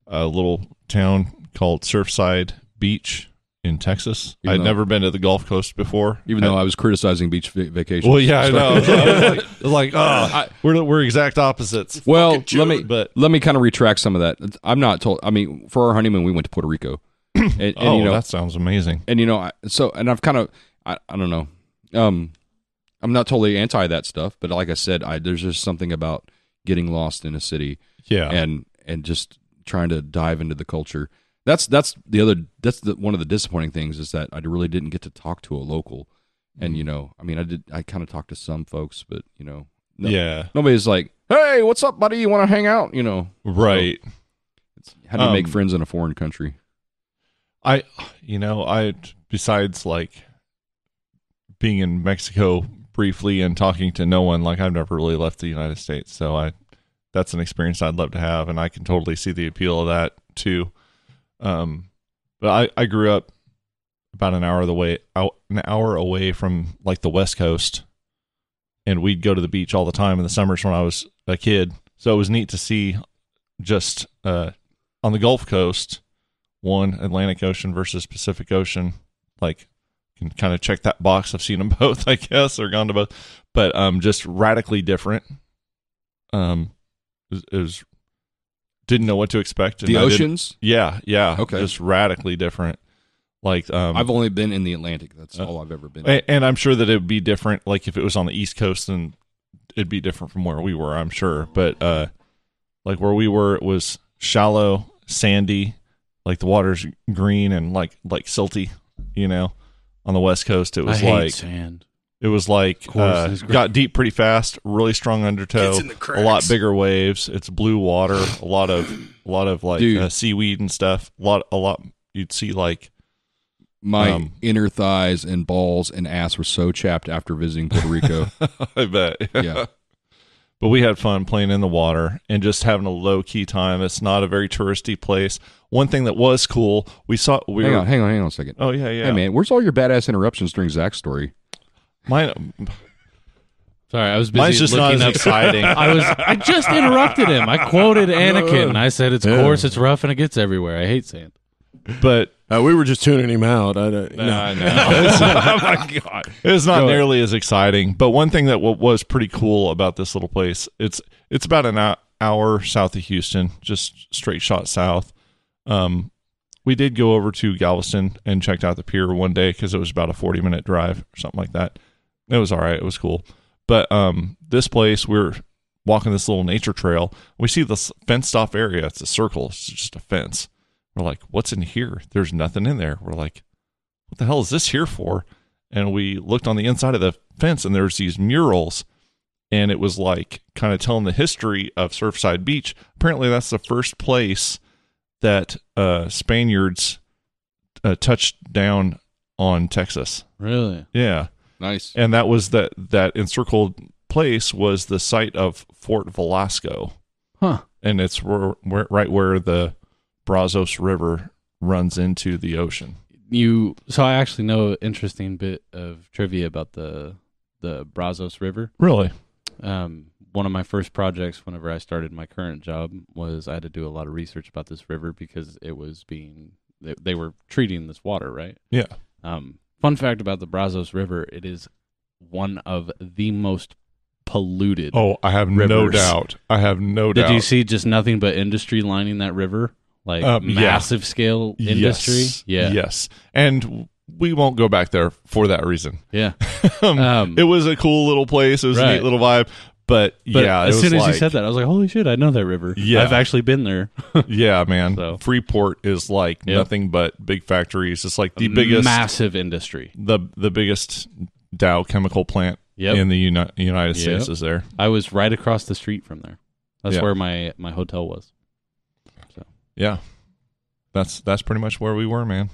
Speaker 3: a little town called Surfside Beach in Texas.
Speaker 5: Even
Speaker 3: I'd
Speaker 5: though-
Speaker 3: never been to the Gulf Coast before.
Speaker 5: Even
Speaker 3: I-
Speaker 5: though I was criticizing beach va- vacation.
Speaker 3: well, yeah,
Speaker 5: <laughs>
Speaker 3: I know. I was like, I was like, oh,
Speaker 5: I-
Speaker 3: we're we're exact opposites.
Speaker 5: Well, let me
Speaker 3: but
Speaker 5: let me kind of retract some of that. I'm not told. I mean, for our honeymoon, we went to Puerto
Speaker 3: <clears throat>
Speaker 5: Rico. And, and,
Speaker 3: oh,
Speaker 5: you know,
Speaker 3: that sounds amazing.
Speaker 5: and you know, I, so and I've kind of I, I don't know. Um, I'm not totally anti that stuff, but like I said, I there's just something about getting lost in a city
Speaker 3: Yeah,
Speaker 5: and and just trying to dive into the culture. That's that's the other that's the one of the disappointing things is that I really didn't get to talk to a local.
Speaker 3: Mm-hmm.
Speaker 5: And you know, I mean, I did I kind of talked to some folks, but you know, no-
Speaker 3: yeah,
Speaker 5: nobody's like, "Hey, what's up, buddy? You want to hang out?" You know,
Speaker 3: right.
Speaker 5: it's, how do you make
Speaker 3: Um,
Speaker 5: friends in a foreign country?
Speaker 3: I, you know, I besides like being in Mexico briefly and talking to no one, like I've never really left the United States, so I that's an experience I'd love to have, and I can totally see the appeal of that too. Um, but I I grew up about an hour of the way out an hour away from like the West Coast, and we'd go to the beach all the time in the summers when I was a kid. So it was neat to see just uh, on the Gulf Coast one Atlantic Ocean versus Pacific Ocean. Like, can kind of check that box. I've seen them <laughs> both, I guess, or gone to both, but um, just radically different. Um, it was, it was didn't know what to expect. and
Speaker 5: the
Speaker 3: I didn't-
Speaker 5: oceans.
Speaker 3: Yeah, yeah.
Speaker 5: Okay.
Speaker 3: Just radically different. Like um
Speaker 5: I've only been in the Atlantic. That's
Speaker 3: Uh,
Speaker 5: all I've ever been.
Speaker 3: a- and I'm sure that it would be different like if it was on the East Coast then it'd be different from where we were, I'm sure. But uh like where we were it was shallow, sandy, like the water's green and like like silty, you know. On the West Coast it
Speaker 2: I
Speaker 3: was
Speaker 2: hate
Speaker 3: like
Speaker 2: sand.
Speaker 3: it was like
Speaker 2: course,
Speaker 3: uh,
Speaker 2: it's great.
Speaker 3: got deep pretty fast, really strong undertow, a lot bigger waves. It's blue water, a lot of a lot of like
Speaker 5: Dude.
Speaker 3: uh, seaweed and stuff. A lot a lot you'd see like
Speaker 5: My
Speaker 3: Um,
Speaker 5: inner thighs and balls and ass were so chapped after visiting Puerto
Speaker 3: <laughs>
Speaker 5: Rico.
Speaker 3: I bet.
Speaker 5: Yeah.
Speaker 3: <laughs> But we had fun playing in the water and just having a low key time. It's not a very touristy place. One thing that was cool, we saw we
Speaker 5: hang
Speaker 3: were,
Speaker 5: on, hang on, hang on a second.
Speaker 3: Oh yeah, yeah.
Speaker 5: Hey man, where's all your badass interruptions during Zach's story?
Speaker 3: Mine
Speaker 8: Sorry, I was busy
Speaker 3: mine's just not
Speaker 8: looking
Speaker 3: as <laughs>
Speaker 8: up.
Speaker 3: exciting.
Speaker 8: I was I just interrupted him. I quoted Anakin. and I said it's coarse, it's rough, and it gets everywhere. I hate sand.
Speaker 3: but
Speaker 4: Uh, we were just tuning him out. I uh, don't, no. <laughs> Oh
Speaker 3: It was not nearly as exciting, but one thing that w- was pretty cool about this little place it's it's about an hou- hour south of Houston, just straight shot south. Um, we did go over to Galveston and checked out the pier one day because it was about a forty minute drive or something like that. It was all right. It was cool, but um, this place we we're walking this little nature trail. We see this fenced off area. It's a circle. It's just a fence. We're like, what's in here? There's nothing in there. We're like, what the hell is this here for? and we looked on the inside of the fence and there's these murals and it was like kind of telling the history of surfside beach apparently that's the first place that uh, spaniards uh, touched down on texas
Speaker 2: Really?
Speaker 3: yeah
Speaker 5: Nice.
Speaker 3: and that was that that encircled place was the site of fort velasco
Speaker 2: Huh.
Speaker 3: and it's where, where, right where the brazos river runs into the ocean
Speaker 8: You so I actually know an interesting bit of trivia about the the Brazos River.
Speaker 3: really
Speaker 8: um, one of my first projects whenever I started my current job was I had to do a lot of research about this river because it was being they, they were treating this water right.
Speaker 3: Yeah.
Speaker 8: Um, fun fact about the Brazos River: it is one of the most polluted.
Speaker 3: oh i have no
Speaker 8: Rivers.
Speaker 3: doubt i have no
Speaker 8: Did
Speaker 3: doubt
Speaker 8: you see just nothing but industry lining that river, like
Speaker 3: Um, yeah.
Speaker 8: massive scale industry?
Speaker 3: Yes.
Speaker 8: Yeah,
Speaker 3: Yes. And we won't go back there for that reason.
Speaker 8: yeah.
Speaker 3: <laughs> Um,
Speaker 8: Um,
Speaker 3: it was a cool little place. It was a
Speaker 8: Right.
Speaker 3: neat little vibe. But,
Speaker 8: But
Speaker 3: yeah,
Speaker 8: as
Speaker 3: it
Speaker 8: soon
Speaker 3: was
Speaker 8: as you
Speaker 3: like-
Speaker 8: said that, I was like, "Holy shit! I know that river.
Speaker 3: Yeah.
Speaker 8: I've actually been there.
Speaker 3: <laughs> yeah, man,
Speaker 8: So.
Speaker 3: Freeport is like
Speaker 8: Yeah.
Speaker 3: nothing but big factories. It's like the biggest,
Speaker 8: massive industry.
Speaker 3: the the biggest Dow chemical plant
Speaker 8: Yep.
Speaker 3: in the Uni- United
Speaker 8: Yep.
Speaker 3: States is there.
Speaker 8: I was right across the street from there. That's
Speaker 3: Yeah.
Speaker 8: where my my hotel was.
Speaker 3: Yeah, that's that's pretty much where we were, man.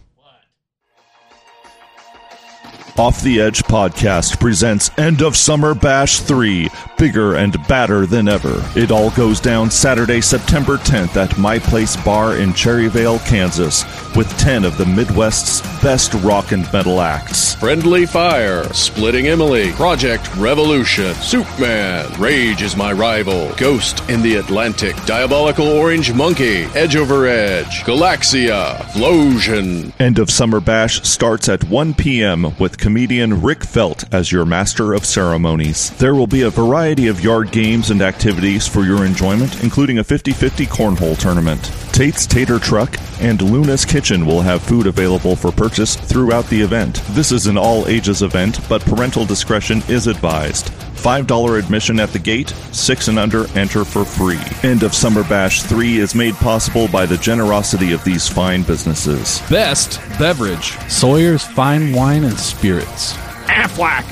Speaker 9: Off the Edge podcast presents End of Summer Bash 3, bigger and badder than ever. It all goes down Saturday, September 10th at My Place Bar in Cherryvale, Kansas, with 10 of the Midwest's best rock and metal acts.
Speaker 10: Friendly Fire, Splitting Emily, Project Revolution, Superman, Rage is My Rival, Ghost in the Atlantic, Diabolical Orange Monkey, Edge Over Edge, Galaxia, Flosion.
Speaker 9: End of Summer Bash starts at 1 p.m. with comedian Rick Felt as your master of ceremonies. There will be a variety of yard games and activities for your enjoyment, including a 50 50 cornhole tournament. Tate's Tater Truck and Luna's Kitchen will have food available for purchase throughout the event. This is an all ages event, but parental discretion is advised. $5 admission at the gate, 6 and under enter for free. End of Summer Bash 3 is made possible by the generosity of these fine businesses.
Speaker 5: Best beverage.
Speaker 2: Sawyer's Fine Wine and Spirits.
Speaker 5: Aflac.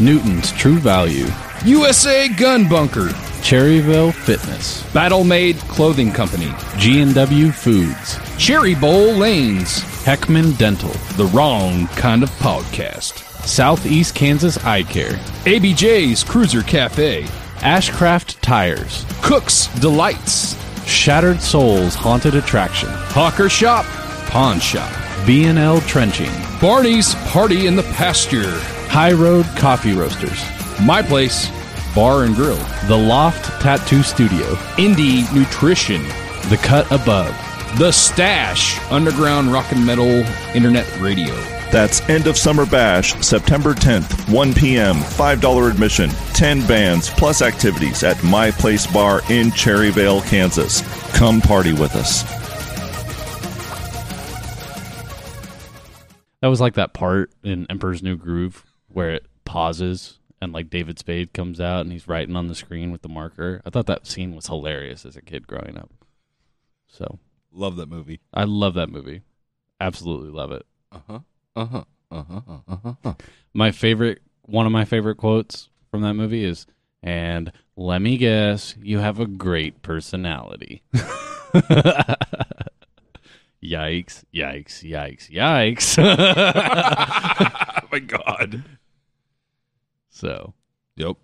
Speaker 2: Newton's True Value.
Speaker 5: USA Gun Bunker.
Speaker 2: Cherryville Fitness.
Speaker 5: Battle Made Clothing Company.
Speaker 2: G&W Foods.
Speaker 5: Cherry Bowl Lanes.
Speaker 2: Heckman Dental.
Speaker 5: The wrong kind of podcast.
Speaker 2: Southeast Kansas Eye Care.
Speaker 5: ABJ's Cruiser Cafe.
Speaker 2: Ashcraft Tires.
Speaker 5: Cook's Delights.
Speaker 2: Shattered Souls Haunted Attraction.
Speaker 5: Hawker Shop. Pawn Shop.
Speaker 2: B&L Trenching.
Speaker 5: Barney's Party in the Pasture.
Speaker 2: High Road Coffee Roasters.
Speaker 5: My Place Bar and Grill.
Speaker 2: The Loft Tattoo Studio.
Speaker 5: Indie Nutrition.
Speaker 2: The Cut Above.
Speaker 5: The Stash. Underground rock and metal internet radio.
Speaker 11: That's End of Summer Bash, September 10th, 1 p.m., $5 admission, 10 bands plus activities at My Place Bar in Cherryvale, Kansas. Come party with us.
Speaker 2: That was like that part in Emperor's New Groove where it pauses and like David Spade comes out and he's writing on the screen with the marker. I thought that scene was hilarious as a kid growing up. So
Speaker 5: Love that movie.
Speaker 2: I love that movie. Absolutely love it.
Speaker 5: Uh huh. Uh huh. Uh huh. Uh huh.
Speaker 2: My favorite, one of my favorite quotes from that movie is, and let me guess, you have a great personality. <laughs> yikes, yikes, yikes, yikes.
Speaker 5: Oh my god.
Speaker 2: so,
Speaker 5: Yep.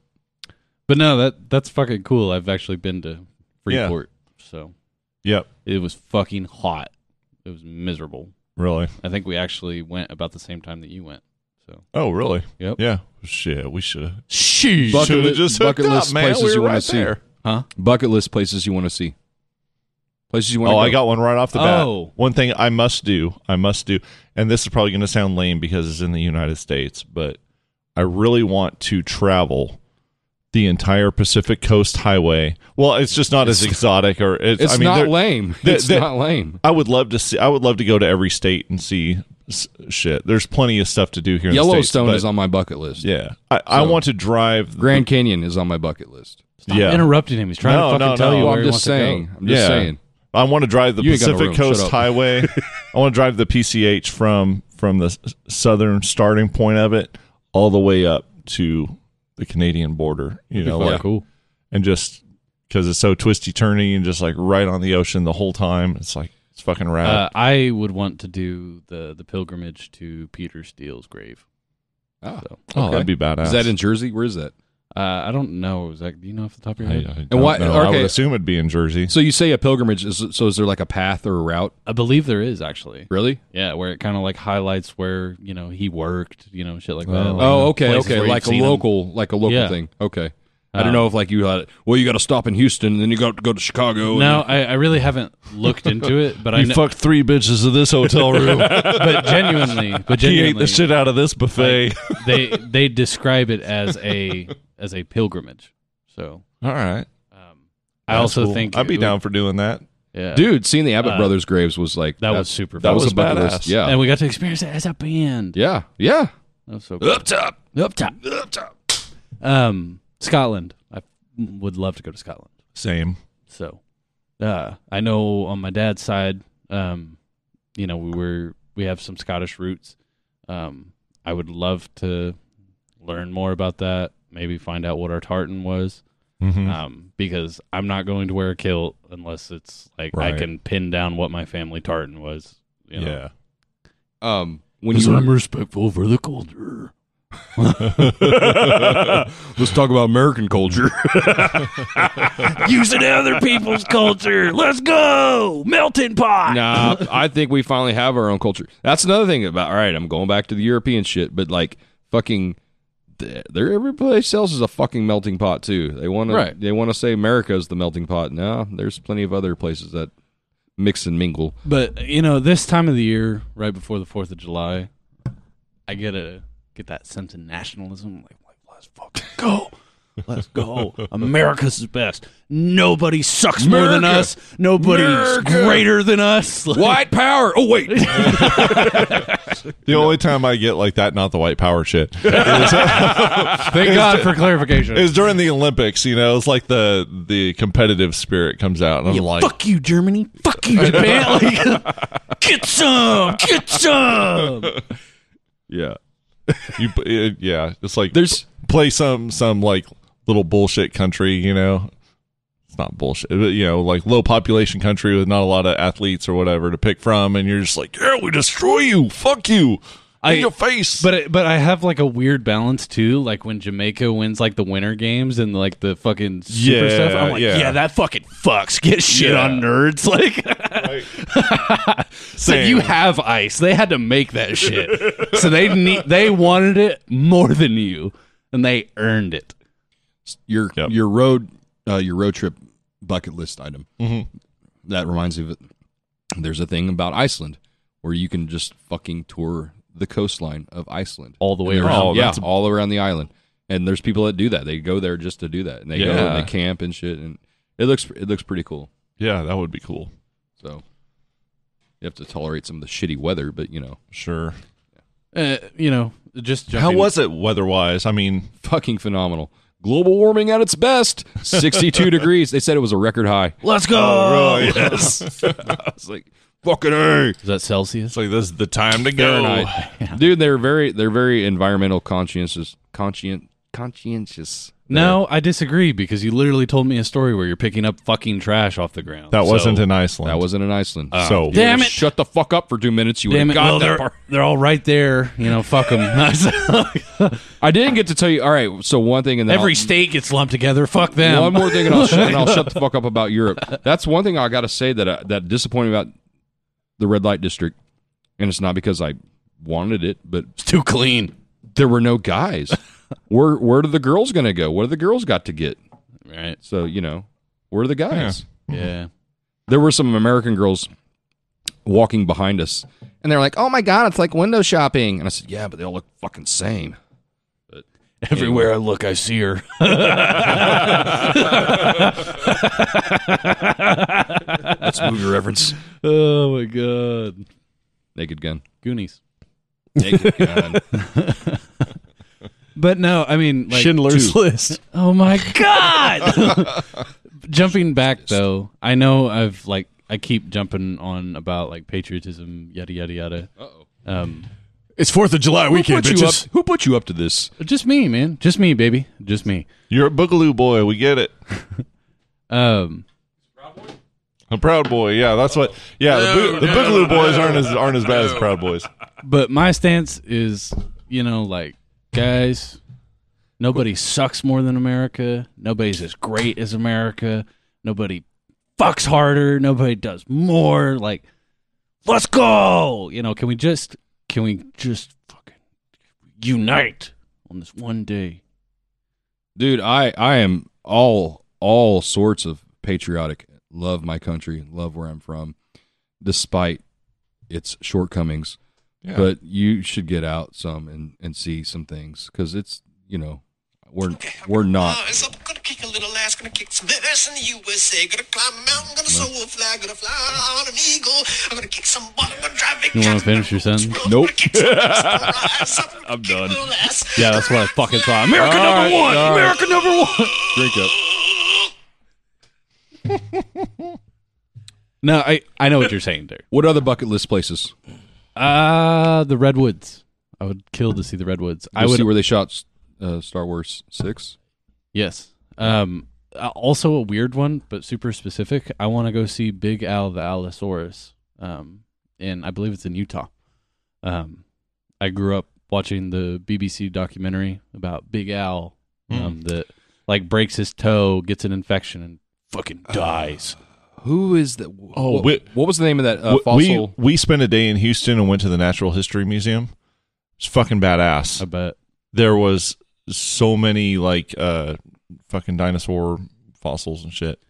Speaker 2: but no, that that's fucking cool. I've actually been to
Speaker 3: Yeah.
Speaker 2: Freeport. So
Speaker 3: Yep.
Speaker 2: it was fucking hot. It was miserable.
Speaker 3: Really?
Speaker 2: I think we actually went about the same time that you went. So
Speaker 3: Oh, really?
Speaker 2: Yep.
Speaker 3: Yeah. Shit, we should have
Speaker 2: she
Speaker 5: Bucket, li-
Speaker 3: just hooked
Speaker 5: bucket
Speaker 3: up,
Speaker 5: list
Speaker 3: man.
Speaker 5: places
Speaker 3: We were
Speaker 5: you want
Speaker 3: right
Speaker 5: to see.
Speaker 3: there.
Speaker 2: Huh?
Speaker 5: Bucket list places you want to see. Places you want to
Speaker 3: Oh,
Speaker 5: go.
Speaker 3: I got one right off the bat.
Speaker 2: Oh.
Speaker 3: One thing I must do, I must do, and this is probably going to sound lame because it's in the United States, but I really want to travel the entire Pacific Coast Highway. Well, it's just not as exotic, or it's,
Speaker 5: It's
Speaker 3: I mean,
Speaker 5: not
Speaker 3: there-
Speaker 5: lame.
Speaker 3: there-
Speaker 5: it's
Speaker 3: there-
Speaker 5: not lame.
Speaker 3: I would love to see. I would love to go to every state and see s- shit. There's plenty of stuff to do here. in the States,
Speaker 5: Yellowstone
Speaker 3: but-
Speaker 5: is on my bucket list.
Speaker 3: Yeah, I, I want to drive.
Speaker 5: Grand Canyon is on my bucket list.
Speaker 2: Stop
Speaker 3: Yeah.
Speaker 2: interrupting him. He's trying
Speaker 3: No,
Speaker 2: to fucking
Speaker 3: no,
Speaker 2: tell
Speaker 3: no.
Speaker 2: you
Speaker 5: Well,
Speaker 2: where
Speaker 5: I'm
Speaker 2: he wants
Speaker 5: just
Speaker 2: to go.
Speaker 5: saying. I'm just
Speaker 3: Yeah.
Speaker 5: saying.
Speaker 3: I want to drive the
Speaker 5: You ain't got no
Speaker 3: Pacific
Speaker 5: room. Shut
Speaker 3: Coast
Speaker 5: up.
Speaker 3: Highway. I want to drive the PCH from from the s- southern starting point of it all the way up to the Canadian border. You know, like
Speaker 2: cool.
Speaker 3: and just because it's so twisty turny and just like right on the ocean the whole time. It's like it's fucking rad.
Speaker 2: Uh, I would want to do the the pilgrimage to Peter Steele's grave.
Speaker 5: Ah,
Speaker 2: So,
Speaker 3: oh,
Speaker 5: okay.
Speaker 3: that'd be badass.
Speaker 5: Is that in Jersey? Where is that?
Speaker 2: uh, I don't know. Is that do you know off the top of your
Speaker 3: I,
Speaker 2: head?
Speaker 3: and
Speaker 5: why-
Speaker 3: I would
Speaker 5: okay.
Speaker 3: assume it'd be
Speaker 5: <laughs>
Speaker 3: in Jersey.
Speaker 5: So you say a pilgrimage. Is, so is there like a path or a route?
Speaker 2: I believe there is actually.
Speaker 5: Really?
Speaker 2: Yeah, where it kind of like highlights where you know he worked, you know, shit like that.
Speaker 3: Oh.
Speaker 2: Like,
Speaker 5: Oh,
Speaker 2: uh,
Speaker 5: okay,
Speaker 2: places
Speaker 5: okay.
Speaker 2: where you've
Speaker 5: Like a
Speaker 2: seen him.
Speaker 5: local, like a local
Speaker 2: Yeah.
Speaker 5: thing. Okay. I
Speaker 2: Um,
Speaker 5: don't know if like you had. Well, you got to stop in Houston, and then you got to go to Chicago. and
Speaker 2: No,
Speaker 5: then-
Speaker 2: I, I really haven't looked into it,
Speaker 3: <laughs>
Speaker 2: but I know,
Speaker 3: fucked three bitches in this hotel
Speaker 2: <laughs>
Speaker 3: room.
Speaker 2: but genuinely, but
Speaker 3: he
Speaker 2: genuinely,
Speaker 3: ate the shit out of this buffet.
Speaker 2: <laughs> they they describe it as a as a pilgrimage. So
Speaker 3: all right.
Speaker 2: um, I also think
Speaker 3: I'd be
Speaker 2: it would-
Speaker 3: down for doing that.
Speaker 2: Yeah,
Speaker 5: dude, seeing the Abbott
Speaker 2: Uh,
Speaker 5: brothers' graves was like
Speaker 2: that was
Speaker 5: that's-
Speaker 2: super.
Speaker 3: that
Speaker 2: fun.
Speaker 3: was
Speaker 5: a bucket
Speaker 3: badass.
Speaker 5: list. Yeah,
Speaker 2: and we got to experience it as a band.
Speaker 5: yeah, yeah.
Speaker 2: That was so cool. up top, up top, up top. Um, Scotland. I would love to go to Scotland.
Speaker 3: Same.
Speaker 2: So, uh, I know on my dad's side, um, you know, we were we have some Scottish roots. Um, I would love to learn more about that. Maybe find out what our tartan was,
Speaker 3: Mhm.
Speaker 2: um, because I'm not going to wear a kilt unless it's like
Speaker 3: Right.
Speaker 2: I can pin down what my family tartan was. You know?
Speaker 3: Yeah.
Speaker 5: Um, when you were-
Speaker 2: respectful for the culture.
Speaker 5: let's talk about American culture.
Speaker 2: <laughs> Using other people's culture. Let's go. Melting pot.
Speaker 5: nah, I think we finally have our own culture. That's another thing about. All right, I'm going back to the European shit, but like fucking, th- they're every place else is a fucking melting pot too. They want
Speaker 2: Right.
Speaker 5: to. They want to say America's the melting pot. No, there's plenty of other places that mix and mingle.
Speaker 2: But you know, this time of the year, right before the Fourth of July, I get a get that sense of nationalism. Like, like let's fucking go, let's go. America's the best. Nobody sucks more than
Speaker 5: America!
Speaker 2: us. Nobody's
Speaker 5: America!
Speaker 2: greater than us. Like,
Speaker 5: White power. Oh wait,
Speaker 3: The only time I get like that, not the white power shit,
Speaker 2: Thank God for clarification.
Speaker 3: is during the Olympics. You know, it's like the the competitive spirit comes out, and I'm
Speaker 2: Yeah,
Speaker 3: like,
Speaker 2: fuck you, Germany. Fuck you, Japan. Like, <laughs> get some. Get some.
Speaker 3: yeah, you, it, yeah. It's like
Speaker 5: There's-
Speaker 3: play some some like little bullshit country. You know, it's not bullshit, but you know, like low population country with not a lot of athletes or whatever to pick from, and you're just like, yeah, we destroy you. Fuck you.
Speaker 2: I-
Speaker 3: in your face.
Speaker 2: But it- but I have like a weird balance too. Like when Jamaica wins like the winter games and like the fucking super
Speaker 3: Yeah,
Speaker 2: stuff, I'm like,
Speaker 3: yeah.
Speaker 2: yeah. that fucking fucks. Get shit
Speaker 3: Yeah.
Speaker 2: on nerds. <laughs> Like, so
Speaker 3: Same.
Speaker 2: you have ice. They had to make that shit. so they need they wanted it more than you, and they earned it.
Speaker 5: your
Speaker 3: Yep.
Speaker 5: your road uh, your road trip bucket list item.
Speaker 12: Mm-hmm.
Speaker 5: That reminds me of it. There's a thing about Iceland where you can just fucking tour the coastline of Iceland,
Speaker 12: all the way
Speaker 5: And they're-
Speaker 12: around.
Speaker 5: yeah,
Speaker 12: that's
Speaker 5: all around the island. And there's people that do that. They go there just to do that, and they go
Speaker 3: Yeah.
Speaker 5: and they camp and shit. And it looks it looks pretty cool.
Speaker 3: Yeah, that would be cool.
Speaker 5: So you have to tolerate some of the shitty weather, but you know,
Speaker 3: Sure.
Speaker 2: Uh, you know, just
Speaker 3: How
Speaker 2: jumping.
Speaker 3: was it weather wise? I mean,
Speaker 5: fucking phenomenal. Global warming at
Speaker 12: <laughs>
Speaker 5: its best, 62 degrees. They said it was a record high.
Speaker 12: Let's go.
Speaker 3: Oh, really? <laughs> Yes.
Speaker 5: I was like, fucking A.
Speaker 2: Is that Celsius?
Speaker 3: It's like this is the time to go.
Speaker 5: Fahrenheit. Dude, they're very they're very environmental conscientious conscient conscientious.
Speaker 2: No, I disagree because you literally told me a story where you're picking up fucking trash off the ground.
Speaker 3: That
Speaker 2: So-
Speaker 3: wasn't in Iceland.
Speaker 5: That uh, wasn't in Iceland.
Speaker 3: so
Speaker 5: You would've
Speaker 2: Uh, Damn it.
Speaker 5: Shut the fuck up for two minutes. You would
Speaker 2: Damn
Speaker 5: have
Speaker 2: it!
Speaker 5: got
Speaker 2: Well,
Speaker 5: that
Speaker 2: they're
Speaker 5: part.
Speaker 2: they're all right there. You know, fuck them.
Speaker 5: I didn't get to tell you. All right. So one thing, and then
Speaker 2: <laughs> Every
Speaker 5: I'll-
Speaker 2: state gets lumped together. Fuck them.
Speaker 5: One more thing,
Speaker 2: <laughs>
Speaker 5: and I'll, shut, and I'll shut the fuck up about Europe. That's one thing I got to say that uh, that disappointed me about the red light district, and it's not because I wanted it, but
Speaker 2: It's too clean.
Speaker 5: there were no
Speaker 2: <laughs>
Speaker 5: guys. where where are the girls gonna go? What do the girls got to get?
Speaker 2: Right.
Speaker 5: So you know, where are the guys?
Speaker 2: Yeah.
Speaker 5: There were some American girls walking behind us, and they're like, "Oh my god, it's like window shopping." And I said, "Yeah, but they all look fucking same."
Speaker 2: Everywhere I look, I see her.
Speaker 5: That's movie reference.
Speaker 2: <laughs> oh my god.
Speaker 5: Naked Gun.
Speaker 2: Goonies.
Speaker 5: Naked Gun.
Speaker 2: <laughs> But no, I mean, like,
Speaker 4: Schindler's List.
Speaker 2: Oh <laughs> my <laughs> god! Jumping back though, I know I've like I keep jumping on about like patriotism, yada yada yada. Uh-oh. Um,
Speaker 4: It's Fourth of July weekend,
Speaker 5: put you up,
Speaker 4: bitches.
Speaker 5: who put you up to this?
Speaker 2: just me, man, just me, baby, just me.
Speaker 3: You're a Boogaloo boy. We get it.
Speaker 2: Um,
Speaker 3: A proud boy. Yeah, that's what. Yeah, the, Boo- the Boogaloo boys aren't as aren't as bad as proud
Speaker 5: <laughs>
Speaker 3: boys.
Speaker 2: but my stance is, you know, like guys, nobody sucks more than America. Nobody's as great as America. Nobody fucks harder. Nobody does more. Like, let's go. You know, can we just can we just fucking unite on this one day?
Speaker 5: Dude, I I am all all sorts of patriotic. Love my country, love where I'm from, despite its shortcomings.
Speaker 3: Yeah.
Speaker 5: But you should get out some and and see some things because it's you know we're we're not.
Speaker 13: Uh, so I'm gonna kick a little ass, gonna kick some ass in the USA. Gonna climb a mountain, gonna soar a flag, gonna fly on an eagle. I'm gonna kick some butt, I'm gonna drive big
Speaker 2: You want
Speaker 13: cats,
Speaker 2: to finish your sentence?
Speaker 13: I'm gonna kick some ass, gonna rise up, I'm gonna kick a
Speaker 2: done.
Speaker 13: little ass.
Speaker 2: Yeah, that's what I fucking thought. America number one. America number one.
Speaker 5: Drink up.
Speaker 2: No, I I know what you're saying there.
Speaker 5: What other bucket list places?
Speaker 2: Uh the redwoods. I would kill to see the redwoods. I
Speaker 5: I
Speaker 2: would
Speaker 5: see where they shot uh, Star Wars Six.
Speaker 2: Yes. Um. uh, Also a weird one, but super specific. I want to go see Big Al the Allosaurus. Um. And I believe it's in Utah. Um. I grew up watching the BBC documentary about Big Al.
Speaker 3: Hmm.
Speaker 2: Um. That like breaks his toe, gets an infection, and fucking
Speaker 3: Uh.
Speaker 2: dies.
Speaker 5: Who is that?
Speaker 3: Oh,
Speaker 5: what,
Speaker 3: wi-
Speaker 5: what was the name of that uh,
Speaker 3: W-
Speaker 5: fossil?
Speaker 3: We we spent a day in Houston and went to the Natural History Museum. It's fucking badass.
Speaker 2: I bet.
Speaker 3: there was so many like uh fucking dinosaur fossils and shit.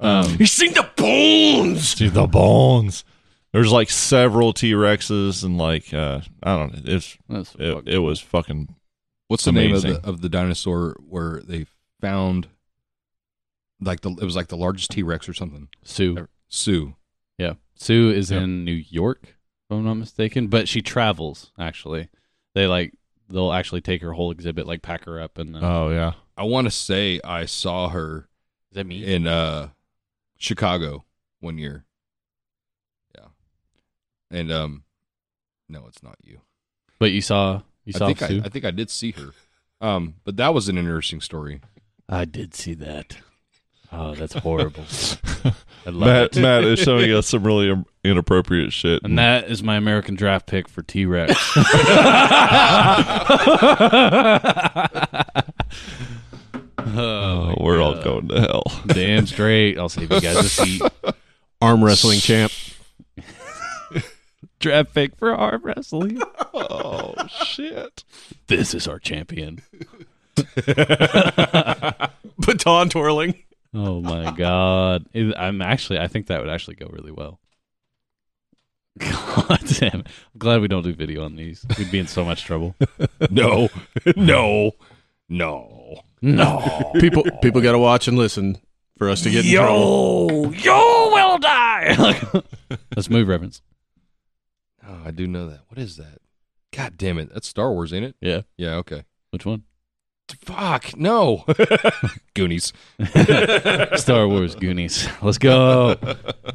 Speaker 2: Um.
Speaker 3: You seen the bones? Dude, the bones. There's like several T Rexes and like uh I don't know. It's
Speaker 2: That's
Speaker 3: it,
Speaker 2: fucked.
Speaker 3: it was fucking
Speaker 5: What's the name
Speaker 3: Amazing.
Speaker 5: of the of the dinosaur where they found like the it was like the largest T Rex or something?
Speaker 2: Sue.
Speaker 5: Sue.
Speaker 2: Yeah. Sue is in New York, if I'm not mistaken, but she travels actually. They like they'll actually take her whole exhibit, like pack her up and uh,
Speaker 3: Oh yeah.
Speaker 5: I want to say I saw her
Speaker 2: is that me?
Speaker 5: in uh Chicago one year. Yeah, and um, no, it's not you.
Speaker 2: But you saw you saw
Speaker 5: I think
Speaker 2: Sue.
Speaker 5: I, I think I did see her. Um, but that was an interesting story.
Speaker 2: I, did see that. Oh, that's <laughs> horrible. I love
Speaker 3: Matt
Speaker 2: it.
Speaker 3: Matt is showing us some really um, inappropriate shit.
Speaker 2: And that is my American draft pick for T <laughs> Rex.
Speaker 3: Oh, we're all going to hell.
Speaker 2: Damn straight. I'll save you guys a seat.
Speaker 4: Arm wrestling champ.
Speaker 2: draft pick for arm <laughs> wrestling.
Speaker 3: oh shit.
Speaker 2: This is our champion.
Speaker 4: Baton twirling.
Speaker 2: <laughs> Oh my god! It- I'm actually. I think that would actually go really well. <laughs> God damn it. I'm glad we don't do video on these. We'd be in so much <laughs> trouble.
Speaker 14: no.
Speaker 5: <laughs>
Speaker 14: No. No.
Speaker 2: No.
Speaker 4: people people got to watch and listen for us to get in trouble.
Speaker 2: yo, yo will die. Let's move reference.
Speaker 5: Oh, I do know that. What is that? God damn it. That's Star Wars, ain't it?
Speaker 2: Yeah.
Speaker 5: Yeah, okay.
Speaker 2: Which one?
Speaker 5: Fuck, no. <laughs> Goonies.
Speaker 2: Star Wars Goonies. <laughs> Let's go.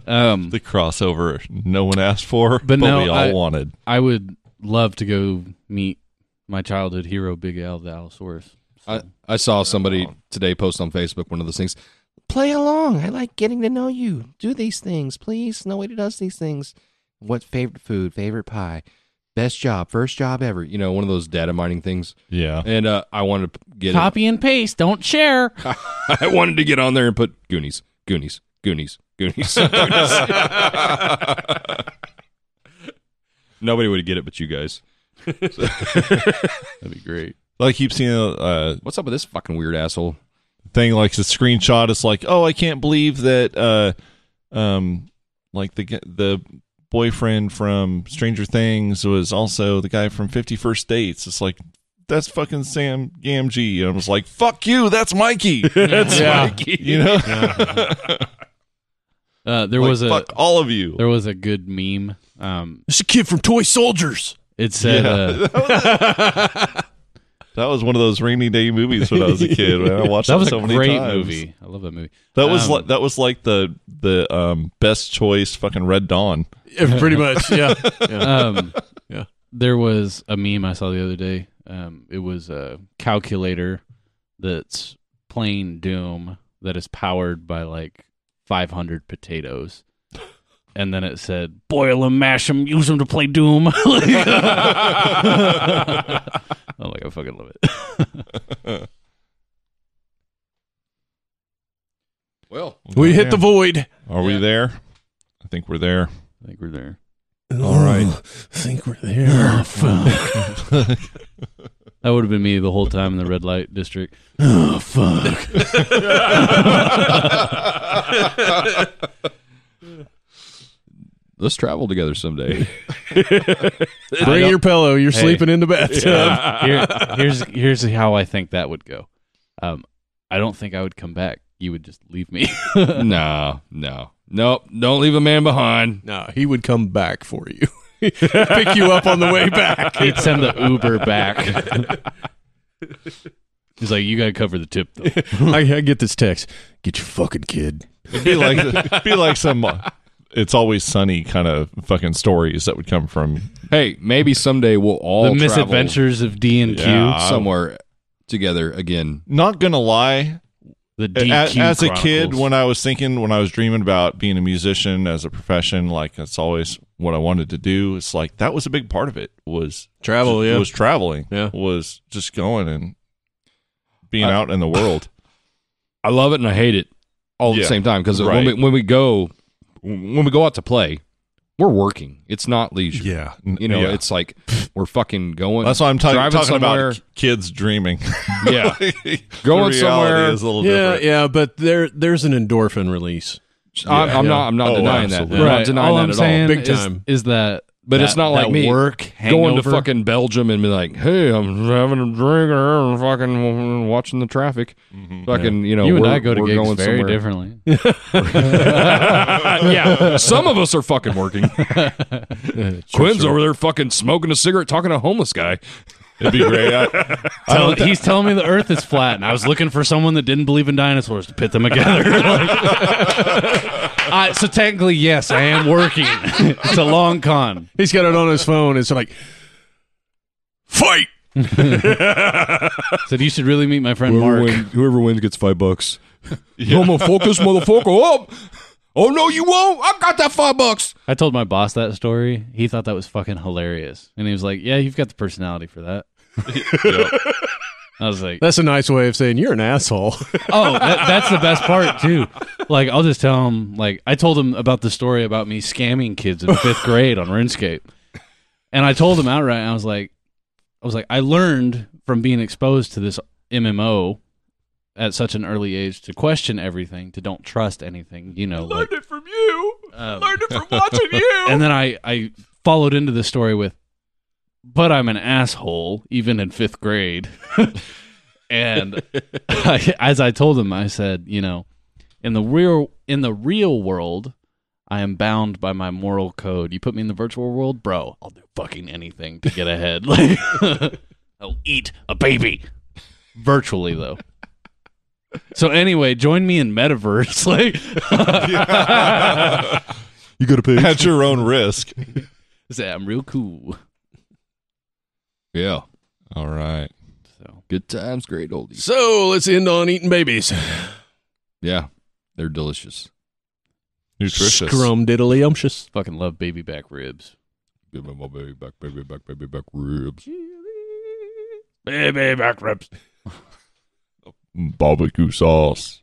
Speaker 2: Um,
Speaker 3: <laughs> the crossover no one asked for, but,
Speaker 2: no,
Speaker 3: we all
Speaker 2: I-
Speaker 3: wanted.
Speaker 2: I would love to go meet my childhood hero, Big Al the Allosaurus.
Speaker 5: I, I saw somebody today post on Facebook one of those things.
Speaker 15: Play along. I like getting to know you. Do these things, please. Nobody does these things.
Speaker 5: What favorite food, favorite pie, best job, first job ever? You know, one of those data mining things.
Speaker 3: Yeah.
Speaker 5: And uh, I wanted to get in-
Speaker 2: Copy and paste. Don't share.
Speaker 5: <laughs> I wanted to get on there and put Goonies, Goonies, Goonies,
Speaker 2: <laughs>
Speaker 5: Goonies. Goonies. Nobody would get it but you guys.
Speaker 2: That'd be great.
Speaker 3: I keep seeing uh,
Speaker 5: What's up with this fucking weird asshole?
Speaker 3: thing like the screenshot is like, oh, I can't believe that, uh, um, like the g- the boyfriend from Stranger Things was also the guy from Fifty First Dates. It's like that's fucking Sam Gamgee. And I was like, fuck you, that's Mikey. <laughs> that's Mikey. You know,
Speaker 2: Uh, there
Speaker 3: Like,
Speaker 2: was a
Speaker 3: fuck all of you.
Speaker 2: there was a good meme. Um,
Speaker 4: It's a kid from Toy Soldiers.
Speaker 2: it said
Speaker 3: <laughs>
Speaker 2: uh,
Speaker 3: That was one of those rainy day movies when I was a kid. Man. I watched
Speaker 2: that was
Speaker 3: so
Speaker 2: a
Speaker 3: many
Speaker 2: great
Speaker 3: times.
Speaker 2: movie. I love that movie.
Speaker 3: That was
Speaker 2: Um,
Speaker 3: like that was like the the um, best choice fucking Red <laughs> Dawn.
Speaker 4: Yeah, pretty much. Yeah. <laughs> yeah.
Speaker 2: <laughs> um,
Speaker 4: Yeah.
Speaker 2: There was a meme I saw the other day. Um, it was a calculator that's playing Doom that is powered by like 500 potatoes. <laughs> And then it said, boil them, mash them, use them to play Doom. <laughs> Like- I'm like, I fucking love it.
Speaker 5: Well,
Speaker 4: We hit the void.
Speaker 3: Are we there? I think we're there.
Speaker 2: I think we're there.
Speaker 4: All right. I think we're there.
Speaker 2: That would have been me the whole time in the red light district. <laughs>
Speaker 4: Oh fuck.
Speaker 5: <laughs> let's travel together someday.
Speaker 4: Bring your pillow. You're sleeping in the bathtub.
Speaker 2: Um, Here, here's here's how I think that would go. Um, I don't think I would come back. You would just leave me.
Speaker 5: <laughs> no, no, nope. Don't leave a man behind.
Speaker 4: No, he would come back for you. <laughs> Pick you up on the way back.
Speaker 2: He'd send the Uber back. He's like, you gotta cover the tip though.
Speaker 4: <laughs> I, I get this text. Get your fucking kid.
Speaker 3: <laughs> It'd be like be like some uh, it's always sunny kind of fucking stories that would come from
Speaker 5: Hey, maybe someday we'll all
Speaker 2: the
Speaker 5: travel
Speaker 2: misadventures of D and Q.
Speaker 3: Yeah.
Speaker 5: somewhere together again.
Speaker 3: not gonna lie
Speaker 2: The
Speaker 3: a-
Speaker 2: DQ
Speaker 3: as a kid
Speaker 2: Chronicles.
Speaker 3: when i was thinking when i was dreaming about being a musician as a profession like that's always what i wanted to do it's like that was a big part of it was
Speaker 5: Oh,
Speaker 4: Travel, yeah. <laughs>
Speaker 3: was traveling
Speaker 4: Yeah.
Speaker 3: was just going and being
Speaker 5: I-
Speaker 3: out in the world
Speaker 5: I love it and I hate it all at
Speaker 3: Yeah,
Speaker 5: the same time because when
Speaker 3: right.
Speaker 5: we when we go when we go out to play, we're working. It's not leisure.
Speaker 3: yeah
Speaker 5: <laughs> You know,
Speaker 3: Yeah.
Speaker 5: it's like we're fucking going.
Speaker 3: that's why i'm ta-
Speaker 5: driving
Speaker 3: talking
Speaker 5: somewhere.
Speaker 3: about k- kids dreaming
Speaker 5: <laughs> yeah,
Speaker 3: <laughs> The
Speaker 5: going
Speaker 3: reality
Speaker 5: somewhere.
Speaker 3: is a little
Speaker 4: Yeah,
Speaker 3: different.
Speaker 4: yeah, but there there's an endorphin release.
Speaker 5: I'm, I'm
Speaker 4: Yeah.
Speaker 5: not. I'm not
Speaker 3: Oh,
Speaker 5: denying that.
Speaker 3: absolutely.
Speaker 5: I'm
Speaker 2: right?
Speaker 5: not denying
Speaker 2: All
Speaker 5: that
Speaker 2: I'm
Speaker 5: at
Speaker 2: saying
Speaker 5: all.
Speaker 4: Big
Speaker 2: is-
Speaker 4: time.
Speaker 2: Is, that
Speaker 5: But it's
Speaker 2: that-
Speaker 5: not like
Speaker 2: that
Speaker 5: me
Speaker 2: work
Speaker 5: Going to
Speaker 2: hangover?
Speaker 5: fucking Belgium and be like, hey, I'm having a drink or I'm fucking watching the traffic.
Speaker 3: Mm-hmm.
Speaker 5: Fucking, you know,
Speaker 2: you and
Speaker 5: we're,
Speaker 2: I go to
Speaker 5: we're
Speaker 2: gigs
Speaker 5: going
Speaker 2: very
Speaker 5: somewhere.
Speaker 2: differently.
Speaker 5: yeah, <laughs> some of us are fucking
Speaker 2: <laughs>
Speaker 5: working. Quinn's over there fucking smoking a cigarette, talking to a homeless guy.
Speaker 3: it'd be
Speaker 5: <laughs>
Speaker 3: great I, <laughs>
Speaker 2: Tell- he's telling me the Earth is flat, and I was looking for someone that didn't believe in dinosaurs to pit them together. <laughs> Like- I- so technically, yes, I am working. <laughs> it's a long con.
Speaker 4: He's got it on his phone. It's like fight.
Speaker 2: Said you should really meet my friend
Speaker 5: Whoever,
Speaker 2: Mark.
Speaker 5: win- whoever wins gets five <laughs> bucks. I'm gonna focus, motherfucker, up. Oh no, you won't. I got that five bucks.
Speaker 2: I told my boss that story. He thought that was fucking hilarious, and he was like, "Yeah, you've got the personality for that." I was like,
Speaker 4: That's a nice way of saying you're an asshole.
Speaker 2: "Oh, that, that's the best part too." Like, I'll just tell him. Like, I told him about the story about me scamming kids in
Speaker 16: <laughs>
Speaker 2: fifth grade on RuneScape, and I told him outright. I was like, I was like, I learned from being exposed to this MMO at such an early age to question everything, to don't trust anything. You know, like,
Speaker 3: it from you
Speaker 2: Um,
Speaker 16: Learned it from watching you.
Speaker 2: <laughs> and then I, I followed into the story with, but I'm an asshole, even in fifth grade. <laughs> and I, as I told him, I said, you know, in the real in the real world, I am bound by my moral code. You put me in the virtual world, bro, I'll do fucking anything to get ahead. <laughs> Like, I'll eat a baby. Virtually though. So anyway, join me in metaverse. <laughs> Like,
Speaker 3: You go to pay at your own risk.
Speaker 2: Say, I'm real cool.
Speaker 5: Yeah.
Speaker 3: All right.
Speaker 2: So
Speaker 5: Good times, great oldies.
Speaker 4: So let's end on eating babies.
Speaker 5: Yeah. They're delicious.
Speaker 3: Nutritious.
Speaker 4: Scrum diddly umptious.
Speaker 2: fucking love baby back ribs.
Speaker 5: Give me my baby back, baby back, baby back ribs.
Speaker 2: Baby
Speaker 5: <laughs>
Speaker 2: back ribs.
Speaker 3: Barbecue sauce.